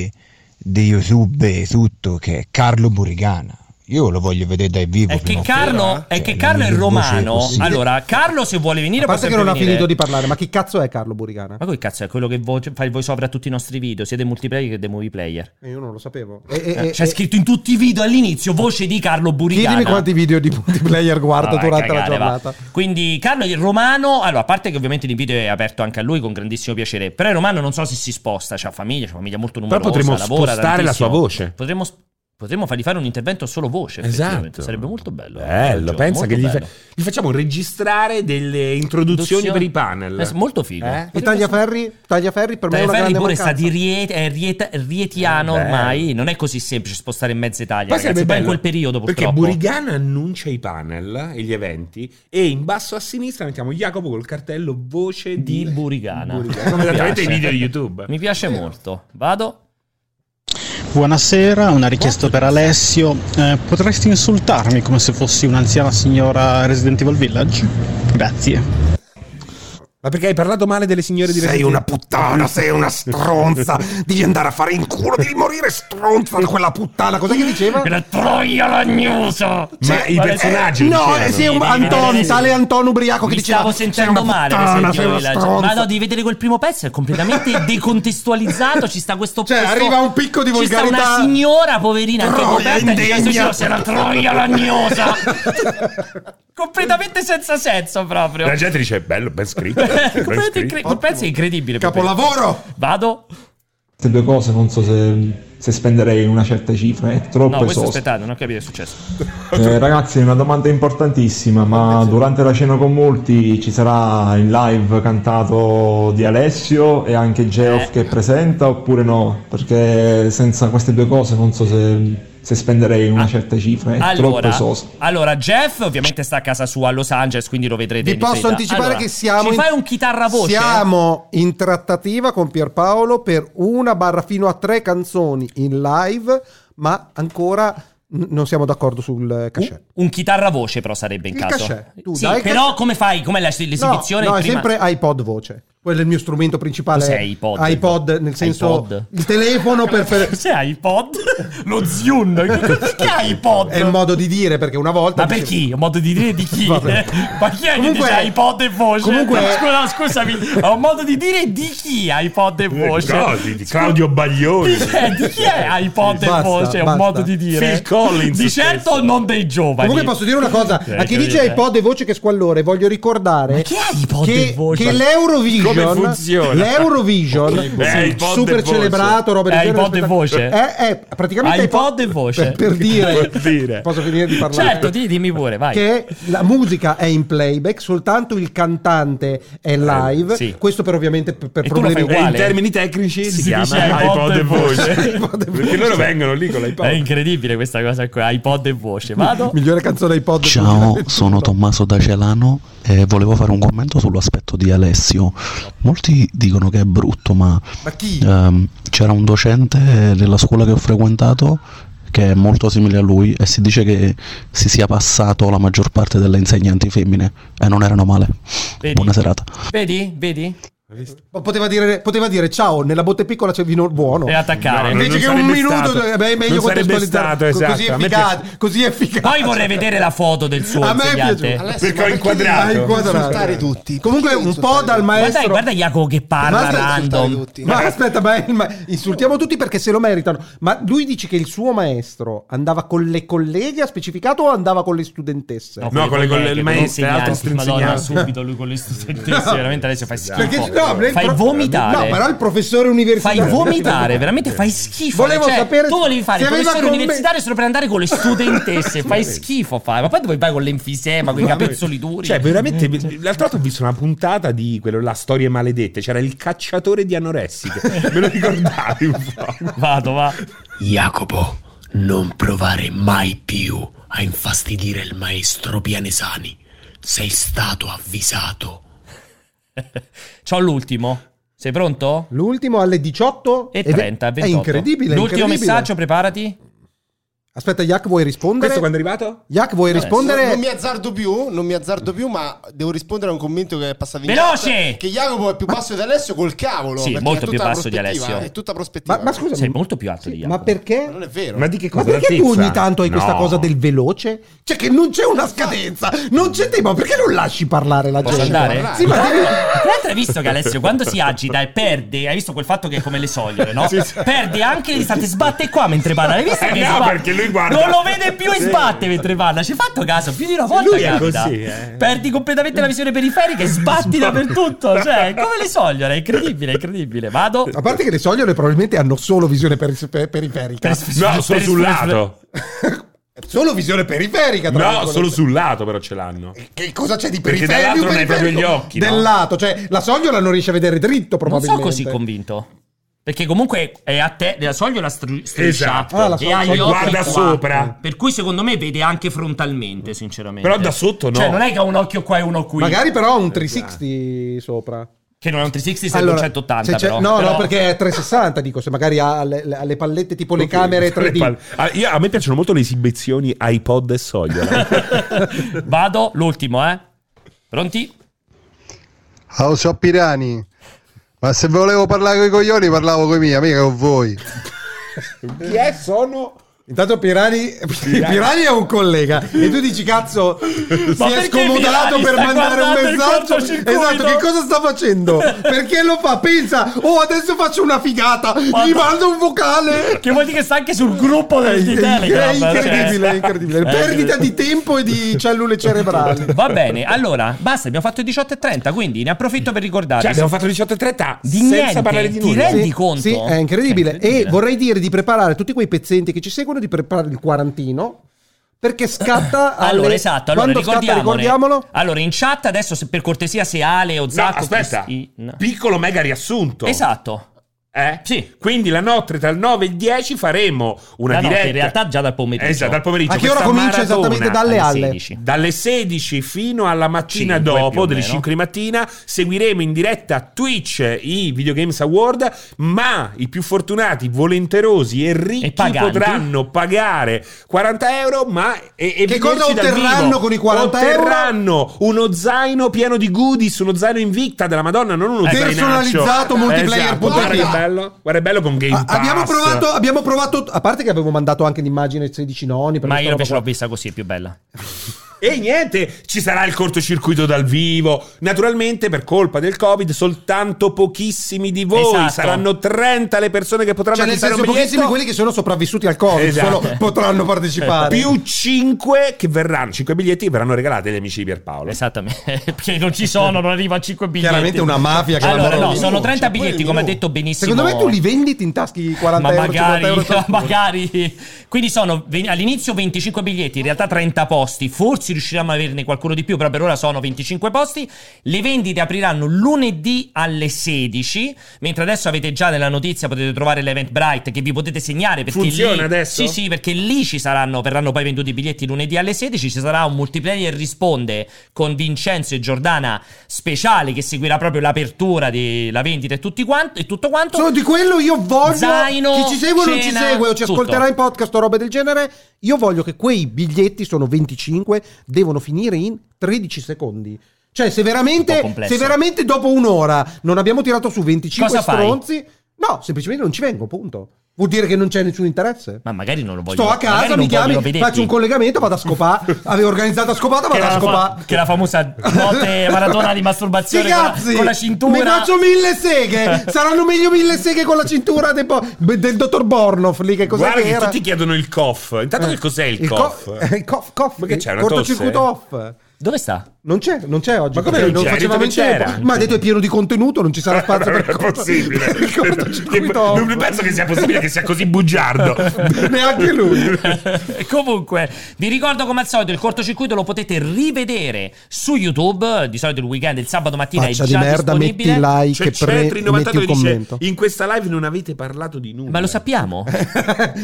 S16: di YouTube e tutto, che è Carlo Burigana. Io lo voglio vedere dai vivo.
S1: È che
S16: prima o
S1: Carlo è,
S16: Cioè,
S1: che Carlo è
S16: non mi dice
S1: romano.
S16: così.
S1: Allora, Carlo, se vuole venire,
S3: A parte
S1: può
S3: che
S1: sempre
S3: non ha
S1: venire.
S3: finito di parlare, ma chi cazzo è Carlo Burigana?
S1: Ma che cazzo è quello che voi, fa il voiceover a tutti i nostri video? Siete multiplayer che dei movie player.
S3: Eh, Io non lo sapevo.
S1: Eh, C'è scritto in tutti i video all'inizio voce di Carlo Burigana.
S3: Chiedimi quanti video di multiplayer guarda
S1: Ah, vai a
S3: durante la
S1: cagare, va.
S3: giornata.
S1: Quindi Carlo il Romano, allora a parte che ovviamente l'invito è aperto anche a lui con grandissimo piacere, però il Romano non so se si sposta, c'ha famiglia, c'ha famiglia molto numerosa,
S2: potremmo
S1: lavora
S2: spostare la sua
S1: tantissimo.
S2: voce.
S1: Potremmo sp- potremmo fargli fare un intervento solo voce, effettivamente.
S2: Esatto.
S1: sarebbe molto bello.
S2: Bello,
S1: Gio,
S2: pensa
S1: molto
S2: che gli, fa-
S1: bello.
S2: gli facciamo registrare delle introduzioni per i panel.
S1: Eh, molto figo.
S2: Eh?
S3: E Tagliaferri? Tagliaferri per me è una
S1: Ferri
S3: grande
S1: pure sta
S3: mancanza.
S1: di Riet- è Riet- rietiano
S2: Eh, bello.
S1: ormai, non è così semplice spostare in mezza Italia,
S2: Poi
S1: ragazzi,
S2: sarebbe
S1: poi in
S2: bello,
S1: quel periodo
S2: Perché
S1: purtroppo.
S2: Burigana annuncia i panel e gli eventi e in basso a sinistra mettiamo Jacopo col cartello voce
S1: di
S2: di...
S1: Burigana.
S2: Burigana. [laughs] Come
S1: [laughs] Mi
S2: esattamente i
S1: piace.
S2: video di YouTube.
S1: Mi piace molto. Vado.
S17: Buonasera, una richiesta per Alessio. Eh, potresti insultarmi come se fossi un'anziana signora Resident Evil Village? Grazie.
S2: Ma perché hai parlato male delle signore di
S18: Sei una puttana, sei una stronza.
S2: [laughs]
S18: Devi andare a fare in culo, devi morire stronza da quella puttana. Cos'è che
S1: [laughs]
S18: diceva?
S1: La troia lagnosa.
S2: Ma i
S18: Cioè, eh,
S2: personaggi
S18: No, eh,
S2: dicevano.
S18: sì, un-
S2: Devi
S18: Anton,
S2: vedere-
S18: tale Anton ubriaco che
S1: Mi
S18: diceva
S1: stavo sentendo
S18: "Sei una
S1: male per
S18: puttana,
S1: esempio,
S18: sei una
S1: Village.
S18: stronza".
S1: Ma no, devi vedere quel primo pezzo,
S18: [laughs]
S1: è completamente decontestualizzato. Ci sta questo
S18: Cioè,
S1: questo-
S18: arriva un picco di
S1: Ci sta
S18: volgarità.
S1: una signora poverina anche
S18: Troia
S1: coperta, e dice,
S18: indegna.
S1: "Signora, sei una
S18: [laughs]
S1: troia lagnosa. completamente senza senso proprio.
S2: La gente dice, bello, ben
S1: [laughs]
S2: scritto. ben
S1: Completamente incre-
S2: scritto.
S1: quel pezzo è incredibile.
S18: Capolavoro!
S1: Vado.
S19: Queste due cose non so se, se spenderei una certa cifra, è
S1: no,
S19: troppo
S1: questo
S19: esausto.
S1: aspettate, non ho capito che è successo.
S19: Eh, ragazzi, una domanda importantissima, ma durante la cena con molti ci sarà il live cantato di Alessio e anche Geoff che presenta oppure no? Perché senza queste due cose non so se, se spenderei una certa cifra, è troppo
S1: Eh, Allora,
S19: esausto.
S1: allora, Jeff ovviamente sta a casa sua a Los Angeles, quindi lo vedrete.
S3: Vi
S1: in
S3: posso
S1: difesa.
S3: anticipare
S1: Allora,
S3: che siamo
S1: Ci
S3: in,
S1: fai un chitarra voce?
S3: Siamo in trattativa con Pierpaolo per una barra fino a tre canzoni in live, ma ancora n- non siamo d'accordo sul eh, cachet.
S1: Un chitarra voce però sarebbe in
S3: Il
S1: caso.
S3: cachet. Tu
S1: Sì,
S3: dai
S1: però
S3: cachet.
S1: come fai? Com'è l'es- l'esibizione?
S3: No, no, è
S1: prima?
S3: sempre iPod voce. Quello è il mio strumento principale.
S1: Cos'è iPod?
S3: iPod, nel senso
S1: iPod?
S3: il telefono per,
S1: [laughs]
S3: per-
S1: Cos'è
S3: [laughs]
S1: iPod? Lo Zun. [laughs] Perché iPod?
S3: È un modo di dire perché una volta
S1: Ma per chi? Un modo di dire di chi?
S3: [laughs] Vabbè.
S1: Ma chi è che
S3: Comunque-
S1: dice iPod e voce?
S3: comunque-
S1: Scusa, scusami, è un modo di dire di chi iPod e voce?
S2: Eh, No, di- di Claudio Baglioni.
S1: Di chi è, di chi è iPod e
S2: Basta,
S1: voce? È un
S2: basta.
S1: modo di dire.
S2: Phil Collins
S1: Di certo non dei giovani.
S3: Comunque posso dire una cosa,
S1: [laughs] Cioè,
S3: a chi
S1: capito?
S3: dice iPod e voce che squallore, voglio ricordare che, che
S1: Come
S3: l'Eurovision,
S1: funziona? [laughs]
S3: l'Eurovision
S1: Come funziona? Eh, iPod e
S3: super
S1: voce.
S3: celebrato, roba del
S1: Eh,
S3: genere,
S1: iPod e voce? Ah,
S3: È, è praticamente
S1: iPod e voce.
S3: per, per dire,
S2: dire.
S3: [laughs] posso finire di parlare?
S1: Certo, di- dimmi pure, vai.
S3: Che la musica è in playback, soltanto il cantante è live.
S1: Eh, sì.
S3: Questo per ovviamente per, per
S1: E tu lo fai
S3: problemi
S1: uguale.
S2: In termini tecnici si,
S1: Si dice
S2: chiama iPod e [laughs] voce. Eh,
S3: iPod e
S2: Perché
S3: voce.
S2: loro vengono lì con l'iPod.
S1: È incredibile questa cosa qua, iPod e voce. Vado.
S3: [laughs] Migliore canzone iPod. [laughs]
S20: Ciao, sono Tommaso da Celano e volevo fare un commento sull'aspetto di Alessio. Molti dicono che è brutto, ma, ehm, c'era un docente della scuola che ho frequentato che è molto simile a lui e si dice che si sia passato la maggior parte delle insegnanti femmine e non erano male.
S1: Vedi?
S20: Buona serata.
S1: Vedi? Vedi?
S3: Ma Poteva dire, poteva dire ciao, nella botte piccola c'è vino buono.
S1: E attaccare.
S3: Invece che un minuto, eh, beh, è meglio contestualizzare.
S1: esatto.
S3: Così è efficace. Così è efficace.
S1: Poi vorrei vedere la foto del suo
S3: A me è
S1: insegnante.
S3: piaciuto. Alessio, Perché ma ho perché inquadrato. devi insultare tutti? Comunque, un po' dal maestro-
S1: Guarda, guarda Jacopo che parla
S3: Ma-
S1: random.
S3: Ma aspetta, ma, ma insultiamo tutti perché se lo meritano. Ma lui dice che il suo maestro andava con le colleghe, ha specificato o andava con le studentesse?
S2: No, con le colleghe, il maestro, altro
S1: Madonna,
S2: strinsegnante.
S1: subito lui con le studentesse.
S3: No.
S1: Veramente adesso fai schifo.
S3: Perché- Cioè no, lei-
S1: fai
S3: pro-
S1: vomitare.
S3: No, però il professore universitario.
S1: Fai vomitare, veramente fai schifo.
S3: Volevo
S1: Cioè,
S3: sapere
S1: tu volevi fare
S3: se
S1: il
S3: aveva
S1: professore
S3: commen-
S1: universitario solo per andare con le
S3: [laughs]
S1: studentesse. fai schifo, fai. Ma poi dove vai con l'enfisema, con i
S2: Ma-
S1: capezzoli duri?
S2: Cioè, veramente.
S1: Eh,
S2: L'altra volta ho visto una puntata di quello, La storia maledette. C'era il cacciatore di anoressiche. [laughs] Me lo ricordavi un po'.
S1: Vado, va.
S21: Jacopo, non provare mai più a infastidire il maestro Pianesani. Sei stato avvisato.
S1: [laughs] C'ho l'ultimo. Sei pronto?
S3: L'ultimo alle 18
S1: E
S3: ve-
S1: 30,
S3: È
S1: 28.
S3: incredibile. è
S1: L'ultimo
S3: incredibile.
S1: messaggio, preparati.
S3: Aspetta, Jack, vuoi rispondere?
S7: Questo quando
S2: è arrivato?
S3: Jack, vuoi rispondere?
S7: Non mi azzardo più, non mi azzardo più, ma devo rispondere a un commento che è passato in
S1: Veloce!
S7: chat, Che Jacopo è più basso di Alessio col cavolo.
S1: Sì,
S7: perché
S1: molto
S7: è tutta
S1: più basso di
S7: prospettiva,
S1: Alessio.
S7: È tutta prospettiva.
S3: Ma- ma scusa,
S1: Sei molto più alto di Jacopo.
S3: Ma perché?
S7: non è vero.
S2: Ma di che cosa?
S3: Ma perché tu
S2: L'altezza?
S3: ogni tanto hai questa
S2: No.
S3: cosa del veloce? Cioè che non c'è una scadenza, non c'è tempo, perché non lasci parlare la
S1: Posso
S3: gente?
S1: andare?
S3: Sì, ma
S1: Tra [laughs]
S3: devi-
S1: l'altro hai visto che Alessio quando si agita e perde, hai visto quel fatto che è come le soglie, no?
S2: Sì, sì.
S1: Perde anche l'istante, sbatte qua mentre parla. Hai visto
S2: Eh
S1: che
S2: no,
S1: sbatte?
S2: perché lui guarda.
S1: Non lo vede più e
S2: Sì.
S1: sbatte mentre parla. Ci hai fatto caso? Più di una volta
S2: Lui è
S1: capita.
S2: così, eh.
S1: Perdi completamente la visione periferica e sbatti dappertutto. Cioè, come le sogliole, è incredibile, è incredibile. Vado.
S3: A parte che le sogliole probabilmente hanno solo visione peri- per- periferica.
S2: No, solo sul lato.
S3: [laughs] Solo visione periferica. tra
S2: No,
S3: virgolette.
S2: solo sul lato, però ce l'hanno.
S3: Che cosa c'è di
S2: Perché
S3: periferico?
S2: dall'altro non hai proprio
S3: periferico?
S2: gli occhi, no?
S3: Del lato, cioè la sogliola non riesce a vedere dritto
S1: Non
S3: probabilmente.
S1: sono così convinto. Perché comunque è a te, la sogliola stru- striscia
S2: Esatto.
S3: Ah, la
S1: e ha
S3: sogliola.
S1: gli occhi
S2: Guarda
S1: qua.
S2: sopra.
S1: Per cui secondo me vede anche frontalmente, sinceramente.
S2: Però da sotto no.
S1: Cioè, non è che ha un occhio qua e uno qui.
S3: Magari però ha un 360 sopra.
S1: Che non è un 360, è
S3: Allora,
S1: un 180
S3: se c'è-
S1: però.
S3: No,
S1: Però-
S3: no, perché è 360, dico, se magari ha le, le- ha le pallette tipo le
S2: Ok,
S1: [laughs]
S3: camere
S2: le
S3: 3D.
S2: palle. Ah, io- a me piacciono molto le esibizioni iPod e [laughs] Soglia.
S1: Vado, l'ultimo, eh. Pronti?
S22: Ciao, ciao Pirani. Ma se volevo parlare con i coglioni parlavo con i miei, mica con voi.
S3: Chi è? Sono... Intanto Pirani, [laughs] Pirani è un collega e tu dici cazzo si è
S18: perché
S3: scomodato
S18: Pirani
S3: per
S18: sta
S3: mandare un
S18: guardando il
S3: messaggio
S18: cortocircuito?
S3: esatto che cosa sta facendo perché lo fa pensa oh adesso faccio una figata gli mando un vocale
S1: che vuol dire che sta anche sul gruppo del- di
S3: è,
S1: Telegram,
S3: è incredibile
S1: cioè.
S3: è incredibile
S1: Eh,
S3: perdita di tempo e di cellule cerebrali
S1: Va bene, allora basta. Abbiamo fatto 18.30, quindi ne approfitto per ricordare.
S2: Cioè, abbiamo fatto 18.30
S1: di
S2: senza
S1: niente.
S2: parlare di
S1: Ti
S2: nulla.
S1: rendi
S3: Sì,
S1: conto?
S3: Sì, è incredibile. E vorrei dire di preparare tutti quei pezzenti che ci seguono, di preparare il quarantino. Perché scatta. alle-
S1: Allora, esatto, allora
S3: Quando scatta,
S1: ricordiamole-
S3: ricordiamolo.
S1: Allora, in chat adesso, se per cortesia, se Ale o
S2: No,
S1: Zacco...
S2: aspetta,
S1: chi- no.
S2: piccolo mega riassunto.
S1: Esatto.
S2: Eh? Sì. Quindi la notte tra il 9 e il 10 faremo una
S1: La notte,
S2: diretta.
S1: in realtà già dal pomeriggio.
S2: Esatto, dal pomeriggio.
S1: A che ora
S2: Questa
S1: comincia
S2: maratona
S1: esattamente dalle
S2: alle
S1: alle?
S2: 16. Dalle 16 fino alla mattina
S1: Cinque, più
S2: dopo,
S1: o
S2: delle
S1: meno.
S2: 5 di mattina, seguiremo in diretta Twitch i Video Games Award, ma i più fortunati, volenterosi e ricchi
S1: paganti.
S2: potranno pagare 40 euro, ma e, e
S3: Che
S2: vederci
S3: cosa
S2: dal
S3: otterranno
S2: vivo.
S3: con i 40 euro?
S2: Otterranno uno zaino pieno di goodies, uno zaino invicta della Madonna, non uno zainaccio.
S3: Personalizzato multiplayer
S2: Esatto,
S3: punto
S2: Guarda che
S3: it.
S2: bello, guarda che bello con Game
S3: Ah,
S2: Pass.
S3: abbiamo, provato, abbiamo provato. A parte che avevo mandato anche l'immagine 16 noni. per
S1: Ma
S3: questa
S1: io
S3: roba
S1: invece
S3: qua.
S1: l'ho vista così, è più bella.
S2: E niente, ci sarà il cortocircuito dal vivo. Naturalmente, per colpa del Covid, soltanto pochissimi di voi.
S3: Esatto.
S2: Saranno 30 le persone che potranno
S3: Cioè, nel
S2: acquistare
S3: senso,
S2: un biglietto.
S3: pochissimi quelli che sono sopravvissuti al Covid
S2: Esatto.
S3: solo potranno partecipare.
S2: Più 5 che verranno, 5 biglietti che verranno regalati agli amici di
S3: Eh
S2: Pierpaolo.
S1: Esattamente, [laughs] perché non ci sono, non arriva a 5 biglietti.
S2: Chiaramente una mafia che
S1: Allora,
S2: lavora
S1: no,
S2: lì.
S1: sono 30
S2: Cioè, poi
S1: biglietti,
S2: il
S1: come ha
S2: menù.
S1: detto benissimo.
S3: Secondo me tu li vendi ti intaschi 40
S1: ma
S3: euro. 50
S1: magari, [laughs]
S3: euro
S1: magari. Quindi sono ve- all'inizio 25 biglietti, in realtà 30 posti. Forse riusciremo a averne qualcuno di più, però per ora sono 25 posti. Le vendite apriranno lunedì alle 16. Mentre adesso avete già nella notizia, potete trovare l'Eventbrite che vi potete segnare. Perché
S2: Funziona
S1: lì,
S2: adesso?
S1: Sì, sì, perché lì ci saranno, verranno poi venduti i biglietti lunedì alle 16. Ci sarà un multiplayer risponde con Vincenzo e Giordana speciale che seguirà proprio l'apertura della vendita e, tutti quanti- e tutto quanto.
S3: Solo di quello io voglio
S1: Esatto. Zaino,
S3: chi ci segue o non ci
S1: cena,
S3: segue o ci
S1: tutto.
S3: ascolterà in podcast o roba del genere, io voglio che quei biglietti sono 25, devono finire in 13 secondi. Cioè se
S1: Un po'
S3: veramente
S1: complesso.
S3: se veramente dopo un'ora non abbiamo tirato su 25
S1: Cosa fai?
S3: stronzi, no, semplicemente non ci vengo, punto. Vuol dire che non c'è nessun interesse.
S1: Ma magari non lo voglio
S3: Sto a
S1: magari
S3: casa,
S1: non
S3: mi chiami,
S1: vogliono vederti.
S3: faccio un collegamento, vado a
S1: [laughs]
S3: scopare. Avevo organizzato a scopata,
S1: che
S3: vado a
S1: la,
S3: scopare.
S1: fa- che la famosa
S3: [laughs]
S1: notte maratona di masturbazione
S3: Sì,
S1: con, la,
S3: cazzi!
S1: con la cintura.
S3: Mi faccio mille
S1: [laughs]
S3: seghe. Saranno meglio mille seghe con la cintura del, bo- del dottor Bornoff lì. Che cos'è
S2: Guarda
S3: che
S2: che
S3: era?
S2: tutti chiedono il cough. Intanto,
S3: Eh,
S2: che cos'è il,
S3: il
S2: cough?
S3: cough- [laughs] il cough- cough,
S2: Ma che c'è? Una
S3: cortocircuito
S2: tosse?
S3: off.
S1: Dove
S3: [laughs]
S1: sta?
S3: Non c'è, non c'è oggi.
S2: Ma come
S3: perché
S2: non c'è?
S3: facevamo
S2: Hai detto
S3: in
S2: che
S3: tempo.
S2: c'era.
S3: Ma ha detto è pieno di contenuto, non
S2: [laughs]
S3: ci sarà spazio per [laughs] il
S2: Non è
S3: cough.
S2: possibile.
S3: cortocircuito.
S2: Non penso che sia possibile che sia così bugiardo.
S3: [laughs] Neanche lui.
S1: Comunque, vi ricordo come al solito il cortocircuito lo potete rivedere su YouTube. Di solito il weekend, il sabato mattina
S3: Faccia
S1: è
S3: di
S1: già
S3: merda,
S1: disponibile.
S3: metti like
S2: C'è
S3: e pre-
S2: Cetri 98
S3: metti
S2: che
S3: un
S2: Cioè, dice:
S3: commento.
S2: In questa live non avete parlato di nulla.
S1: Ma lo
S3: [laughs]
S1: sappiamo? [laughs]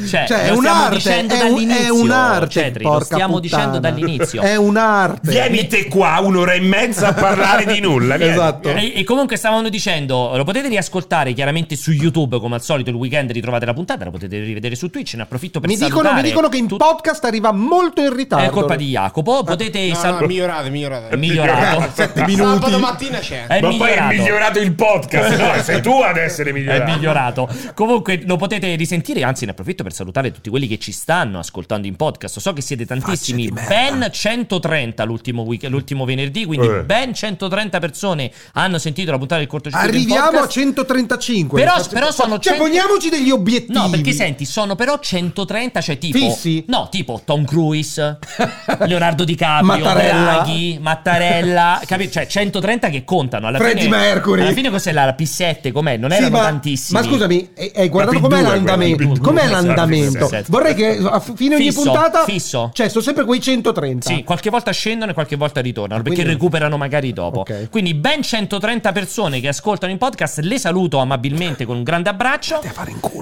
S1: Cioè,
S3: Cioè, è
S1: lo stiamo
S3: un'arte,
S1: dicendo
S3: è, un-
S1: dall'inizio.
S3: è un'arte.
S1: Cedri, lo
S3: porca
S1: stiamo
S3: puttana.
S1: dicendo dall'inizio.
S3: È un'arte.
S2: Venite qua un'ora e mezza a parlare di nulla. vieni.
S3: Esatto.
S1: E, e comunque stavamo dicendo, lo potete riascoltare chiaramente su YouTube come al solito il weekend ritrovate la puntata, la potete rivedere su Twitch, ne approfitto per
S3: Mi dicono, mi
S1: salutare.
S3: dicono che in podcast arriva molto in ritardo.
S1: È colpa di Jacopo, potete
S3: no,
S1: sal-
S3: no,
S7: Migliorate, migliorate.
S1: È migliorato.
S2: Sette
S7: Sabato
S2: minuti.
S7: mattina c'è.
S1: È
S2: Ma
S1: migliorato.
S2: poi è migliorato il podcast. No, sei tu ad essere
S1: è
S2: migliorato.
S1: migliorato. Comunque lo potete risentire, anzi ne approfitto per salutare tutti quelli che ci stanno ascoltando in podcast. So che siete tantissimi, ben 130 l'ultimo, week- l'ultimo venerdì, quindi
S3: Eh.
S1: ben 130 persone hanno sentito la puntata del cortocircuito in
S3: Arriviamo a
S1: podcast.
S3: 135.
S1: Però-
S3: Faccio-
S1: però sono
S3: Cioè,
S1: cento-
S3: poniamoci degli obiettivi.
S1: No, perché senti, sono però 130, cioè tipo...
S3: Fissi?
S1: No, tipo Tom
S3: [laughs]
S1: Cruise, Leonardo DiCaprio,
S3: Mattarella.
S1: Draghi, Mattarella, capi- Cioè 130 che contano. Alla
S3: Freddie
S1: fine,
S3: Mercury.
S1: Alla fine cos'è la, la P7? Com'è? Non
S3: Sì,
S1: erano
S3: ma,
S1: tantissimi.
S3: ma scusami, hai hai guardato
S1: La
S3: com'è
S1: P2 è
S3: l'andamento?
S1: quella, la P2.
S3: Com'è
S1: Sì, la
S3: l'andamento?
S1: P17.
S3: Vorrei che a f- fine ogni
S1: Fisso,
S3: puntata.
S1: fisso.
S3: Cioè, sono sempre quei 130.
S1: Sì, qualche volta scendono e qualche volta ritornano perché
S3: Quindi-
S1: recuperano magari dopo. Quindi ben 130 persone che ascoltano in podcast, le saluto amabilmente con un grande abbraccio.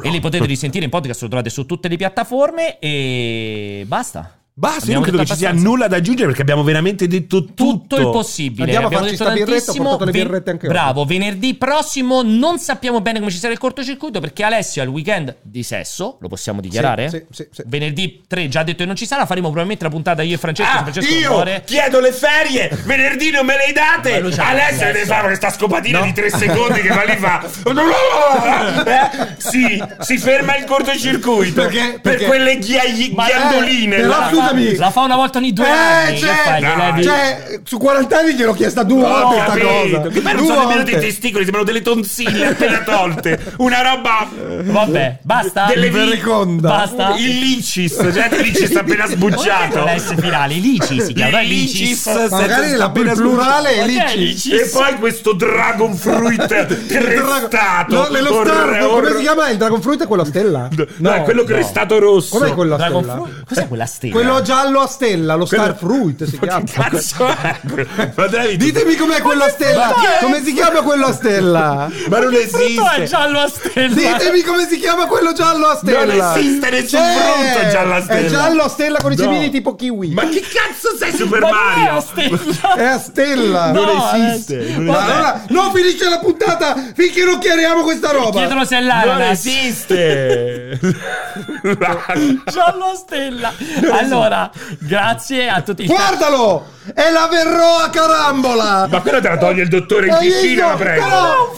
S1: E le potete risentire in podcast, lo trovate su tutte le piattaforme e basta.
S2: Basta, io
S1: Abbiamo
S2: non credo che
S1: detto
S2: ci sia
S1: abbastanza.
S2: nulla da aggiungere perché abbiamo veramente detto tutto.
S1: tutto il possibile.
S2: Andiamo a
S1: Abbiamo
S2: farci
S1: detto
S2: sta birretta, ho
S1: tantissimo.
S2: portato le
S1: Ven-
S2: birrette anche oggi.
S1: Bravo, venerdì prossimo non sappiamo bene come ci sarà il cortocircuito perché Alessio ha il weekend di sesso, lo possiamo dichiarare?
S3: Sì, sì, sì.
S1: Venerdì 3 già ha detto che non ci sarà, faremo probabilmente la puntata io e Francesco, se
S2: Ah,
S1: Francesco
S2: io
S1: muore.
S2: chiedo le ferie, venerdì non me le date.
S1: lui c'ha
S2: Alessio
S1: il
S2: ne
S1: sesso.
S2: fa questa scopatina
S1: No.
S2: di tre secondi che va lì e
S1: [laughs]
S2: fa. Eh, sì, si ferma il cortocircuito
S18: Perché- perché-
S2: per quelle ghiai-
S18: Ma-
S2: ghiandoline.
S18: eh, però
S2: là. certo.
S18: scusami.
S1: La fa una volta ogni due anni.
S18: Eh,
S1: che
S18: cioè,
S1: fai, gli levi-
S18: cioè, su 40 anni gliel'ho chiesta due
S2: No,
S18: volte sta
S2: capito.
S18: cosa.
S2: Che poi non
S18: Due
S2: sono nemmeno
S18: volte.
S2: dei testicoli, sembrano delle tonsille appena tolte. Una roba.
S1: Vabbè, basta.
S2: Delle vi-
S1: Vereconda. Basta.
S2: Il licis, cioè il licis
S1: [laughs]
S2: appena sbucciato.
S1: Con la S finale, lici si chiama, dai,
S2: Il
S1: licis.
S2: licis
S1: Magari
S2: senza-
S1: la-
S2: Cioè, appena
S1: il plurale è
S2: sbucciato.
S1: licis.
S2: E poi questo dragon
S3: [laughs]
S2: fruit crestato.
S3: No, nello
S2: Orre-
S3: Star,
S2: orre-
S3: come si chiama? Il Dragon Fruit è quello a stella?
S2: No, è quello crestato rosso.
S3: Com'è quello a
S2: Dragon
S3: stella?
S2: fruit?
S1: Cos'è quella stella?
S3: Quello giallo a stella, lo Star
S2: [laughs]
S3: Fruit si chiama.
S2: Cazzo è? [laughs] Ma dai,
S3: Ditemi com'è quello a stella.
S2: Ma che-
S3: Come si chiama quello a stella?
S2: [laughs] Ma non
S1: [laughs] Tutto è
S2: esiste.
S1: giallo a stella.
S3: Ditemi come si chiama quello giallo a stella.
S2: Non esiste nessun
S3: C'è!
S2: frutto giallo a stella.
S3: È giallo a stella con i
S2: No.
S3: semini tipo kiwi.
S2: Ma che cazzo sei Super
S3: Ma
S1: [laughs]
S3: non è
S2: Mario?
S3: a
S1: stella.
S3: È a stella.
S2: Non esiste, non
S3: Ma
S2: esiste.
S3: allora non finisce la puntata finché non chiariamo questa roba.
S1: Chiedelo se è
S2: Non
S3: eh.
S1: l'ananas.
S3: [laughs]
S2: esiste.
S1: Giallo a stella. Allora, grazie a tutti.
S3: Guardalo! È la verroa carambola!
S2: Ma quella te la toglie il dottore in
S3: Hai
S2: piscina, la
S3: visto?
S2: prendo.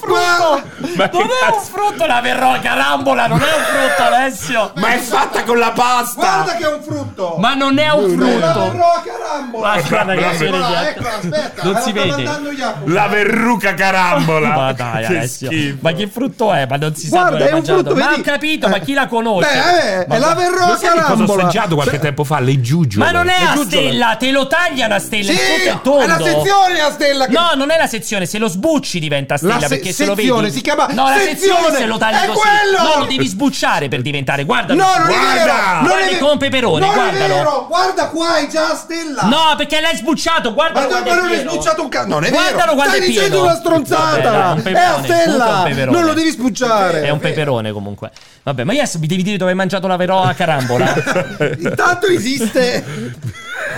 S3: Però-
S2: Ma che
S1: Non è un frutto la verrò carambola, non è un frutto Alessio.
S2: Ma è fatta con la pasta.
S3: Guarda che è un frutto!
S1: Ma non è un
S3: È la
S1: frutto. Ah,
S3: verroa carambola!
S1: Ma guarda che si
S3: Eccola,
S1: vede.
S3: eccola, aspetta!
S1: esatto.
S3: eh,
S1: Non
S3: la
S1: si
S3: sta
S1: vede.
S3: mandando Jacopo.
S2: La verruca carambola.
S1: Ma dai,
S2: Che
S1: Alessio.
S2: schifo.
S1: Ma che frutto è? Ma non si sa
S3: Guarda,
S1: dove
S3: è un
S1: mangiato.
S3: frutto,
S1: Ma
S3: vedi? Eh.
S1: ho capito, ma chi la conosce?
S3: Beh, eh,
S1: Ma
S3: è la
S1: guarda-
S3: verroa
S2: Lo sai che cosa ho
S3: carambola!
S2: assaggiato qualche tempo fa? Le giuggiole.
S1: Cioè- Ma non è a
S3: giuggiole.
S1: stella, te lo tagliano a stella. il
S3: Sì,
S1: frutto è
S3: è
S1: tondo.
S3: la sezione a stella che-
S1: No, non è la sezione, se lo sbucci diventa stella
S3: La se-
S1: perché se lo vedi.
S3: sezione, si chiama
S1: No, la sezione
S3: sezione,
S1: se lo tagli
S3: è
S1: così.
S3: quello!
S1: No, lo devi sbucciare per diventare. Guarda,
S3: No, non è
S1: guarda,
S3: vero! Non
S1: guarda
S3: è vero!
S1: come peperone,
S3: non
S1: guardalo.
S3: è vero! Guarda qua, è già a stella!
S1: No, perché l'hai sbucciato, guarda.
S3: Ma
S1: guarda
S3: ma non
S1: è
S3: hai
S1: pieno.
S3: sbucciato un cazzo! Non è
S1: Guardalo
S3: vero!
S1: quanto
S3: Stai
S1: è pieno.
S3: dicendo una stronzata!
S1: Vabbè, dai,
S3: è a
S1: un peperone, tutto un
S3: stella!
S1: peperone.
S3: Non lo devi spucciare!
S1: È un peperone comunque. Vabbè, ma yes, mi devi dire dove hai mangiato la veroa carambola.
S3: [laughs]
S1: Eh,
S3: Intanto esiste!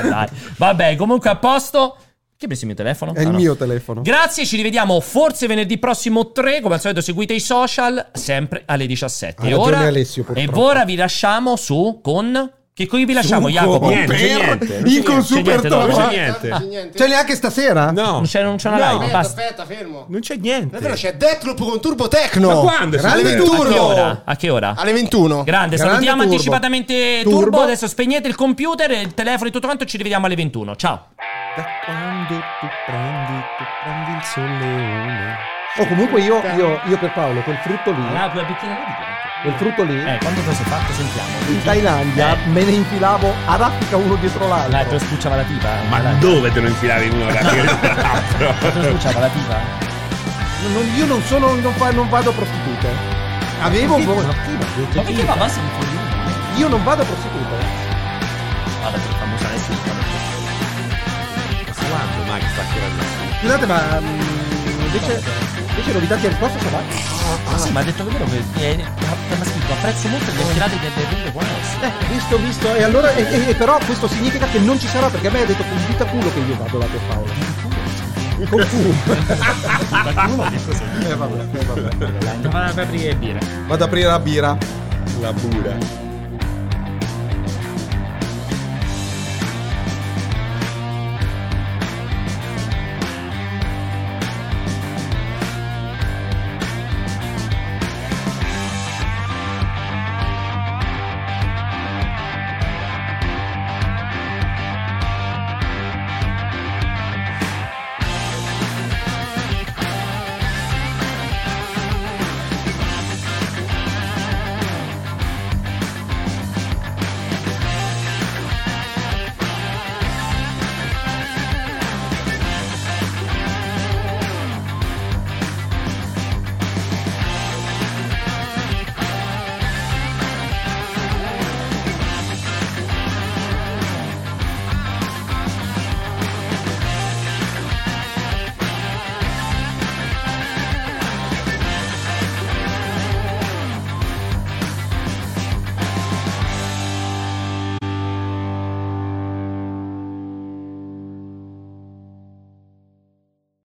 S1: Dai. Vabbè, comunque a posto. Chi ha preso il mio telefono?
S3: È
S1: Ah,
S3: il
S1: no.
S3: mio telefono.
S1: Grazie, ci rivediamo forse venerdì prossimo 3. Come al solito, seguite i social sempre alle 17.
S3: Ha
S1: e
S3: ragione
S1: ora,
S3: Alessio,
S1: e
S3: purtroppo.
S1: ora vi lasciamo su con. Che qui vi lasciamo,
S3: Su
S1: Jacopo?
S3: con-
S1: Niente,
S3: per-
S1: c'è niente, non c'è
S3: in
S1: niente,
S3: con
S1: non c'è
S3: Super
S1: niente, no, non c'è
S3: Toro.
S1: niente.
S7: C'è niente.
S3: C'è neanche stasera?
S1: Non c'è, non c'è
S2: No.
S1: una live,
S7: Aspetta,
S1: Cioè, basta.
S7: aspetta, fermo.
S2: Non c'è
S7: La
S2: niente.
S7: vera c'è Deathloop con Turbo Tecno.
S2: Ma quando è
S7: Alle
S2: successo?
S1: A che
S7: 21.
S1: ora? A che ora?
S7: Alle 21.
S1: Grande,
S7: Grande
S1: salutiamo
S7: Turbo.
S1: anticipatamente turbo.
S7: Turbo.
S1: Adesso spegnete il computer, il telefono e tutto quanto. Ci rivediamo alle 21. Ciao.
S18: Da quando tu prendi, tu prendi il solleone.
S3: O Oh, comunque io, io, io per Paolo, quel frutto lì,
S1: Ah, quella bicchiera lì di quanto?
S3: quel frutto lì,
S1: Eh, quanto cosa hai fatto? Sentiamo.
S3: in Thailandia
S1: Eh.
S3: me ne infilavo a raffica uno dietro l'altro.
S1: La già spucciava la tipa.
S2: Ma
S1: Dai,
S2: dove te lo infilavi [laughs] uno alla fine [laughs]
S1: già
S2: dell'altro?
S1: spucciava la tipa. certo.
S3: Non- non- io non sono, non, fa- non vado prostitute. Avevo un po'.
S1: Ma perché va basta di fuori?
S3: Io non vado prostitute.
S1: Guarda, per Ah, famosa adesso.
S2: Quando Max sta correndo?
S3: Scusate, ma mm, invece, invece novità di risposta sono varie.
S1: Ah, sì, ma ha detto che vero che è- ha ha scritto apprezzo molto le tirate delle rughe quando
S3: Eh, visto, visto. E allora, e, e- e però questo significa che non ci sarà perché a me ha detto con dita culo che io vado là per Paolo. Con culo.
S1: Andava ad aprire e dire.
S6: Vado ad aprire la birra.
S2: La pura.